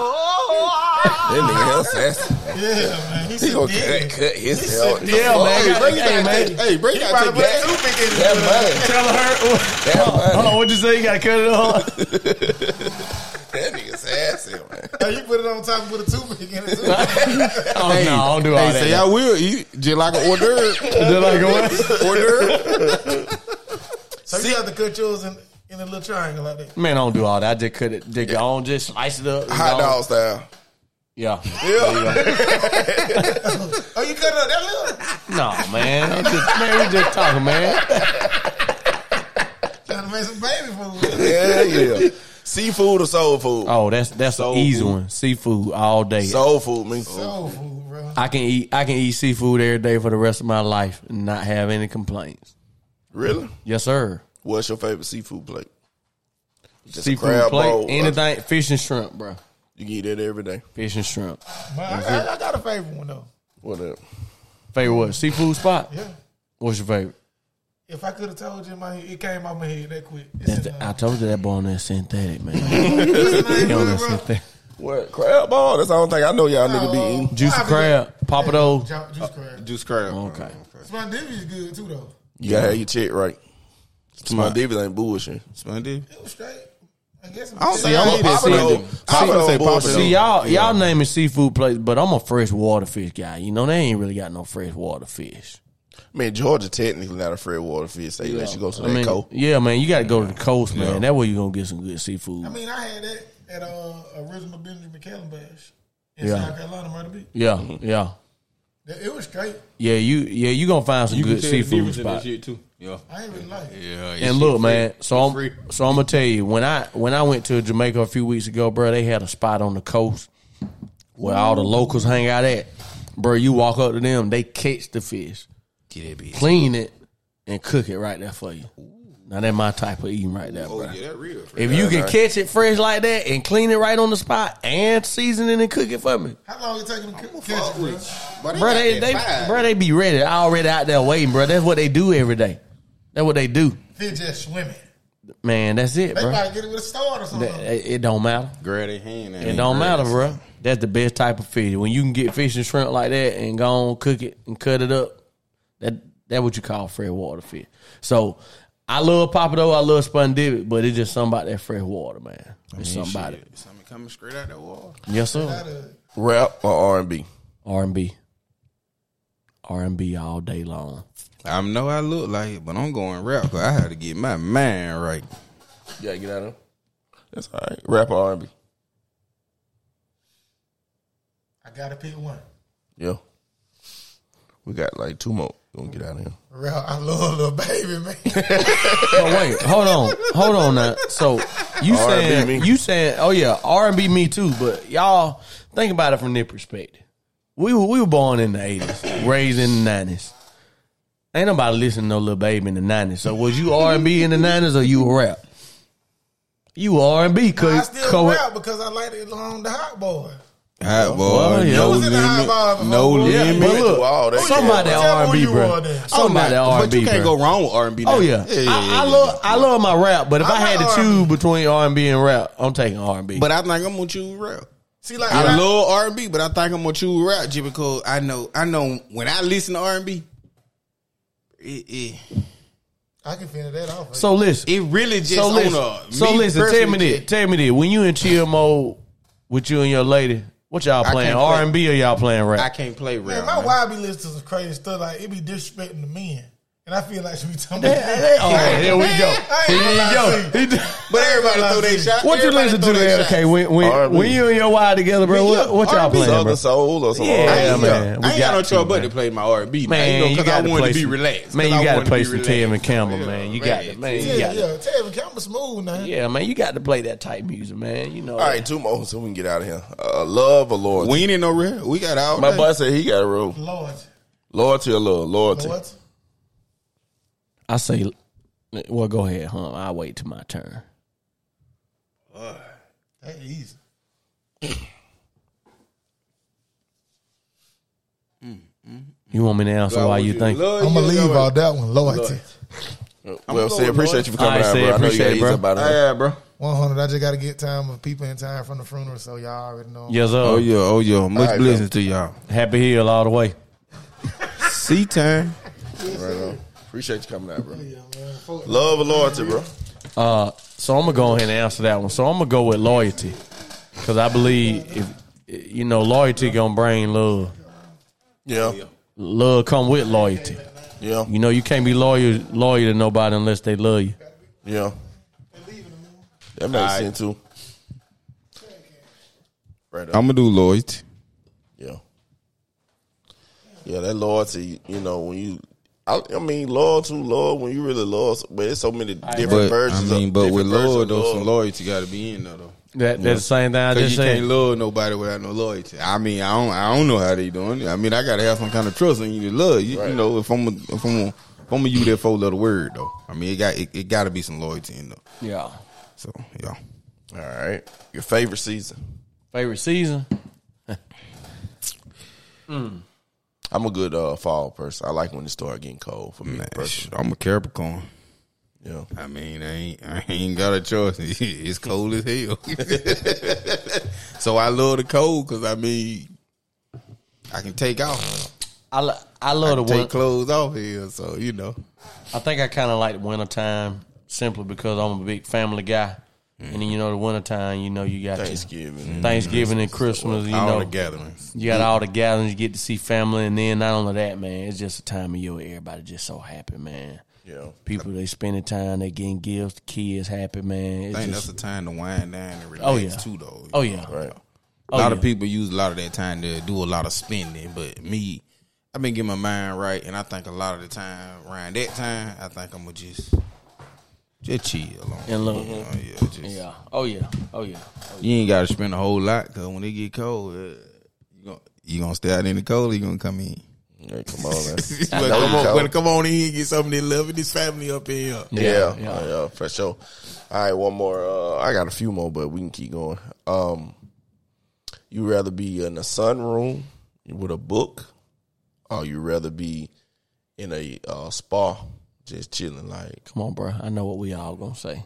Speaker 1: That nigga hell sassy.
Speaker 3: Yeah, man. He
Speaker 1: He
Speaker 3: said,
Speaker 1: gonna cut,
Speaker 3: yeah.
Speaker 1: cut his hell.
Speaker 2: Yeah, man.
Speaker 4: Hey, bro, you
Speaker 2: Hey,
Speaker 4: gotta
Speaker 2: man.
Speaker 4: take- hey, bro, you
Speaker 3: He
Speaker 4: gotta
Speaker 3: probably put
Speaker 4: take that.
Speaker 3: a toothpick in
Speaker 1: That
Speaker 3: his
Speaker 1: money.
Speaker 2: Tell her. Hold on, what'd you say? You gotta cut it off.
Speaker 1: That nigga sassy, man.
Speaker 3: You put it on top and put a toothpick in it. too.
Speaker 2: Oh no, I don't do all
Speaker 4: Hey,
Speaker 2: that.
Speaker 4: say I will eat just like an hors d'oeuvre.
Speaker 2: Just like a what?
Speaker 4: hors d'oeuvre.
Speaker 3: So you have to cut yours in, in a little triangle like that.
Speaker 2: Man, I don't do all that. I just cut it. Dig I don't just slice it up.
Speaker 1: Hot
Speaker 2: You know?
Speaker 1: dog style.
Speaker 2: Yeah.
Speaker 3: Oh, you cut it up that little?
Speaker 2: No, man. I'm just, man, we just talking, man.
Speaker 3: Trying to make some baby food.
Speaker 1: Yeah, yeah. Seafood or soul food?
Speaker 2: Oh, that's that's
Speaker 1: Soul
Speaker 2: an easy
Speaker 1: food.
Speaker 2: one. Seafood all day.
Speaker 1: Soul food means
Speaker 3: Soul food, bro.
Speaker 2: I can eat I can eat seafood every day for the rest of my life and not have any complaints.
Speaker 1: Really?
Speaker 2: Yes, sir.
Speaker 1: What's your favorite seafood plate? Just a
Speaker 2: seafood
Speaker 1: crab
Speaker 2: plate,
Speaker 1: bowl. uh,
Speaker 2: anything, fish and shrimp, bro.
Speaker 1: You can eat that every day.
Speaker 2: Fish and shrimp.
Speaker 3: Man, I, I, I got a favorite one though.
Speaker 1: Whatever.
Speaker 2: Favorite what? Seafood spot.
Speaker 3: Yeah.
Speaker 2: What's your favorite?
Speaker 3: If I could have told you, my it came out my head that quick. It's
Speaker 2: That's
Speaker 3: in
Speaker 2: the-
Speaker 3: there.
Speaker 2: I told you that boy on that synthetic, man.
Speaker 3: It's in
Speaker 2: He
Speaker 3: there,
Speaker 2: on that
Speaker 3: bro.
Speaker 2: synthetic.
Speaker 1: What? Crab ball? That's the only thing I know y'all nigga be eating.
Speaker 2: Juice
Speaker 3: Why
Speaker 2: of
Speaker 3: I
Speaker 2: crab,
Speaker 3: Ju-
Speaker 2: papados.
Speaker 3: Juice crab.
Speaker 4: Juice crab.
Speaker 2: Okay.
Speaker 3: Spondivi is good too though.
Speaker 1: You gotta have your check right. My divas ain't bullshit.
Speaker 4: Spondy.
Speaker 3: It was straight. I guess.
Speaker 4: I don't
Speaker 3: it's-
Speaker 4: see- I don't
Speaker 2: eat that
Speaker 1: Papado.
Speaker 4: seafood.
Speaker 1: Papado
Speaker 4: See,
Speaker 1: bullshit.
Speaker 2: See y'all,
Speaker 4: y'all-
Speaker 2: y'all naming seafood places, but I'm a freshwater fish guy. You know they ain't really got no freshwater fish.
Speaker 1: I mean, Georgia technically not a freshwater fish. They let you go to
Speaker 2: I
Speaker 1: that
Speaker 2: mean,
Speaker 1: coast.
Speaker 2: yeah, man, you got to go to the coast, man. That way you gonna get some good
Speaker 3: I
Speaker 2: seafood.
Speaker 3: mean, I had that at uh, original Benjamin Callum Bash in
Speaker 2: Yeah.
Speaker 3: South Carolina, Myrtle Beach.
Speaker 2: Yeah,
Speaker 4: mm-hmm.
Speaker 2: yeah,
Speaker 3: That- It was straight.
Speaker 2: yeah. You, yeah, you gonna find some good seafood spots.
Speaker 4: too. Yeah.
Speaker 3: I ain't really like it.
Speaker 4: Yeah.
Speaker 2: And look, man. So I'm
Speaker 4: free.
Speaker 2: so I'm gonna tell you when I when I went to Jamaica a few weeks ago, bro. They had a spot on the coast where all the locals hang out at, bro. You walk up to them, they catch the fish,
Speaker 4: Get that bitch.
Speaker 2: clean it, and cook it right there for you. Now that's my type of eating right there, bro.
Speaker 4: Oh, Yeah, that real.
Speaker 2: If you can catch it fresh like that and clean it right on the spot and season it and cook it for me,
Speaker 3: How long it take them to cook- catch it, bro?
Speaker 2: bro, they, they bro, they be ready. Already out there waiting, bro. That's what they do every day. That's what they do.
Speaker 3: They just swimming.
Speaker 2: man, that's it,
Speaker 3: They
Speaker 2: bro.
Speaker 3: might get it with a start or something.
Speaker 2: That- it it don't matter.
Speaker 4: Grab their hand.
Speaker 2: It don't matter, bro. That's the best type of fish. When you can get fish and shrimp like that and go on cook it and cut it up, that that what you call freshwater fish. So I love Papado, I love spondivic, but it's just something about that fresh water, man. It's something about it.
Speaker 4: Something coming straight out the wall.
Speaker 2: Yes, sir.
Speaker 1: Rap or R and B?
Speaker 2: R and B. R and B all day long.
Speaker 4: I know I look like it, but I'm going rap because I had to get my mind right.
Speaker 1: Yeah, get out of. That's all right. Rap or R and B?
Speaker 3: I gotta pick one.
Speaker 1: Yeah. We got like two more. We gonna get out of here.
Speaker 3: Real, I love little baby man.
Speaker 2: But wait, hold on, hold on now. So you
Speaker 1: R&B
Speaker 2: saying
Speaker 1: me.
Speaker 2: you saying oh yeah, R and B me too. But y'all think about it from their perspective. We were we were born in the eighties, raised in the nineties. Ain't nobody listening to no little baby in the nineties. So was you R and B in the nineties or you a rap? You R and B
Speaker 3: I
Speaker 2: cause
Speaker 3: still
Speaker 2: co-
Speaker 3: rap because I like it along the hot boy.
Speaker 4: Hot boy,
Speaker 2: Well, yeah.
Speaker 4: no
Speaker 2: I
Speaker 3: was in the hot bar
Speaker 4: limit,
Speaker 3: before.
Speaker 4: no
Speaker 3: Yeah,
Speaker 2: yeah,
Speaker 4: limit.
Speaker 2: but
Speaker 1: through all that
Speaker 2: look, somebody
Speaker 3: shit.
Speaker 2: R and
Speaker 3: Tell me
Speaker 2: B,
Speaker 3: who you
Speaker 2: bro.
Speaker 3: are then.
Speaker 2: Somebody R and
Speaker 4: Oh, But you
Speaker 2: B,
Speaker 4: can't
Speaker 2: bro.
Speaker 4: go wrong with R and B.
Speaker 2: Oh yeah, I, I love I love my rap, but if I,
Speaker 3: I
Speaker 2: had
Speaker 3: like
Speaker 2: to
Speaker 3: R&B.
Speaker 2: choose between R and B and rap, I'm taking R and B.
Speaker 4: But I think I'm gonna choose rap.
Speaker 3: See, like
Speaker 4: I
Speaker 3: rap-
Speaker 4: love R and B, but I think I'm gonna choose rap just because I know I know when I listen to R and B, it, it
Speaker 3: I can finish that off.
Speaker 2: so listen,
Speaker 4: it really just
Speaker 2: so listen,
Speaker 4: on a
Speaker 2: so
Speaker 4: me
Speaker 2: listen tell me
Speaker 4: personally,
Speaker 2: this. Tell me this. When you in chill mode with you and your lady, what y'all
Speaker 4: I
Speaker 2: playing?
Speaker 4: can't play-
Speaker 2: R and B or y'all playing
Speaker 4: I
Speaker 2: rap?
Speaker 4: can't play
Speaker 3: man,
Speaker 4: rap.
Speaker 3: my wife be listening to some crazy stuff. Like it be disrespecting the men, and I feel like she be talking.
Speaker 2: Hey, hey,
Speaker 3: about
Speaker 2: all right, here we go.
Speaker 3: I ain't gonna lie
Speaker 2: Here
Speaker 3: to
Speaker 2: we go.
Speaker 4: But everybody throw their shot.
Speaker 2: What you
Speaker 4: Everybody
Speaker 2: listen to
Speaker 4: throw
Speaker 2: there?
Speaker 4: their shot.
Speaker 2: Okay, when when,
Speaker 1: R&B.
Speaker 2: when you and your wife together, bro, what, what y'all
Speaker 1: R&B.
Speaker 2: playing,
Speaker 1: Southern
Speaker 2: bro?
Speaker 1: soul or something?
Speaker 2: Yeah,
Speaker 1: R&B.
Speaker 2: man. We
Speaker 4: I ain't got no
Speaker 2: got
Speaker 4: trouble
Speaker 2: to,
Speaker 4: but
Speaker 2: man.
Speaker 4: to play my R and B.
Speaker 2: Man, you
Speaker 4: I
Speaker 2: got to
Speaker 4: wanted
Speaker 2: play
Speaker 4: to be
Speaker 2: some-
Speaker 4: relaxed. 'cause
Speaker 2: Man,
Speaker 4: I
Speaker 2: you got
Speaker 4: wanted
Speaker 2: to play
Speaker 4: be
Speaker 2: some
Speaker 4: relaxed.
Speaker 2: Tim and Campbell, man. You got to,
Speaker 4: relax.
Speaker 2: man. You
Speaker 3: Yeah,
Speaker 2: got to.
Speaker 3: yeah. Tell me, I'm smooth now.
Speaker 2: Oh, Yeah, man, you got to play that type music, man. You know.
Speaker 1: All right, two more so we can get out of here. Uh, love or loyalty?
Speaker 4: We ain't in no real. We got all.
Speaker 1: My
Speaker 4: day.
Speaker 1: boy said he got a rule.
Speaker 3: Lord,
Speaker 1: Loyalty or love? Loyalty.
Speaker 3: Lord,
Speaker 2: I say, well, go ahead, huh? I will wait till my turn.
Speaker 3: that easy.
Speaker 2: You want me to answer
Speaker 4: I
Speaker 2: why
Speaker 4: want
Speaker 2: you
Speaker 4: to
Speaker 2: think?
Speaker 4: love
Speaker 3: I'm gonna
Speaker 4: you,
Speaker 3: leave
Speaker 4: love
Speaker 3: out that one. Loyalty,
Speaker 1: Well,
Speaker 4: I'm
Speaker 1: say
Speaker 4: going
Speaker 1: appreciate you for coming
Speaker 2: All right,
Speaker 1: out, bro.
Speaker 2: say
Speaker 1: I know you
Speaker 2: appreciate
Speaker 1: got
Speaker 2: it,
Speaker 1: ease
Speaker 2: bro.
Speaker 1: about
Speaker 4: you.
Speaker 1: it.
Speaker 4: Yeah, bro.
Speaker 2: Oh,
Speaker 3: 100. I just gotta get time of people in time from the funeral, so y'all already know.
Speaker 2: Yes, sir.
Speaker 4: Oh yeah, oh yeah. Much
Speaker 1: right,
Speaker 4: blessings to y'all.
Speaker 2: Happy Hill all the way.
Speaker 4: See time.
Speaker 1: Right on. Appreciate you coming out, bro.
Speaker 3: Yeah, man. Fuck
Speaker 1: Love or loyalty, bro?
Speaker 2: Uh, so I'm gonna go ahead and answer that one. So I'm gonna go with loyalty, because I believe if you know loyalty gonna bring love.
Speaker 1: Yeah.
Speaker 2: Love come with loyalty.
Speaker 1: Yeah.
Speaker 2: You know you can't be loyal loyal to nobody unless they love you.
Speaker 1: Yeah. That makes sense, too. Right on.
Speaker 4: I'm gonna do Lloyd.
Speaker 1: Yeah. Yeah, that loyalty, you know, when you, I, I mean, loyalty, love, when you really love, but it's so many different
Speaker 4: But I
Speaker 1: versions.
Speaker 4: mean,
Speaker 1: of,
Speaker 4: but with
Speaker 1: different versions
Speaker 4: Lloyd
Speaker 1: of
Speaker 4: though, some loyalty got to be in there though.
Speaker 2: That that's the same thing I
Speaker 4: Cause
Speaker 2: just
Speaker 4: you can't
Speaker 2: said.
Speaker 4: love nobody without no loyalty. I mean, I don't, I don't know how they doing. it. I mean, I gotta have some kind of trust in you to love. You,
Speaker 1: Right.
Speaker 4: you know, if I'm, a, if I'm, a, if I'm a you that four letter word though. I mean, it got, it, it got to be some loyalty in there.
Speaker 2: Yeah.
Speaker 4: So yeah,
Speaker 1: All right. Your favorite season?
Speaker 2: Favorite season?
Speaker 1: I'm a good uh, fall person. I like when it start getting cold for me.
Speaker 4: man,
Speaker 1: personally.
Speaker 4: sh- I'm a Capricorn.
Speaker 1: Yeah.
Speaker 4: I mean, I ain't, I ain't got a choice. it's cold as hell. so I love the cold because I mean, I can take off,
Speaker 2: I, lo- I love the
Speaker 4: take
Speaker 2: one.
Speaker 4: clothes off here. So you know,
Speaker 2: I think I kind of like the wintertime simply because I'm a big family guy. And then, you know, the wintertime, you know, you got your
Speaker 1: Thanksgiving.
Speaker 2: Thanksgiving and Christmas, you
Speaker 4: all
Speaker 2: know.
Speaker 4: the gatherings.
Speaker 2: You got all the gatherings, you get to see family. And then, not only that, man, it's just a time of year where everybody just so happy, man.
Speaker 1: Yeah.
Speaker 2: People, they spending time, they getting gifts, the kids happy, man. It's
Speaker 4: I think
Speaker 2: just,
Speaker 4: that's the time to wind down and relax
Speaker 2: Oh, yeah.
Speaker 4: too, though.
Speaker 2: oh, yeah.
Speaker 1: Right.
Speaker 4: a
Speaker 2: Oh,
Speaker 4: lot
Speaker 2: yeah.
Speaker 4: of people use a lot of that time to do a lot of spending, but me, I've been getting my mind right, and I think a lot of the time around that time, I think I'm gonna just just chill on.
Speaker 2: And look.
Speaker 4: you know, yeah, just-
Speaker 2: Yeah. Oh, yeah. Oh, yeah.
Speaker 4: You ain't got to spend a whole lot because when it get cold, uh, you gonna you gonna stay out in the cold. Or you gonna come in.
Speaker 1: Yeah, come on, man.
Speaker 4: but
Speaker 1: I know
Speaker 4: come
Speaker 1: you
Speaker 4: on,
Speaker 1: cold.
Speaker 4: but come on in and get something to love and his family up in here.
Speaker 1: Yeah, yeah, yeah, for sure. All right, one more. Uh, I got a few more, but we can keep going. Um, you rather be in a sunroom with a book, or you rather be in a uh, spa just chilling? Like,
Speaker 2: Come on, bro. I know what we all gonna say.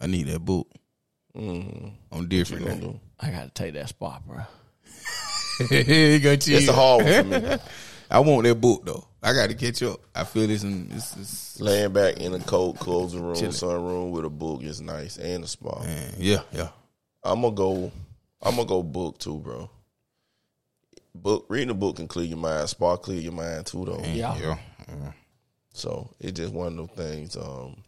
Speaker 4: I need that book.
Speaker 1: Mm-hmm.
Speaker 4: I'm different. now.
Speaker 2: I gotta take that spot, bro.
Speaker 4: It go to
Speaker 1: It's
Speaker 4: you.
Speaker 1: a hard one for me.
Speaker 4: I want that book though. I got to catch up. I feel this and this is
Speaker 1: Laying back in a cold closing room, sunroom with a book is nice and a spa.
Speaker 4: man, yeah, yeah.
Speaker 1: I'm gonna go. I'm gonna go book too, bro. Book reading a book can clear your mind. Spa clear your mind too, though.
Speaker 2: Yeah.
Speaker 4: Yeah. yeah.
Speaker 1: So it's just one of those things. Um,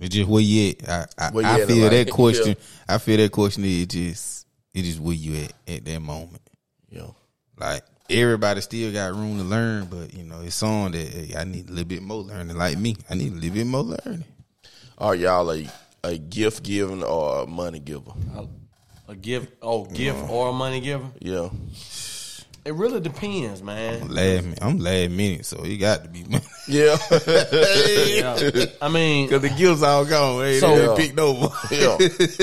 Speaker 4: It's just where you at. I, I,
Speaker 1: Where you
Speaker 4: I
Speaker 1: at in
Speaker 4: feel
Speaker 1: life.
Speaker 4: that question.
Speaker 1: Yeah.
Speaker 4: I feel that question is just it is where you at at that moment.
Speaker 1: you know,
Speaker 4: Like everybody still got room to learn, but you know it's on that hey, I need a little bit more learning. Like me, I need a little bit more learning.
Speaker 1: are y'all a a gift giving or a money giver?
Speaker 2: A gift, oh, gift or a money giver.
Speaker 1: Yeah,
Speaker 2: It really depends, man.
Speaker 4: Last minute, I'm last minute, so it got to be money.
Speaker 1: yeah,
Speaker 2: Yeah. I mean,
Speaker 4: the gifts all gone. Hey,
Speaker 2: So-
Speaker 4: they been picked over.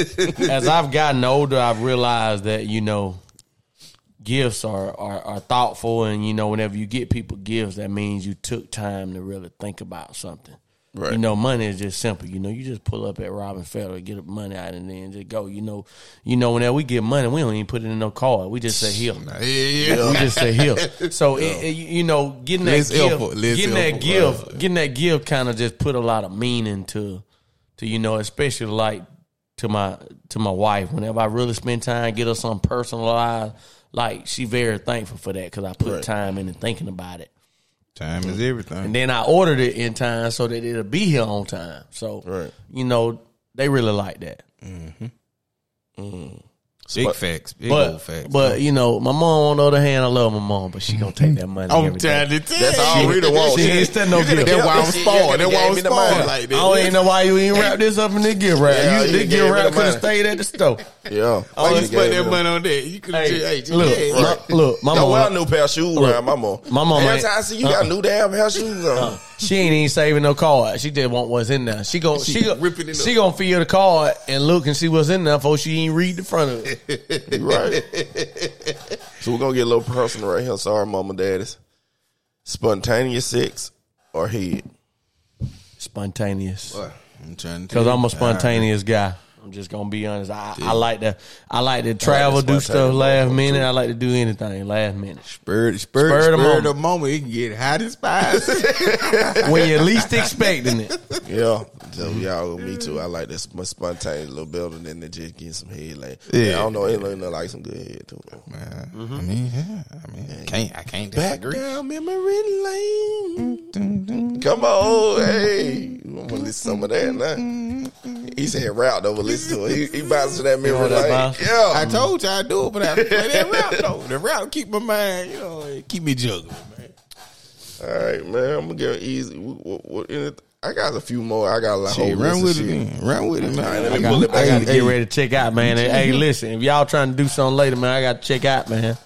Speaker 1: yeah.
Speaker 2: as I've gotten older, I've realized that you know, gifts are, are are thoughtful, and you know, whenever you get people gifts, that means you took time to really think about something.
Speaker 1: Right.
Speaker 2: You know, money is just simple. You know, you just pull up at Robin Federer, get money out, and then just go. You know, you know, whenever we get money, we don't even put it in no card. We just say here.
Speaker 4: yeah, yeah.
Speaker 2: We just say here. So it, it- you know, getting that
Speaker 4: Liz
Speaker 2: gift,
Speaker 4: Ilford, Liz
Speaker 2: getting that
Speaker 4: Ilford,
Speaker 2: gift, getting that gift, kind of just put a lot of meaning to, to you know, especially like to my to my wife. Whenever I really spend time, get her some personalized. Like she very thankful for that because I put
Speaker 1: Right.
Speaker 2: time into thinking about it,
Speaker 4: Time is everything.
Speaker 2: and then I ordered it in time so that it'll be here on time. So
Speaker 1: Right.
Speaker 2: you know, they really like that.
Speaker 4: Big facts, big old
Speaker 2: But
Speaker 4: facts.
Speaker 2: but you know, my mom on the other hand, I love my mom, but she gonna take that money.
Speaker 4: I'm
Speaker 2: every day.
Speaker 4: trying to tell
Speaker 1: That's all
Speaker 4: you.
Speaker 1: we done want.
Speaker 2: She ain't send no gift.
Speaker 4: That's why I'm
Speaker 1: She-
Speaker 4: spoiled. That's why
Speaker 1: gave
Speaker 4: I'm
Speaker 1: me the money
Speaker 4: spoiled
Speaker 1: like
Speaker 4: like
Speaker 1: that.
Speaker 4: that.
Speaker 2: I don't even know why you even wrap this up in the gift wrap.
Speaker 1: Yeah,
Speaker 2: you,
Speaker 1: you
Speaker 2: the
Speaker 1: gave
Speaker 2: gift
Speaker 1: me
Speaker 2: wrap
Speaker 1: the
Speaker 2: could have
Speaker 1: money.
Speaker 2: stayed at the store.
Speaker 1: yeah.
Speaker 4: Why you
Speaker 1: She
Speaker 4: spend
Speaker 1: gave
Speaker 4: that
Speaker 1: me the-
Speaker 4: money on that? You could have just, hey,
Speaker 2: Hey,
Speaker 4: just
Speaker 2: look,
Speaker 4: yeah.
Speaker 2: my, look, my
Speaker 1: Don't wear a
Speaker 2: mom,
Speaker 1: new pair of shoes around my mom.
Speaker 2: my mama
Speaker 1: Every
Speaker 2: ain't- Uh-uh.
Speaker 1: time I see you got new damn pair of shoes on.
Speaker 2: she ain't even saving no card. She just want what's in there. She go, she, go,
Speaker 4: ripping it
Speaker 2: she gonna feel the card and look and see what's in there before she even read the front of it.
Speaker 1: Right. so we're gonna get a little personal right here. Sorry, mama, daddies. Spontaneous sex or head?
Speaker 2: Spontaneous,
Speaker 4: Boy, I'm trying to
Speaker 2: because
Speaker 4: tell
Speaker 2: I'm a
Speaker 4: you.
Speaker 2: spontaneous guy. I'm just gonna be honest. I, I like to, I like to travel, do
Speaker 1: spontaneous
Speaker 2: stuff last
Speaker 1: motherfucker,
Speaker 2: minute. I like to do anything last minute
Speaker 4: Spur, spur,
Speaker 2: Spur of
Speaker 4: spur,
Speaker 2: the
Speaker 4: of
Speaker 2: moment.
Speaker 4: the moment. It can get hot as pies.
Speaker 2: when you're least expecting it.
Speaker 1: Yeah. So y'all with me too. I like that sp- spontaneous a little better than to just getting some head. Like
Speaker 4: Yeah.
Speaker 1: I don't know, it look nothing like some good head too.
Speaker 4: I mean, yeah. I mean, I can't, I can't
Speaker 1: Back
Speaker 4: disagree.
Speaker 1: down memory lane. Come on, hey. I'm gonna listen to some of that now. He said route over listen to it. He, he bouncing that memory
Speaker 2: want that
Speaker 1: lane.
Speaker 2: bounce?
Speaker 1: Yeah.
Speaker 4: I told you I do it, but I play that route though. The route keep my mind, you know, it keep me juggling, man.
Speaker 1: All right, man. I'm gonna get it easy. What, what, what, any- I got a few more. I got a whole
Speaker 4: Hey,
Speaker 1: list
Speaker 4: Oh, run
Speaker 1: of
Speaker 4: with
Speaker 1: shit.
Speaker 4: it, man. Run with it, man.
Speaker 1: right, let me
Speaker 4: I got-
Speaker 1: pull it back
Speaker 4: I
Speaker 2: I
Speaker 4: got-
Speaker 2: gotta
Speaker 4: hey,
Speaker 2: get ready to check out, man. Hey, listen, if y'all trying to do something later, man, I gotta check out, man.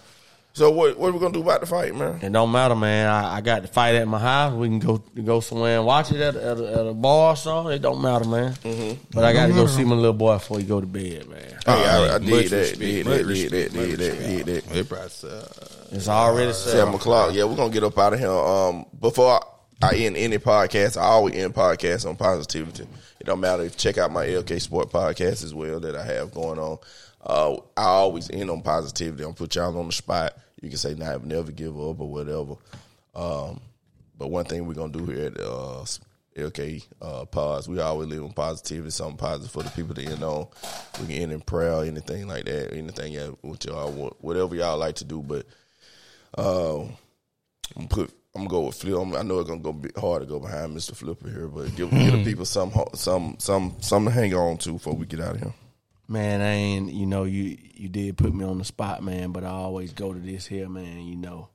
Speaker 1: So what? What we gonna do about the fight, man?
Speaker 2: It don't matter, man. I, I got to fight at my house. We can go go somewhere and watch it at, at, a, at a bar or something. It don't matter, man.
Speaker 4: Mm-hmm.
Speaker 2: But I got to go see my little boy before he go to bed, man.
Speaker 1: Hey, I, I
Speaker 4: Alright,
Speaker 1: did
Speaker 4: much
Speaker 1: that.
Speaker 4: respect,
Speaker 1: Did
Speaker 4: much
Speaker 1: that. Did that.
Speaker 4: respect,
Speaker 1: Did
Speaker 4: much
Speaker 1: that. Did that.
Speaker 4: It probably suck.
Speaker 2: It's already
Speaker 4: Uh,
Speaker 2: set.
Speaker 1: Seven o'clock. Yeah, we're gonna get up out of here. Um, before I, I end any podcast, I always end podcasts on positivity. It don't matter. Check out my LK Sport podcast as well that I have going on. Uh, I always end on positivity. I'm put y'all on the spot. You can say nah, never give up or whatever. Um, but one thing we're gonna do here at uh, LK uh, Pods, we always live on positivity, something positive for the people to end on. We can end in prayer, or anything like that, anything yeah, what y'all want, whatever y'all like to do. But I'm put. I'm gonna go with Flip. I'm, I know it's gonna go be hard to go behind Mr. Flipper here, but give, give the people some ho- some some something to hang on to before we get out of here.
Speaker 2: Man, I ain't, you know, you you did put me on the spot, man, but I always go to this here, man, you know.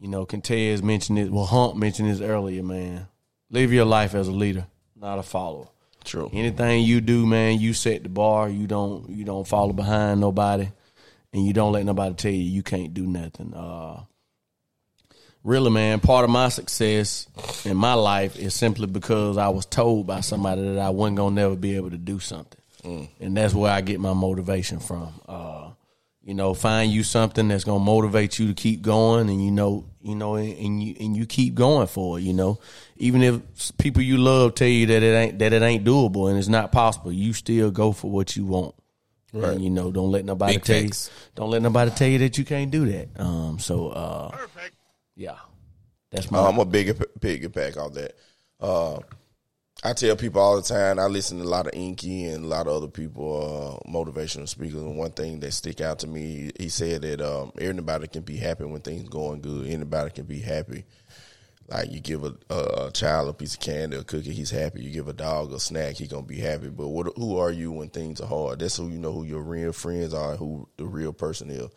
Speaker 2: You know, Contez mentioned it, well, Hump mentioned this earlier, man. Live your life as a leader, not a follower.
Speaker 1: True.
Speaker 2: Anything you do, man, you set the bar. You don't you don't follow behind nobody, and you don't let nobody tell you you can't do nothing. Uh, really, man, part of my success in my life is simply because I was told by somebody that I
Speaker 4: Mm.
Speaker 2: wasn't gonna never be able to do something, and that's where I get my motivation from. Uh, You know, find you something that's gonna motivate you to keep going, and you know, you know, and, and you and you keep going for it. You know, even if s- people you love tell you that it ain't that it ain't doable and it's not possible, you still go for what you want. Right. And, you know, don't let nobody
Speaker 4: Big
Speaker 2: tell
Speaker 4: facts.
Speaker 2: you don't let nobody tell you that you can't do that. Um. So. Uh, Perfect. Yeah. That's my.
Speaker 1: Uh, I'm a bigger bigger pack all that. Uh, I tell people all the time. I listen to a lot of Inky and a lot of other people, uh, motivational speakers. And one thing that stick out to me, he said that um, anybody can be happy when things going good. Anybody can be happy. Like you give a, a, a child a piece of candy, a cookie, he's happy. You give a dog a snack, he gonna be happy. But what, who are you when things are hard? That's who you know who your real friends are, and who the real person is.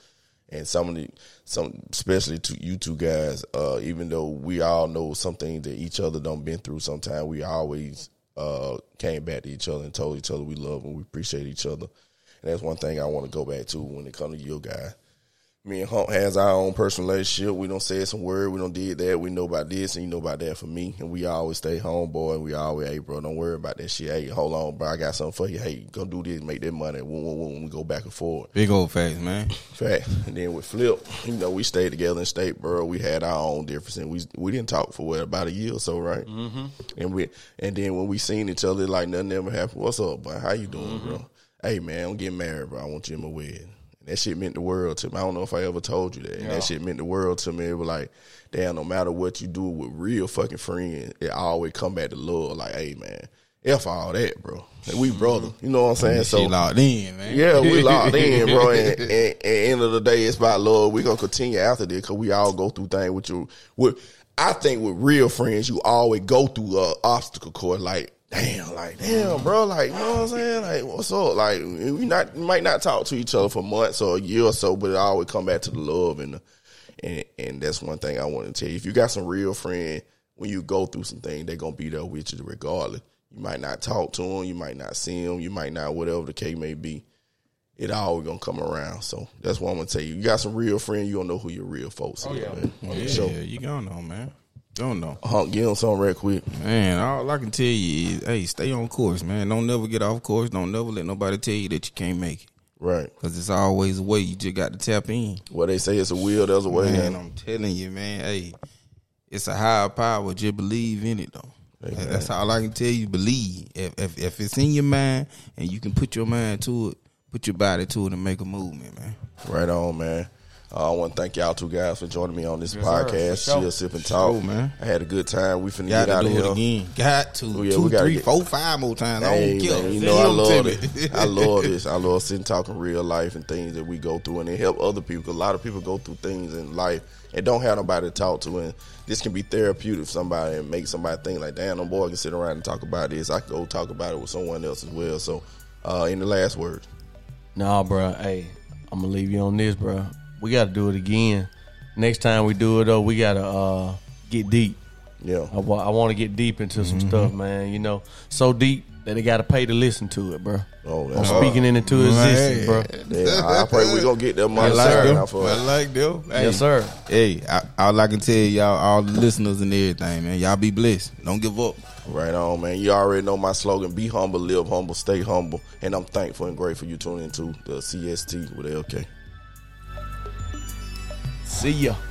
Speaker 1: And some of the, some especially to you two guys, uh, even though we all know some things that each other done been through, sometimes we always uh, came back to each other and told each other we love and we appreciate each other. And that's one thing I want to go back to when it comes to your guys me and Hump has our own personal relationship. We don't say some word. We don't did that. We know about this and you know about that for me. And we always stay homeboy. And we always, hey, bro, don't worry about that shit. Hey, hold on, bro. I got something for you. Hey, go do this, make that money. When, we go back and forth.
Speaker 4: Big old face, man.
Speaker 1: Fact. And then with Flip, you know, we stayed together in state, bro. We had our own difference, and we we didn't talk for what about a year or so, right? Mm-hmm. And we and then when we seen each other, like nothing ever happened. What's up, bro? How you doing, bro? Hey, man, I'm getting married, bro. I want you in my wedding. And that shit meant the world to me. I don't know if I ever told you that. And that shit meant the world to me. It was like, damn, no matter what you do with real fucking friends, it always come back to love. Like, hey, man, f all that, bro. Like, we brother. You know what I'm saying?
Speaker 4: she locked in, man.
Speaker 1: Yeah, we locked in, bro. And, and, and end of the day, it's about love. We're gonna continue after this because we all go through things with you. With I think with real friends, you always go through a obstacle course. Like damn, like damn, bro. Like you know what I'm saying? Like what's up? Like we not we might not talk to each other for months or a year or so, but it always come back to the love and the, and and that's one thing I want to tell you. If you got some real friend, when you go through some things, they're gonna be there with you regardless. You might not talk to them, you might not see them, you might not whatever the case may be it always gonna come around. So that's what I'm gonna tell you. You got some real friends, you gonna know who your real folks are.
Speaker 3: yeah.
Speaker 1: Man.
Speaker 4: Oh, Yeah,
Speaker 1: So
Speaker 4: you gonna know, man. Don't know,
Speaker 1: Hunk, give them something real quick.
Speaker 4: man. All I can tell you is, hey, stay on course, man. Don't never get off course. Don't never let nobody tell you that you can't make it,
Speaker 1: Right.
Speaker 4: cause it's always a way. You just got to tap in.
Speaker 1: Well they say it's a wheel, there's a way.
Speaker 4: Man, I'm telling you, man. Hey, it's a higher power. Just believe in it, though. That's all I can tell you. Believe. If, if if it's in your mind and you can put your mind to it, put your body to it, and make a movement, man.
Speaker 1: Right on, man. Uh, I want to thank y'all two guys for joining me on this
Speaker 2: sir.
Speaker 1: podcast.
Speaker 2: For sure.
Speaker 1: Chill, sip, and talk,
Speaker 4: sure, man.
Speaker 1: I had a good time. We finna
Speaker 4: Got
Speaker 1: get out
Speaker 4: to
Speaker 1: of
Speaker 4: do
Speaker 1: here. Oh,
Speaker 4: it again. Got to
Speaker 1: yeah,
Speaker 4: two,
Speaker 1: we gotta
Speaker 4: three,
Speaker 1: get-
Speaker 4: four, five more times. I
Speaker 1: Hey,
Speaker 4: don't care.
Speaker 1: man, you know I
Speaker 4: Give 'em to
Speaker 1: love
Speaker 4: me.
Speaker 1: it. I love this. I love sitting talking real life and things that we go through, and it help other people. 'Cause A lot of people go through things in life and don't have nobody to talk to, and this can be therapeutic for somebody and make somebody think like, "Damn, no boy can sit around and talk about this. I can go talk about it with someone else as well." So, uh, in the last words,
Speaker 2: Nah, bruh. Hey, I'm gonna leave you on this, bruh. We gotta do it again. Next time we do it, though, we gotta uh, get deep.
Speaker 1: yeah,
Speaker 2: I, wa- I want to get deep into some stuff, man. You know, so deep that they gotta pay to listen to it, bruh.
Speaker 1: oh,
Speaker 2: I'm
Speaker 1: that's hard.
Speaker 2: speaking it into existence, bruh.
Speaker 1: Yeah, I I pray we gonna get that
Speaker 4: I
Speaker 1: money.
Speaker 4: like
Speaker 1: sorted
Speaker 4: them.
Speaker 1: out for
Speaker 4: I
Speaker 1: us.
Speaker 4: like them. Hey,
Speaker 2: Yes, sir.
Speaker 4: Hey, I, all I can tell y'all, all the listeners and everything, man, y'all be blessed. Don't give up.
Speaker 1: Right on, man. You already know my slogan: Be humble, live humble, stay humble. And I'm thankful and grateful you tuning into the CST with LK.
Speaker 2: See ya.